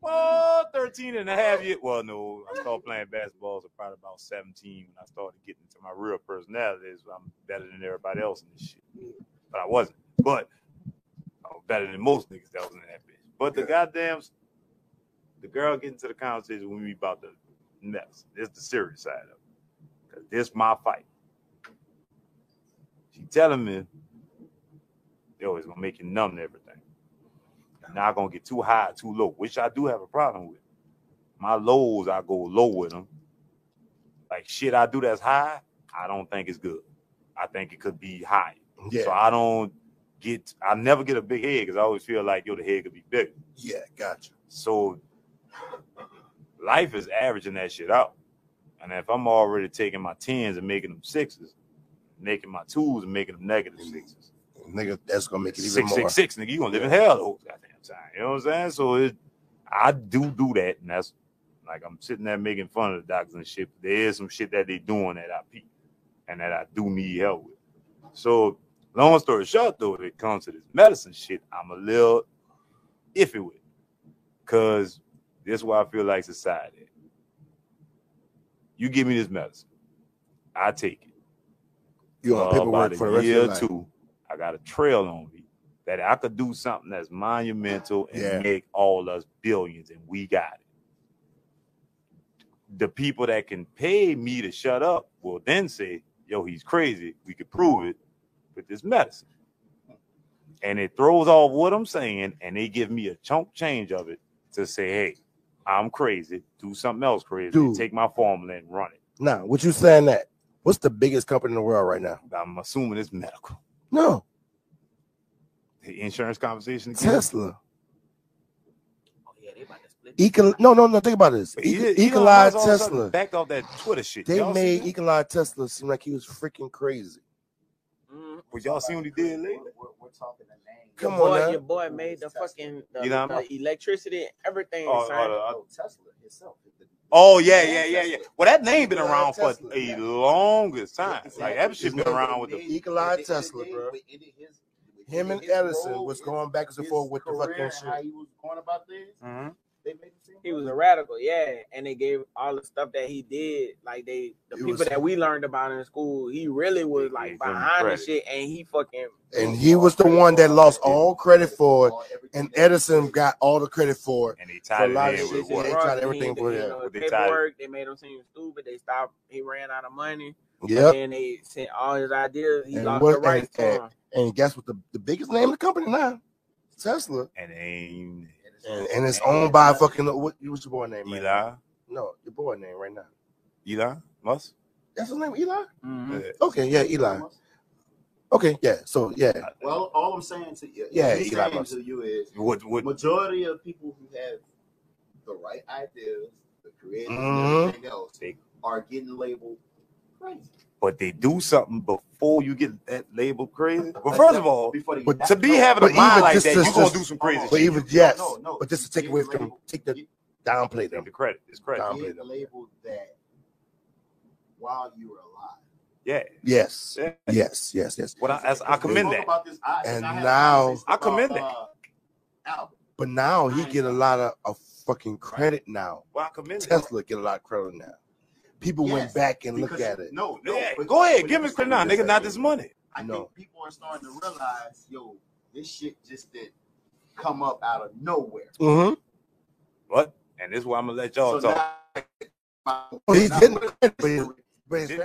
Speaker 3: Well, 13 and a half years. Well, no, I started playing basketball at probably about 17 when I started getting into my real personality. Is I'm better than everybody else in this shit. But I wasn't. But know, better than most niggas that was in that bitch. But the goddamn, the girl getting to the conversation when we about to mess. This the serious side of it. Cause this my fight. She telling me, yo, it's gonna make you numb to everything. You're not gonna get too high, too low, which I do have a problem with. My lows, I go low with them. Like shit, I do that's high. I don't think it's good. I think it could be higher. So
Speaker 2: Yeah,
Speaker 3: I don't get, I never get a big head because I always feel like, yo, the head could be bigger.
Speaker 2: yeah, gotcha.
Speaker 3: So life is averaging that shit out. And if I'm already taking my tens and making them sixes, making my twos and making them negative sixes,
Speaker 2: Nigga, that's gonna make it even
Speaker 3: six,
Speaker 2: more.
Speaker 3: six, six, nigga, you gonna live in hell the whole goddamn time. You know what I'm saying? So it, I do do that, and that's like I'm sitting there making fun of the doctors and shit. But there is some shit that they doing that I peep and that I do need help with. So long story short, though, when it comes to this medicine shit, I'm a little iffy with, cause this is why I feel like society. You give me this medicine, I take it
Speaker 2: You on
Speaker 3: uh,
Speaker 2: paperwork
Speaker 3: about
Speaker 2: for the
Speaker 3: a
Speaker 2: rest of
Speaker 3: year
Speaker 2: your
Speaker 3: or
Speaker 2: life.
Speaker 3: two, I got a trail on me that I could do something that's monumental and
Speaker 2: Yeah.
Speaker 3: make all us billions, and we got it. The people that can pay me to shut up will then say, "Yo, he's crazy. We could prove it with this medicine." And it throws off what I'm saying, and they give me a chunk change of it to say, "Hey, I'm crazy. Do something else crazy.
Speaker 2: Dude.
Speaker 3: Take my formula and run it."
Speaker 2: Now, what you saying that? What's the biggest company in the world right now?
Speaker 3: I'm assuming it's medical.
Speaker 2: No,
Speaker 3: The insurance
Speaker 2: [LAUGHS]
Speaker 3: conversation. again?
Speaker 2: Tesla.
Speaker 12: Oh, yeah, they about to split.
Speaker 2: Eco- no, no, no. Think about this.
Speaker 3: But
Speaker 2: E-
Speaker 3: Elon-
Speaker 2: Ecolai
Speaker 3: Elon Musk all of a sudden
Speaker 2: Tesla.
Speaker 3: backed off that Twitter shit.
Speaker 2: They
Speaker 3: y'all
Speaker 2: made e
Speaker 3: seen that?
Speaker 2: Ecolai Tesla seem like he was freaking crazy.
Speaker 1: Mm.
Speaker 3: But y'all seen what he did lately?
Speaker 4: We're, we're talking the name.
Speaker 1: Your
Speaker 2: Come on
Speaker 1: boy,
Speaker 2: now.
Speaker 1: your boy made the fucking the,
Speaker 3: You know what
Speaker 1: the electricity, everything.
Speaker 3: Oh,
Speaker 1: son.
Speaker 3: oh,
Speaker 4: No, uh, Tesla himself. The-
Speaker 3: oh, yeah, yeah, yeah, yeah. Well, that name been
Speaker 2: Elon
Speaker 3: around
Speaker 2: Tesla,
Speaker 3: for a
Speaker 2: yeah.
Speaker 3: longest time.
Speaker 4: Exactly.
Speaker 3: Like that shit been
Speaker 2: His name
Speaker 3: around with the
Speaker 4: Name-
Speaker 2: Ecolai
Speaker 4: at the end of
Speaker 2: Tesla,
Speaker 4: the day,
Speaker 2: bro.
Speaker 4: within his- within
Speaker 2: Him and
Speaker 4: his
Speaker 2: Edison
Speaker 4: role,
Speaker 2: was
Speaker 4: his-
Speaker 2: going back and
Speaker 4: his
Speaker 2: forth with the
Speaker 4: career
Speaker 2: fucking
Speaker 4: and How
Speaker 2: shit. Mm.
Speaker 4: he was going about this?
Speaker 3: Mm-hmm.
Speaker 4: They made him seem
Speaker 1: He was a radical, yeah. And they gave all the stuff that he did, like they the
Speaker 2: It
Speaker 1: people
Speaker 2: was-
Speaker 1: that we learned about in school, he really was
Speaker 3: They
Speaker 1: like
Speaker 3: gave him
Speaker 1: behind the
Speaker 3: credit.
Speaker 1: shit and he fucking
Speaker 2: And he was the one that lost all credit for it. And Edison got all the credit for it.
Speaker 3: and they
Speaker 2: For a
Speaker 3: tied it
Speaker 2: lot of
Speaker 3: in
Speaker 1: they
Speaker 2: shit,
Speaker 3: with
Speaker 2: yeah,
Speaker 1: did
Speaker 2: they tried
Speaker 3: what?
Speaker 1: drugs and he,
Speaker 2: everything
Speaker 1: you
Speaker 2: for him.
Speaker 1: know,
Speaker 3: What they tied it?
Speaker 1: paperwork, they made him seem stupid, they stopped he ran out of money, but
Speaker 2: Yep.
Speaker 1: then they sent all his ideas, he
Speaker 2: And
Speaker 1: lost the
Speaker 2: what? And
Speaker 1: rights to
Speaker 2: and,
Speaker 1: him.
Speaker 2: and guess what? The, the biggest name in the company now, Tesla,
Speaker 3: And ain't
Speaker 2: and, and it's
Speaker 3: And
Speaker 2: owned by fucking what? What's your boy name? man?
Speaker 3: Eli,
Speaker 2: No, your boy name right now.
Speaker 3: Eli Musk.
Speaker 2: That's his name, Eli.
Speaker 1: Mhm.
Speaker 3: Yeah.
Speaker 2: Okay, yeah, Eli. Okay, yeah. So yeah,
Speaker 4: Well, all I'm saying to you,
Speaker 2: Yeah,
Speaker 4: yeah, he's
Speaker 2: Elon
Speaker 4: saying
Speaker 2: Musk.
Speaker 4: to you is
Speaker 3: What? What?
Speaker 4: majority of people who have the right ideas, the creative,
Speaker 2: Mhm.
Speaker 4: and everything else,
Speaker 3: They-
Speaker 4: are getting labeled crazy.
Speaker 3: But they do something before you get that label crazy. Well,
Speaker 4: Like,
Speaker 3: first
Speaker 4: that-
Speaker 3: of all,
Speaker 4: before they
Speaker 2: but
Speaker 4: get-
Speaker 3: to be
Speaker 4: no,
Speaker 3: having
Speaker 2: but
Speaker 3: a mind
Speaker 2: even
Speaker 3: like
Speaker 2: this
Speaker 3: that, you
Speaker 2: is
Speaker 3: gonna
Speaker 2: just.
Speaker 3: do some
Speaker 4: Hold on.
Speaker 3: crazy
Speaker 2: But
Speaker 3: shit.
Speaker 2: even
Speaker 4: No,
Speaker 2: yes,
Speaker 4: no, no.
Speaker 2: but this is
Speaker 4: You
Speaker 2: take
Speaker 4: get
Speaker 2: away from
Speaker 4: labeled-
Speaker 2: take the
Speaker 4: you
Speaker 2: downplay
Speaker 3: Take the
Speaker 2: them.
Speaker 3: credit. It's credit.
Speaker 2: Downplay
Speaker 4: get
Speaker 2: them.
Speaker 4: labeled that while you were alive.
Speaker 3: Yeah.
Speaker 2: Yes,
Speaker 3: yeah.
Speaker 2: yes, yes, yes.
Speaker 3: What I, as I
Speaker 4: We
Speaker 3: commend
Speaker 4: spoke
Speaker 3: that.
Speaker 4: about this, I,
Speaker 2: And
Speaker 4: I had a
Speaker 2: now-
Speaker 4: conversation
Speaker 3: I commend
Speaker 4: about, uh, Albert.
Speaker 2: But now he get a lot of, of fucking credit now.
Speaker 3: Well, I commend that.
Speaker 2: Tesla get a lot of credit now. People went
Speaker 4: Yes,
Speaker 2: back and look
Speaker 4: Because-
Speaker 2: at it.
Speaker 4: No, no.
Speaker 3: Yeah,
Speaker 4: but-
Speaker 3: go ahead,
Speaker 4: but
Speaker 3: give him
Speaker 4: here's
Speaker 3: his
Speaker 4: the
Speaker 3: credit
Speaker 4: thing.
Speaker 3: now, nigga. Not this money.
Speaker 4: I
Speaker 2: No.
Speaker 4: think people are starting to realize, yo, this shit just didn't come up out of nowhere. [LAUGHS]
Speaker 2: Mm-hmm.
Speaker 3: What? And this is why I'm gonna let y'all
Speaker 4: so
Speaker 3: talk.
Speaker 4: now,
Speaker 2: He didn't, but, his, but his
Speaker 3: Didn't